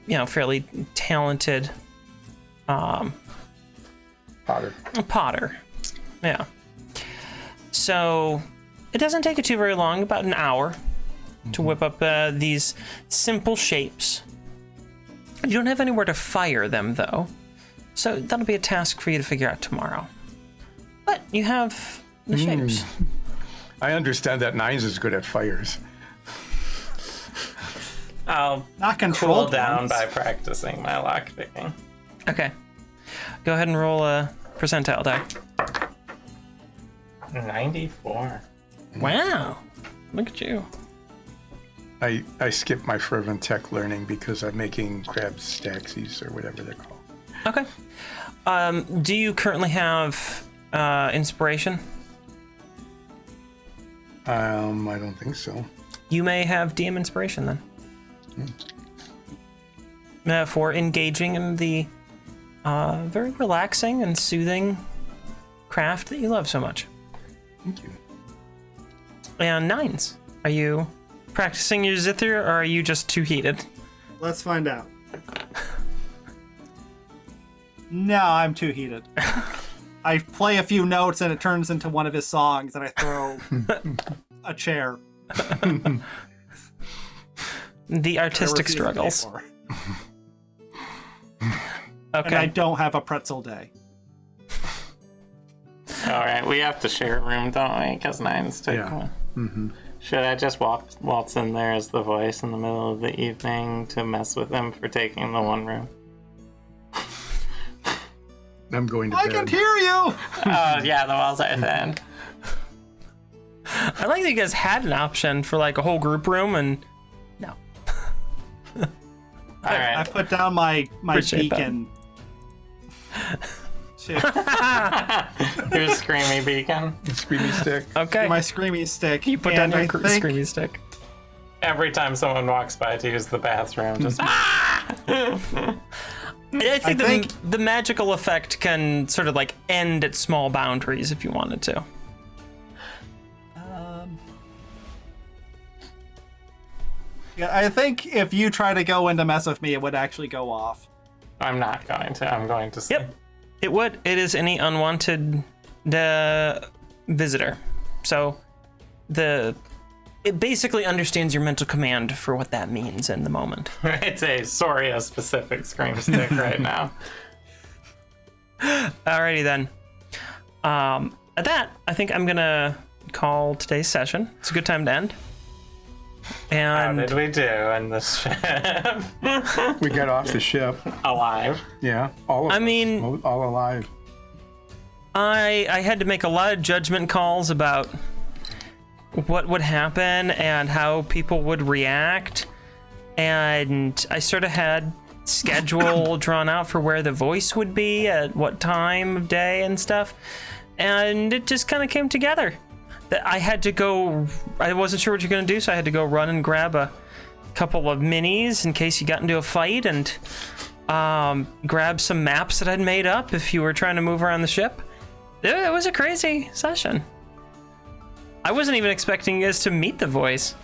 Speaker 1: you know, fairly talented
Speaker 4: Potter.
Speaker 1: potter. Yeah. So it doesn't take you too very long, about an hour, to whip up uh, these simple shapes. You don't have anywhere to fire them, though. So that'll be a task for you to figure out tomorrow. But you have the shapes.
Speaker 4: I understand that nines is good at fires.
Speaker 3: I'll
Speaker 5: Not
Speaker 3: cool
Speaker 5: controlled.
Speaker 3: down
Speaker 5: ones.
Speaker 3: by practicing my lockpicking.
Speaker 1: Okay. Go ahead and roll a percentile die.
Speaker 3: 94.
Speaker 1: Wow. Look at you.
Speaker 4: I, I skipped my fervent tech learning because I'm making crab staxies or whatever they're called.
Speaker 1: Okay. Um, do you currently have uh, inspiration?
Speaker 4: Um, I don't think so. Hmm.
Speaker 1: You may have DM inspiration then. Uh, for engaging in the uh, very relaxing and soothing craft that you love so much.
Speaker 4: Thank you.
Speaker 1: And nines. Are you practicing your zither, or are you just too heated?
Speaker 5: Let's find out. No, I'm too heated.
Speaker 1: <laughs>
Speaker 5: I play a few notes and it turns into one of his songs, and I
Speaker 1: <laughs>
Speaker 5: throw a chair.
Speaker 1: The
Speaker 5: I
Speaker 1: artistic
Speaker 5: refuse to pay
Speaker 1: struggles.
Speaker 5: for. And I
Speaker 1: Okay.
Speaker 5: don't have a pretzel day.
Speaker 3: All right, we have to share a room, don't we? Because nine's taken.
Speaker 4: Yeah.
Speaker 3: one. Should I just walk, waltz in there as the voice in the middle of the evening to mess with him for taking the one <laughs> room?
Speaker 4: I'm going to
Speaker 5: I
Speaker 4: bed.
Speaker 5: can hear you!
Speaker 3: oh yeah, the walls are <laughs> thin.
Speaker 1: I like that you guys had an option for like a whole group room, and
Speaker 3: All
Speaker 5: I
Speaker 3: right.
Speaker 5: put down my, my
Speaker 1: Appreciate that. <laughs>
Speaker 5: beacon. Shit,
Speaker 3: Your screamy beacon.
Speaker 4: Screamy stick.
Speaker 1: okay.
Speaker 5: <laughs> my screamy stick.
Speaker 1: you put
Speaker 5: and
Speaker 1: down your
Speaker 5: I
Speaker 1: cr-
Speaker 5: think-
Speaker 1: screamy stick.
Speaker 3: Every time someone walks by to use the bathroom, <laughs> just
Speaker 1: I think, the,
Speaker 5: think-
Speaker 1: the magical effect can sort of like end at small boundaries if you wanted to.
Speaker 5: Yeah, <laughs> I think if you try to go in to mess with me, it would actually go off.
Speaker 3: I'm not going to. I'm going to. Sleep.
Speaker 1: Yep. It would. It is any unwanted uh, visitor. So the it basically understands your mental command for what that means in the moment.
Speaker 3: It's a Soria specific scream stick right now.
Speaker 1: Alrighty then. Um, at that, I think I'm gonna call today's session. It's a good time to end.
Speaker 3: <laughs> How
Speaker 1: And
Speaker 3: did we do in this ship?
Speaker 4: We got off the ship.
Speaker 3: Alive.
Speaker 4: Yeah, all of
Speaker 1: I
Speaker 4: us.
Speaker 1: mean-
Speaker 4: Mo- all alive.
Speaker 1: I I had to make a lot of judgment calls about what would happen and how people would react, and I sort of had schedule drawn out for where the voice would be at what time of day and stuff, and it just kind of came together. That I had to go. I wasn't sure what you're gonna do, so I had to go run and grab a couple of minis in case you got into a fight and um, grab some maps that I'd made up if you were trying to move around the ship. It it was a crazy session. I wasn't even expecting you guys to meet the voice.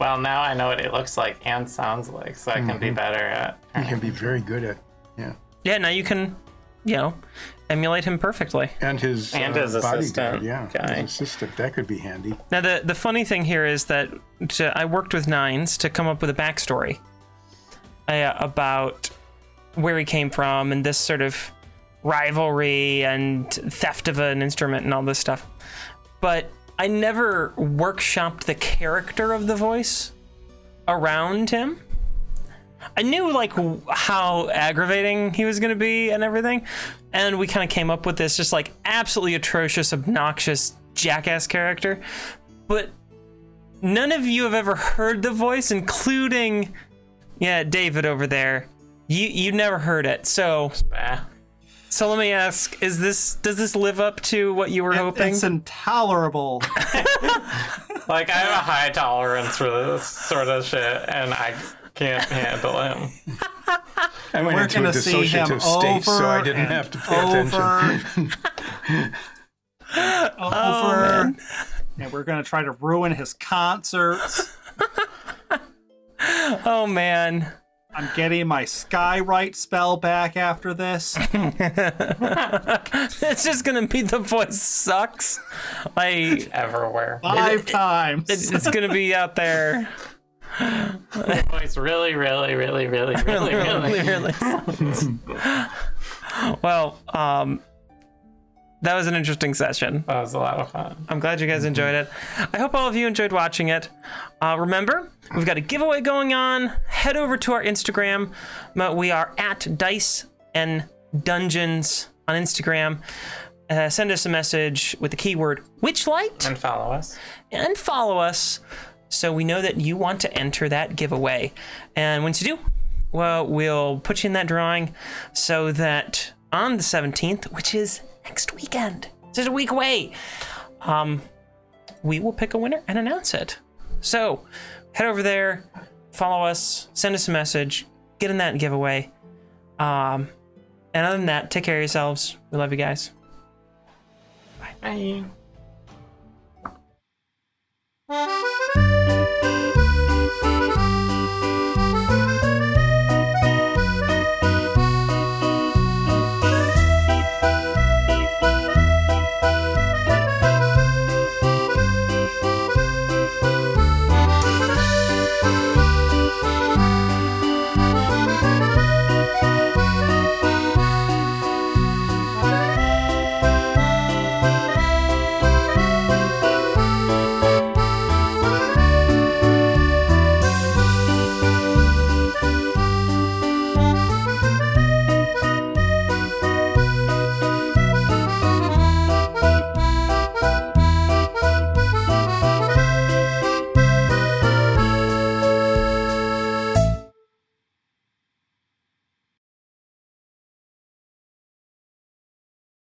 Speaker 3: Well, now I know what it looks like and sounds like, so I can be better at.
Speaker 4: You can be very good at. Yeah,
Speaker 1: Yeah, now you can, you know, emulate him perfectly.
Speaker 4: and his
Speaker 3: And
Speaker 4: uh,
Speaker 3: his
Speaker 4: bodyguard.
Speaker 3: assistant
Speaker 4: Yeah,
Speaker 3: guy.
Speaker 4: his assistant. That could be handy.
Speaker 1: Now the the funny thing here is that to, I worked with Nines to come up with a backstory uh, about where he came from and this sort of rivalry and theft of an instrument and all this stuff. But I never workshopped the character of the voice around him. I knew like w- how aggravating he was going to be and everything, and we kind of came up with this just like absolutely atrocious, obnoxious jackass character. But none of you have ever heard the voice, including yeah David over there. You you never heard it, so
Speaker 3: Ah,
Speaker 1: so let me ask: Is this does this live up to what you were hoping?
Speaker 5: It's
Speaker 4: <laughs>
Speaker 5: intolerable.
Speaker 3: Like I have a high tolerance for this sort of shit, and I can't handle him.
Speaker 4: I went
Speaker 5: We're
Speaker 4: into a
Speaker 5: gonna see him
Speaker 4: dissociative state, so I
Speaker 5: over
Speaker 4: didn't
Speaker 5: and
Speaker 4: have to pay attention.
Speaker 5: over.
Speaker 4: <laughs>
Speaker 5: over.
Speaker 4: Oh,
Speaker 5: And we're going to try to ruin his concerts.
Speaker 1: oh man, <laughs>
Speaker 5: I'm getting my Skyrite spell back after this.
Speaker 1: it's just gonna be the voice sucks. Like
Speaker 3: Everywhere.
Speaker 5: Five times.
Speaker 1: it's, it's gonna be out there.
Speaker 3: Voice really, really, really, <laughs> really,
Speaker 1: <laughs>
Speaker 3: really,
Speaker 1: really, really
Speaker 3: really.
Speaker 1: <laughs> well, um, that was an interesting session.
Speaker 3: That was a lot of fun.
Speaker 1: I'm glad you guys enjoyed it. I hope all of you enjoyed watching it. Uh, remember, we've got a giveaway going on. Head over to our Instagram. Uh, We are at Dice and Dungeons on Instagram. Uh, send us a message with the keyword Witchlight
Speaker 3: And follow us.
Speaker 1: and follow us so we know that you want to enter that giveaway. And once you do, well, we'll put you in that drawing so that on the 17th, which is next weekend, this is a week away, um, we will pick a winner and announce it. So head over there, follow us, send us a message, get in that giveaway. Um, and other than that, take care of yourselves. We love you guys.
Speaker 3: Bye.
Speaker 7: Thank you.